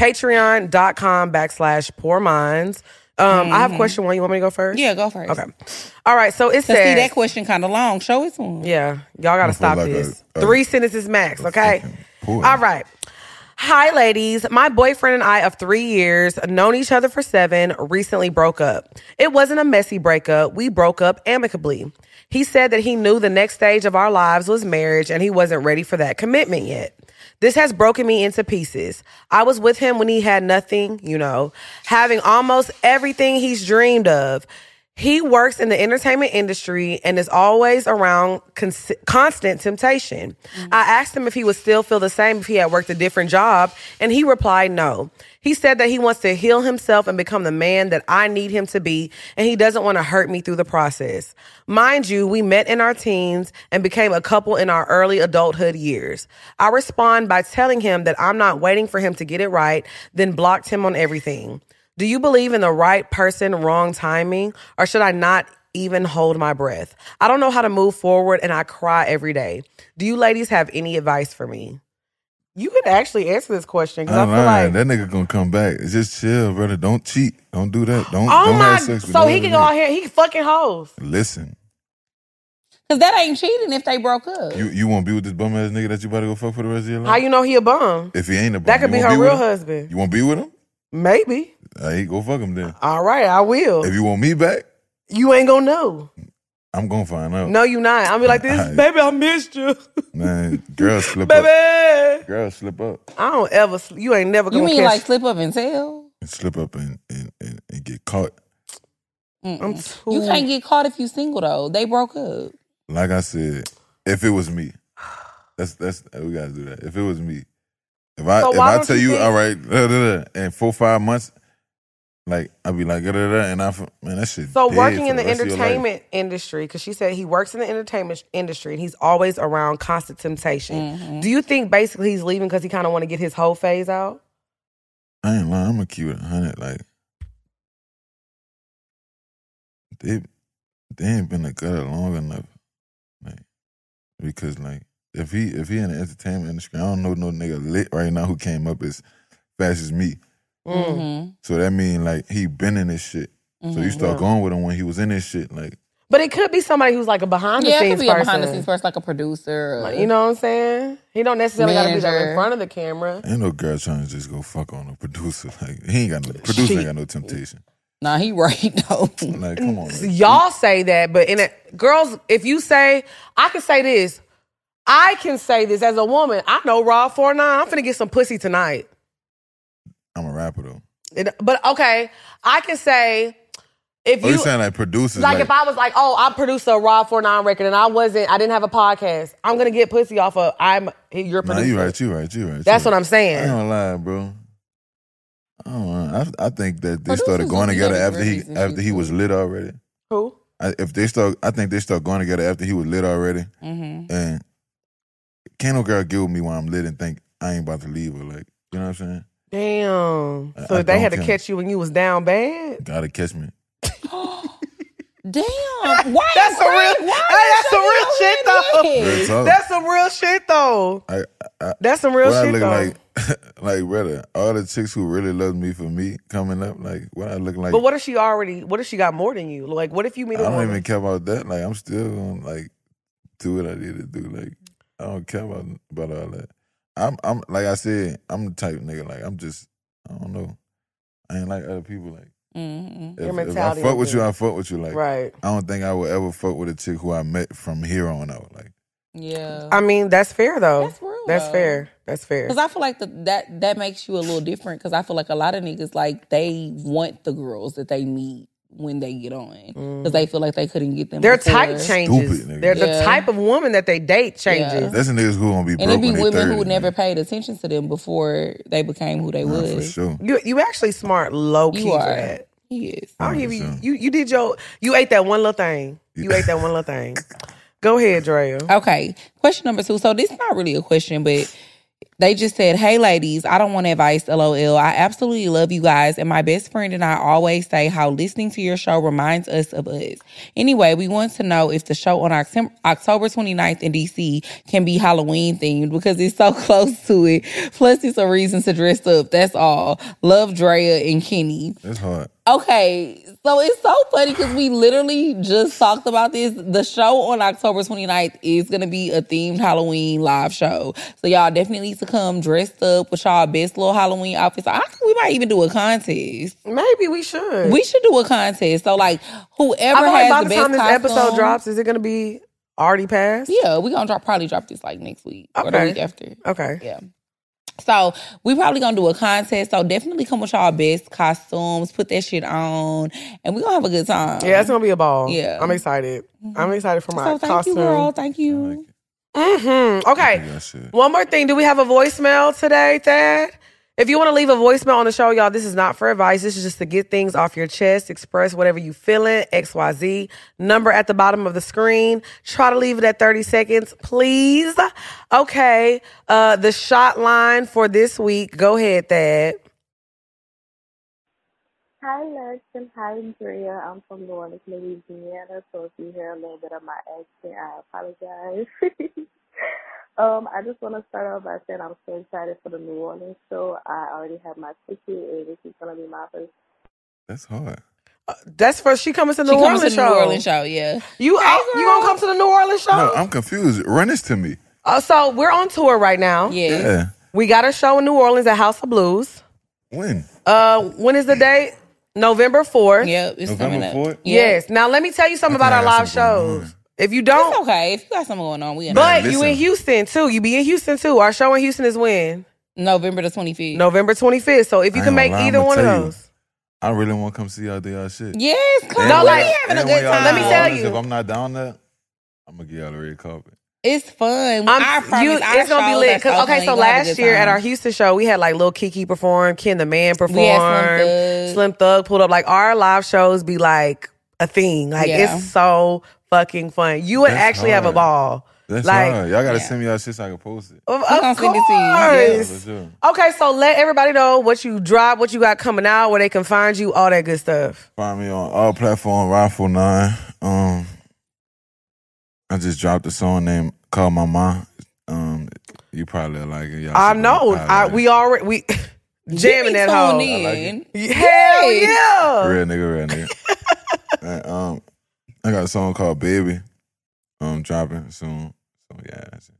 Speaker 1: patreon.com backslash poor minds. Um, I have question one. You want me to go first?
Speaker 2: Mm-hmm. yeah, go first.
Speaker 1: Okay. All right. So it
Speaker 2: So see
Speaker 1: says,
Speaker 2: that question kind of long. Show it to him.
Speaker 1: yeah, y'all got to
Speaker 3: feel
Speaker 1: stop
Speaker 3: like
Speaker 1: this.
Speaker 3: a- a-
Speaker 1: Three sentences max. Okay.
Speaker 3: fucking poor.
Speaker 1: All right. Hi, ladies. My boyfriend and I, of three years, known each other for seven, recently broke up. It wasn't a messy breakup. We broke up amicably. He said that he knew the next stage of our lives was marriage and he wasn't ready for that commitment yet. This has broken me into pieces. I was with him when he had nothing, you know, having almost everything he's dreamed of. He works in the entertainment industry and is always around cons- constant temptation. I asked him if he would still feel the same if he had worked a different job, and he replied no. He said that he wants to heal himself and become the man that I need him to be, and he doesn't want to hurt me through the process. Mind you, we met in our teens and became a couple in our early adulthood years. I respond by telling him that I'm not waiting for him to get it right, then blocked him on everything. Do you believe in the right person, wrong timing, or should I not even hold my breath? I don't know how to move forward and I cry every day. Do you ladies have any advice for me? You could actually answer this question because I,
Speaker 3: I'm
Speaker 1: feel like.
Speaker 3: lying. that nigga gonna come back. It's just chill, brother. Don't cheat. Don't do that. Don't.
Speaker 1: Oh
Speaker 3: don't
Speaker 1: my!
Speaker 3: Have sex with
Speaker 1: so he
Speaker 3: nobody.
Speaker 1: can go out here. He fucking hoes.
Speaker 3: Listen,
Speaker 2: Cause that ain't cheating if they broke up.
Speaker 3: you you won't be with this bum ass nigga that you about to go fuck for the rest of your life.
Speaker 1: How you know he a bum?
Speaker 3: if he ain't a bum,
Speaker 1: That could
Speaker 3: you
Speaker 1: be
Speaker 3: won't
Speaker 1: her
Speaker 3: with
Speaker 1: real
Speaker 3: him?
Speaker 1: husband.
Speaker 3: You won't be with him?
Speaker 1: Maybe.
Speaker 3: Hey, go fuck him then.
Speaker 1: All right, I will.
Speaker 3: If you want me back,
Speaker 1: You ain't gonna know.
Speaker 3: I'm gonna find out.
Speaker 1: No, you not. I'll be like this,
Speaker 3: Alright.
Speaker 1: baby. I missed you,
Speaker 3: Man,
Speaker 1: [laughs]
Speaker 3: girls slip
Speaker 1: baby.
Speaker 3: up.
Speaker 1: I
Speaker 3: Girls slip up.
Speaker 1: don't ever. sl- You ain't never
Speaker 2: You
Speaker 1: gonna
Speaker 2: mean
Speaker 1: catch.
Speaker 2: like slip up and tell?
Speaker 3: And slip up and, and, and, and get caught.
Speaker 1: I'm
Speaker 2: Mm-mm.
Speaker 1: too.
Speaker 2: You can't get caught if you single though. They broke up.
Speaker 3: Like I said, if it was me, that's that's we gotta do that. If it was me, if I
Speaker 1: So
Speaker 3: if
Speaker 1: why
Speaker 3: I
Speaker 1: don't
Speaker 3: tell
Speaker 1: you
Speaker 3: you,
Speaker 1: think-
Speaker 3: all right, da, da, da, in four five months, like I'll be like da, da, da, and I f- man that shit.
Speaker 1: So
Speaker 3: dead
Speaker 1: working
Speaker 3: for
Speaker 1: in the
Speaker 3: rest of your life.
Speaker 1: entertainment industry, because she said he works in the entertainment industry and he's always around constant temptation.
Speaker 2: Mm-hmm. Mm.
Speaker 1: Do you think basically he's leaving because he kind of want to get his whole phase out?
Speaker 3: I ain't lying. I'm a cute hundred. Like they they ain't been together long enough. Like because like if he if he in the entertainment industry, I don't know no nigga lit right now who came up as fast as me.
Speaker 1: Mm.
Speaker 2: Mm-hmm.
Speaker 3: So that mean like he been in this shit. So
Speaker 1: Mm-hmm,
Speaker 3: you start going with him when he was in this shit. Like
Speaker 1: But it could be somebody who's like a behind the
Speaker 2: Yeah, it
Speaker 1: scenes
Speaker 2: could be a
Speaker 1: person.
Speaker 2: behind the scenes person, like a producer. Or,
Speaker 1: Like, you know what I'm saying? He don't necessarily got to be there in
Speaker 2: Manager.
Speaker 1: front of the camera.
Speaker 3: ain't no girl trying to just go fuck on a producer. [laughs] Like he ain't got no producer ain't got no temptation.
Speaker 2: Nah, he [laughs] right
Speaker 1: [laughs]
Speaker 2: though.
Speaker 3: Like come on. man.
Speaker 1: Y'all say that, but in a, girls, if you say, I can say this, I can say this as a woman. I know Raw 49. I'm finna get some pussy tonight.
Speaker 3: I'm a rapper though.
Speaker 1: It- but okay, I can say if
Speaker 3: Oh,
Speaker 1: you
Speaker 3: you saying like producers?
Speaker 1: like,
Speaker 3: Like,
Speaker 1: if I was like, oh, I produced a Raw 49 record and I wasn't, I didn't have a podcast. I'm gonna get pussy off of I'm your
Speaker 3: nah,
Speaker 1: producer.
Speaker 3: you right, you right, you right. you
Speaker 1: That's what
Speaker 3: right.
Speaker 1: I'm saying.
Speaker 3: I ain't gonna lie, bro. I don't know. I, I think that
Speaker 1: Oh,
Speaker 3: they
Speaker 2: Producers
Speaker 3: started going
Speaker 2: would be
Speaker 3: together
Speaker 2: having
Speaker 3: after he
Speaker 2: birthdays and
Speaker 3: after
Speaker 2: shit,
Speaker 3: he was
Speaker 2: too.
Speaker 3: lit already.
Speaker 1: Who?
Speaker 3: I, if they start, I think they start going together after he was lit already.
Speaker 2: Mm-hmm.
Speaker 3: And can't no girl get with me when I'm lit and think I ain't about to leave her. Like you know what I'm saying?
Speaker 1: Damn.
Speaker 3: I-
Speaker 1: So
Speaker 3: I
Speaker 1: they
Speaker 3: don't
Speaker 1: had to
Speaker 3: care.
Speaker 1: catch you when you was down
Speaker 3: [laughs]
Speaker 1: bad.
Speaker 3: Gotta catch me.
Speaker 2: Damn. Why?
Speaker 1: That's a
Speaker 2: why-
Speaker 1: real-
Speaker 2: why
Speaker 1: Hey, that's
Speaker 2: is
Speaker 1: some real
Speaker 2: your
Speaker 1: shit,
Speaker 2: girl lit?
Speaker 1: though.
Speaker 3: Real talk.
Speaker 1: That's some real shit though.
Speaker 3: I, I,
Speaker 1: That's some real
Speaker 3: Oh. what I
Speaker 1: shit
Speaker 3: look
Speaker 1: though.
Speaker 3: like, like [laughs] brother, all the chicks who really loved me for me coming up, like what I look like.
Speaker 1: but what if she already? What if she got more than you? Like, what if you meet
Speaker 3: I
Speaker 1: a
Speaker 3: don't
Speaker 1: woman?
Speaker 3: even care about that. Like I'm still gonna like do what I need to do. Like I don't care about about all that. I'm I'm like I said, I'm the type of nigga. Like I'm just I don't know. I ain't like other people. Like
Speaker 2: Mhm.
Speaker 3: if,
Speaker 1: Your
Speaker 3: if I
Speaker 1: mentality
Speaker 3: fuck
Speaker 1: is
Speaker 3: with you,
Speaker 1: good.
Speaker 3: I fuck with you. Like
Speaker 1: right.
Speaker 3: I don't think I will ever fuck with a chick who I met from here on out. Like
Speaker 2: Yeah.
Speaker 1: I mean, that's fair though.
Speaker 2: That's real,
Speaker 1: Oh, That's
Speaker 2: though.
Speaker 1: fair. That's fair.
Speaker 2: Because I feel like the, that that makes you a little different. Because I feel like a lot of niggas like they want the girls that they meet when they get on because
Speaker 1: Mm.
Speaker 2: they feel like they couldn't get them.
Speaker 1: Their
Speaker 2: before.
Speaker 1: type changes.
Speaker 3: Stupid, nigga.
Speaker 1: They're
Speaker 2: Yeah.
Speaker 1: the type of woman that they date changes.
Speaker 3: that's the niggas who gonna be broke
Speaker 2: and it'd be
Speaker 3: when they
Speaker 2: women
Speaker 3: 30,
Speaker 2: who never
Speaker 3: man.
Speaker 2: paid attention to them before they became who they
Speaker 3: Nah,
Speaker 2: was.
Speaker 3: for sure.
Speaker 1: You you actually smart low key
Speaker 2: You
Speaker 1: for
Speaker 2: are.
Speaker 1: that.
Speaker 2: He is.
Speaker 1: I'll give you
Speaker 3: 100%.
Speaker 1: you you did your you ate that one little thing. You ate that one little thing. Go ahead, Drea.
Speaker 2: Okay. Question number two. So this is not really a question, but they just said, Hey ladies, I don't want advice, LOL. I absolutely love you guys. And my best friend and I always say how listening to your show reminds us of us. Anyway, we want to know if the show on Oct- October 29th in DC can be Halloween themed because it's so [laughs] close to it. Plus, it's a reason to dress up. That's all. Love Drea and Kenny.
Speaker 3: That's hard.
Speaker 2: Okay, so it's so funny because we literally just talked about this. The show on October 29th is going to be a themed Halloween live show. So y'all definitely need to come dressed up with y'all best little Halloween outfits. I think we might even do a contest.
Speaker 1: Maybe we should.
Speaker 2: We should do a contest. So like
Speaker 1: I
Speaker 2: whoever
Speaker 1: feel like
Speaker 2: has
Speaker 1: by
Speaker 2: the
Speaker 1: the
Speaker 2: best
Speaker 1: time this episode
Speaker 2: costume-
Speaker 1: drops, is it gonna be already past?
Speaker 2: yeah, we gonna drop probably drop this like next week or the
Speaker 1: Okay.
Speaker 2: week after.
Speaker 1: Okay.
Speaker 2: Yeah. So we probably gonna do a contest. So definitely come with y'all best costumes, put that shit on, and we gonna have a good time.
Speaker 1: Yeah, it's gonna be a ball.
Speaker 2: Yeah. Mm-hmm.
Speaker 1: I'm excited. I'm excited for my
Speaker 2: So thank
Speaker 1: costume.
Speaker 2: you, girl. Thank you.
Speaker 1: Mm-hmm. Okay.
Speaker 3: Yeah, shit.
Speaker 1: One more thing. Do we have a voicemail today, Thad? If you want to leave a voicemail on the show, y'all, this is not for advice. This is just to get things off your chest, express whatever you feeling, XYZ. Number at the bottom of the screen. Try to leave it at 30 seconds, please. Okay. Uh, the shot line for this week. Go ahead, Thad.
Speaker 5: Hi, Larson. Hi, Andrea. I'm from New Orleans, Louisiana. So if you hear a little bit of my accent, I apologize. um, I just want to start off by saying I'm so excited for the New Orleans show. I already have my ticket, and this is going to be my first
Speaker 3: That's hard.
Speaker 1: That's for she coming to the
Speaker 2: she
Speaker 1: New
Speaker 2: comes
Speaker 1: Orleans
Speaker 2: to the
Speaker 1: show.
Speaker 2: New Orleans show. Yeah.
Speaker 1: You oh, you gonna come to the New Orleans show?
Speaker 3: No, I'm confused. Run this to me.
Speaker 1: Uh, so we're on tour right now.
Speaker 2: Yeah.
Speaker 3: Yeah.
Speaker 1: We got a show in New Orleans at House of Blues.
Speaker 3: When?
Speaker 1: Uh, when is the date? November 4th.
Speaker 2: Yep. It's
Speaker 3: November
Speaker 2: coming up.
Speaker 3: 4th?
Speaker 2: Yeah.
Speaker 1: Yes. Now let me tell you something
Speaker 3: I
Speaker 1: about our
Speaker 3: think I got
Speaker 1: live
Speaker 3: something going
Speaker 1: shows. If you don't,
Speaker 2: It's okay. If you got something going on, we in
Speaker 1: but
Speaker 3: Man,
Speaker 1: you
Speaker 3: listen.
Speaker 1: in Houston too. You be in Houston too. Our show in Houston is when
Speaker 2: November the twenty fifth.
Speaker 1: November 25th. So if you
Speaker 3: I
Speaker 1: can
Speaker 3: ain't
Speaker 1: make
Speaker 3: gonna lie,
Speaker 1: either
Speaker 3: I'ma
Speaker 1: one of
Speaker 3: tell you.
Speaker 1: those.
Speaker 3: I really want to come see y'all do y'all shit.
Speaker 2: Yes, come
Speaker 1: No,
Speaker 2: on.
Speaker 1: like-
Speaker 2: we having a
Speaker 3: and when
Speaker 2: good
Speaker 3: y'all
Speaker 2: time.
Speaker 1: Let me
Speaker 3: do
Speaker 1: tell
Speaker 3: all this,
Speaker 1: you.
Speaker 3: If I'm not down there, I'm gonna get y'all the red carpet.
Speaker 2: It's fun. I
Speaker 1: I'm,
Speaker 2: promise.
Speaker 1: you,
Speaker 2: our
Speaker 1: it's gonna be
Speaker 2: shows
Speaker 1: lit.
Speaker 2: are so
Speaker 1: 'Cause-
Speaker 2: fun.
Speaker 1: okay,
Speaker 2: You
Speaker 1: so
Speaker 2: gonna have a
Speaker 1: last
Speaker 2: good
Speaker 1: year at
Speaker 2: time.
Speaker 1: our Houston show, we had like Lil Kiki perform, Ken the Man perform,
Speaker 2: Slim Thug.
Speaker 1: Slim Thug pulled up. Like our live shows be like a thing. Like
Speaker 2: Yeah.
Speaker 1: it's so fucking fun. You would
Speaker 3: That's
Speaker 1: actually have a
Speaker 3: hard.
Speaker 1: ball.
Speaker 3: That's
Speaker 1: Like-
Speaker 3: hard. Y'all gotta
Speaker 2: Yeah.
Speaker 3: send me y'all shit so I can post it.
Speaker 1: Of,
Speaker 2: gonna
Speaker 1: of
Speaker 2: send it to you. Yeah.
Speaker 3: Yeah,
Speaker 1: course.
Speaker 3: for sure.
Speaker 1: Okay, so let everybody know what you drop, what you got coming out, where they can find you, all that good stuff.
Speaker 3: Find me on all platform Rifle Nine. Um, I just dropped a song named "Call My Mom." Um, you probably like it. Y'all
Speaker 1: I
Speaker 3: should
Speaker 1: know.
Speaker 3: probably
Speaker 1: I,
Speaker 3: like it.
Speaker 1: we already we [laughs] jamming
Speaker 2: You be
Speaker 1: that hoe.
Speaker 2: tuned
Speaker 3: I like
Speaker 2: in.
Speaker 1: Yeah, Hell yeah!
Speaker 3: real nigga, real nigga.
Speaker 1: [laughs]
Speaker 3: and, um, I got a song called "Baby." Um, dropping soon. So yeah, that's it.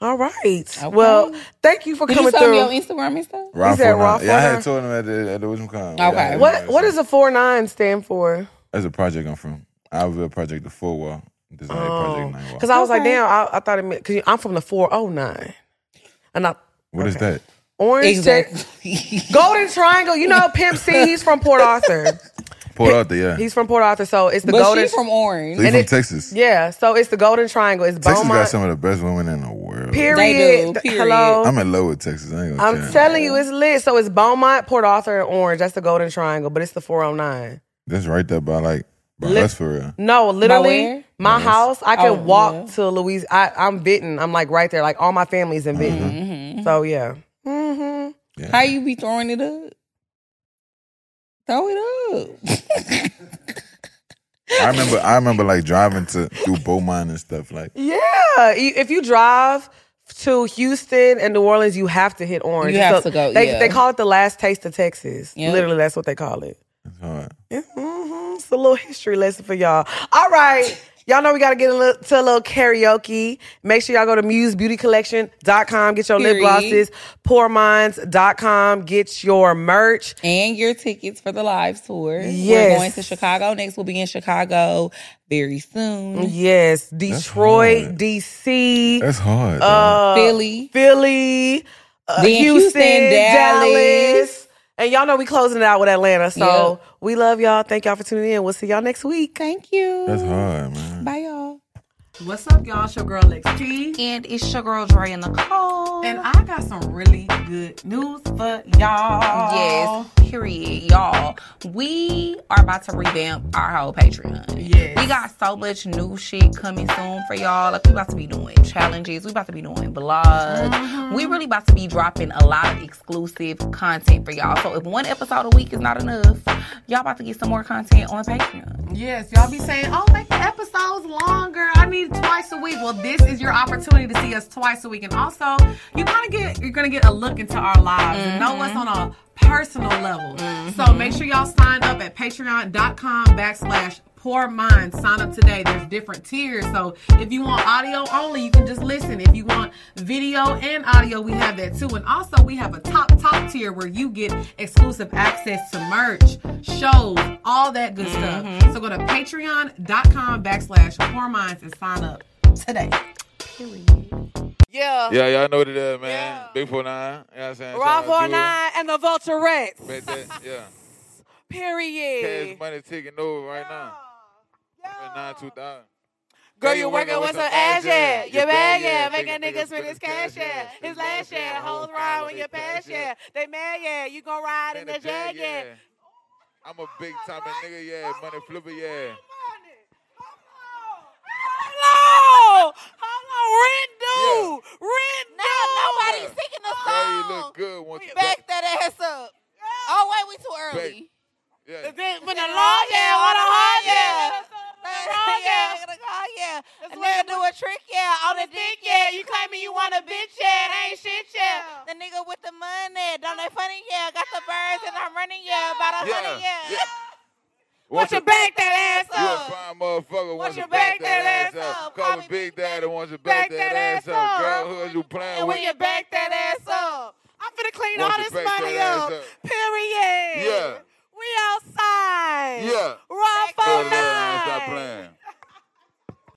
Speaker 1: All right. Well, thank you for
Speaker 2: Did you
Speaker 1: coming
Speaker 2: tell me
Speaker 1: through.
Speaker 2: on Instagram and stuff?
Speaker 3: Rifle
Speaker 1: said
Speaker 3: Nine.
Speaker 1: Rifle
Speaker 3: Yeah, I
Speaker 1: Nine?
Speaker 3: had told him at the at the Wisdom Con. Yeah, I
Speaker 2: Okay.
Speaker 3: had
Speaker 1: what
Speaker 3: told him.
Speaker 1: what does a four nine stand for?
Speaker 3: That's a project I'm from. I was a project the four wall. This is a
Speaker 1: Oh,
Speaker 3: project nine
Speaker 1: because
Speaker 3: wall.
Speaker 1: I was like,
Speaker 2: Okay.
Speaker 1: damn, I, I thought it meant because I'm from the four oh nine, and I
Speaker 3: What is that?
Speaker 1: orange Tech- golden triangle. You know, Pimp C, he's from Port Arthur.
Speaker 3: Pull out the yeah.
Speaker 1: He's from Port Arthur, so it's [laughs] the
Speaker 2: but
Speaker 1: golden.
Speaker 2: she's from Orange.
Speaker 3: So you
Speaker 1: and
Speaker 3: from
Speaker 1: it-
Speaker 3: Texas?
Speaker 1: yeah, so it's the golden triangle. It's
Speaker 3: Texas
Speaker 1: Beaumont.
Speaker 3: got some of the best women in the world. love it.
Speaker 1: Period.
Speaker 2: do, period.
Speaker 1: Hello.
Speaker 3: I'm in love with Texas. I ain't gonna
Speaker 1: I'm
Speaker 3: cap.
Speaker 1: telling you, it's lit. So it's Beaumont, Port Arthur, and Orange. That's the Golden Triangle, but it's the 409.
Speaker 3: That's right there by like by
Speaker 1: Lit-
Speaker 3: us for real.
Speaker 1: No, literally,
Speaker 2: where?
Speaker 1: my
Speaker 3: Yes.
Speaker 1: house. I can
Speaker 2: Oh,
Speaker 1: walk
Speaker 2: yeah.
Speaker 1: to Louise. I, I'm Benton. I'm like right there. Like all my family's in Benton.
Speaker 2: Mhm.
Speaker 1: So yeah. hmm
Speaker 3: Yeah.
Speaker 2: How you be throwing it up? Throw it up. [laughs]
Speaker 3: I remember I remember like driving to through Beaumont and stuff like
Speaker 1: Yeah. You- If you drive to Houston and New Orleans, you have to hit Orange.
Speaker 2: You
Speaker 1: It's
Speaker 2: have
Speaker 1: a-
Speaker 2: to go,
Speaker 1: They
Speaker 2: yeah.
Speaker 1: they call it the last taste of Texas.
Speaker 2: Yep.
Speaker 1: Literally, that's what they call it.
Speaker 3: it's hard.
Speaker 1: hmm It's a little history lesson for y'all. All right. Y'all know we got to get a little, to a little karaoke. Make sure y'all go to musebeautycollection.com. Get your lip
Speaker 2: Period.
Speaker 1: glosses. Pourminds.com. Get your merch.
Speaker 2: and your tickets for the live tour.
Speaker 1: Yes.
Speaker 2: We're going to Chicago next. We'll be in Chicago very soon.
Speaker 1: Yes. Detroit,
Speaker 3: hard.
Speaker 1: D.C.,
Speaker 3: That's hard. though.
Speaker 1: uh,
Speaker 2: Philly.
Speaker 1: Philly, uh,
Speaker 2: Then
Speaker 1: Houston,
Speaker 2: Houston,
Speaker 1: Dallas.
Speaker 2: Dallas.
Speaker 1: And y'all know we closing it out with Atlanta. So
Speaker 2: Yep.
Speaker 1: we love y'all. Thank y'all for tuning in. We'll see y'all next week.
Speaker 2: Thank you.
Speaker 3: That's hard, man.
Speaker 2: Bye, y'all.
Speaker 1: What's up, y'all? It's your girl, Lex T.
Speaker 4: And it's your girl Dre and Nicole.
Speaker 1: And I got some really good news for y'all.
Speaker 2: Yes, period, y'all. We are about to revamp our whole Patreon.
Speaker 1: Yes.
Speaker 2: We got so much new shit coming soon for y'all. Like, we about to be doing challenges. We about to be doing vlogs.
Speaker 1: Mm-hmm.
Speaker 2: We really about to be dropping a lot of exclusive content for y'all. So if one episode a week is not enough, y'all about to get some more content on Patreon.
Speaker 1: Yes, y'all be saying, oh, make the episodes longer. I need twice a week. Well, this is your opportunity to see us twice a week. And also, you kind of get, you're going to get a look into our lives and know what's on a personal level. So make sure y'all sign up at patreon.com backslash poor mind. Sign up today. There's different tiers. So if you want audio only, you can just listen. If you want video and audio, we have that too. And also, we have a top, top tier where you get exclusive access to merch, shows, all that good
Speaker 6: Mm-hmm.
Speaker 1: stuff. So go to patreon.com backslash poor minds and sign up today. Yeah.
Speaker 6: Yeah, y'all know what it is, man. Big 49, you know what I'm saying?
Speaker 1: Raw
Speaker 6: Shout out
Speaker 1: 49
Speaker 6: to
Speaker 1: and the Vulturettes.
Speaker 6: it. Bet that, yeah. Cash
Speaker 1: Period.
Speaker 6: money taking over right now.
Speaker 1: Yeah.
Speaker 6: Nine two thousand.
Speaker 1: Girl, you working with some ass yeah.
Speaker 6: You
Speaker 1: You're bad
Speaker 6: bad, yeah.
Speaker 1: yeah. Making niggas spend his cash yeah. His last yeah. Hoes ride when you're past yeah. They mad yeah. You gon' ride in the jag yeah.
Speaker 6: I'm a big time nigga, yeah. Money flipper, yeah.
Speaker 1: Hello! Hello! Rent due! Rent due!
Speaker 6: nobody singing the Yeah, you look good once you back.
Speaker 7: that ass up. Oh wait, we too early.
Speaker 6: Back. Yeah.
Speaker 1: When the law yeah, or the hard yeah.
Speaker 7: Oh [laughs] yeah, gonna go, yeah. A nigga do a trick, yeah. On the dick, yeah. You claiming you want a bitch, yeah. It ain't shit, yeah. The nigga with the money, don't they funny, yeah. Got the birds and I'm running, yeah. About a
Speaker 6: Yeah.
Speaker 7: honey, yeah.
Speaker 6: Once you
Speaker 1: Back that ass
Speaker 6: You
Speaker 1: up.
Speaker 6: a fine motherfucker. Once you
Speaker 7: you back
Speaker 6: back that
Speaker 7: that
Speaker 6: ass
Speaker 7: ass
Speaker 6: up.
Speaker 7: up.
Speaker 6: Call
Speaker 7: Call
Speaker 6: me
Speaker 7: me
Speaker 6: Big Daddy once you back that ass up. Girl, who is you playing
Speaker 7: And
Speaker 6: with?
Speaker 7: when you back that ass up,
Speaker 1: I'm finna clean
Speaker 6: Once
Speaker 1: all
Speaker 6: you
Speaker 1: this
Speaker 6: back
Speaker 1: money
Speaker 6: that ass
Speaker 1: up.
Speaker 6: up.
Speaker 1: Period.
Speaker 6: Yeah.
Speaker 1: We outside.
Speaker 6: Yeah.
Speaker 1: Raw
Speaker 6: Go
Speaker 1: phone
Speaker 6: ahead, man. Stop
Speaker 1: nine.
Speaker 6: playing.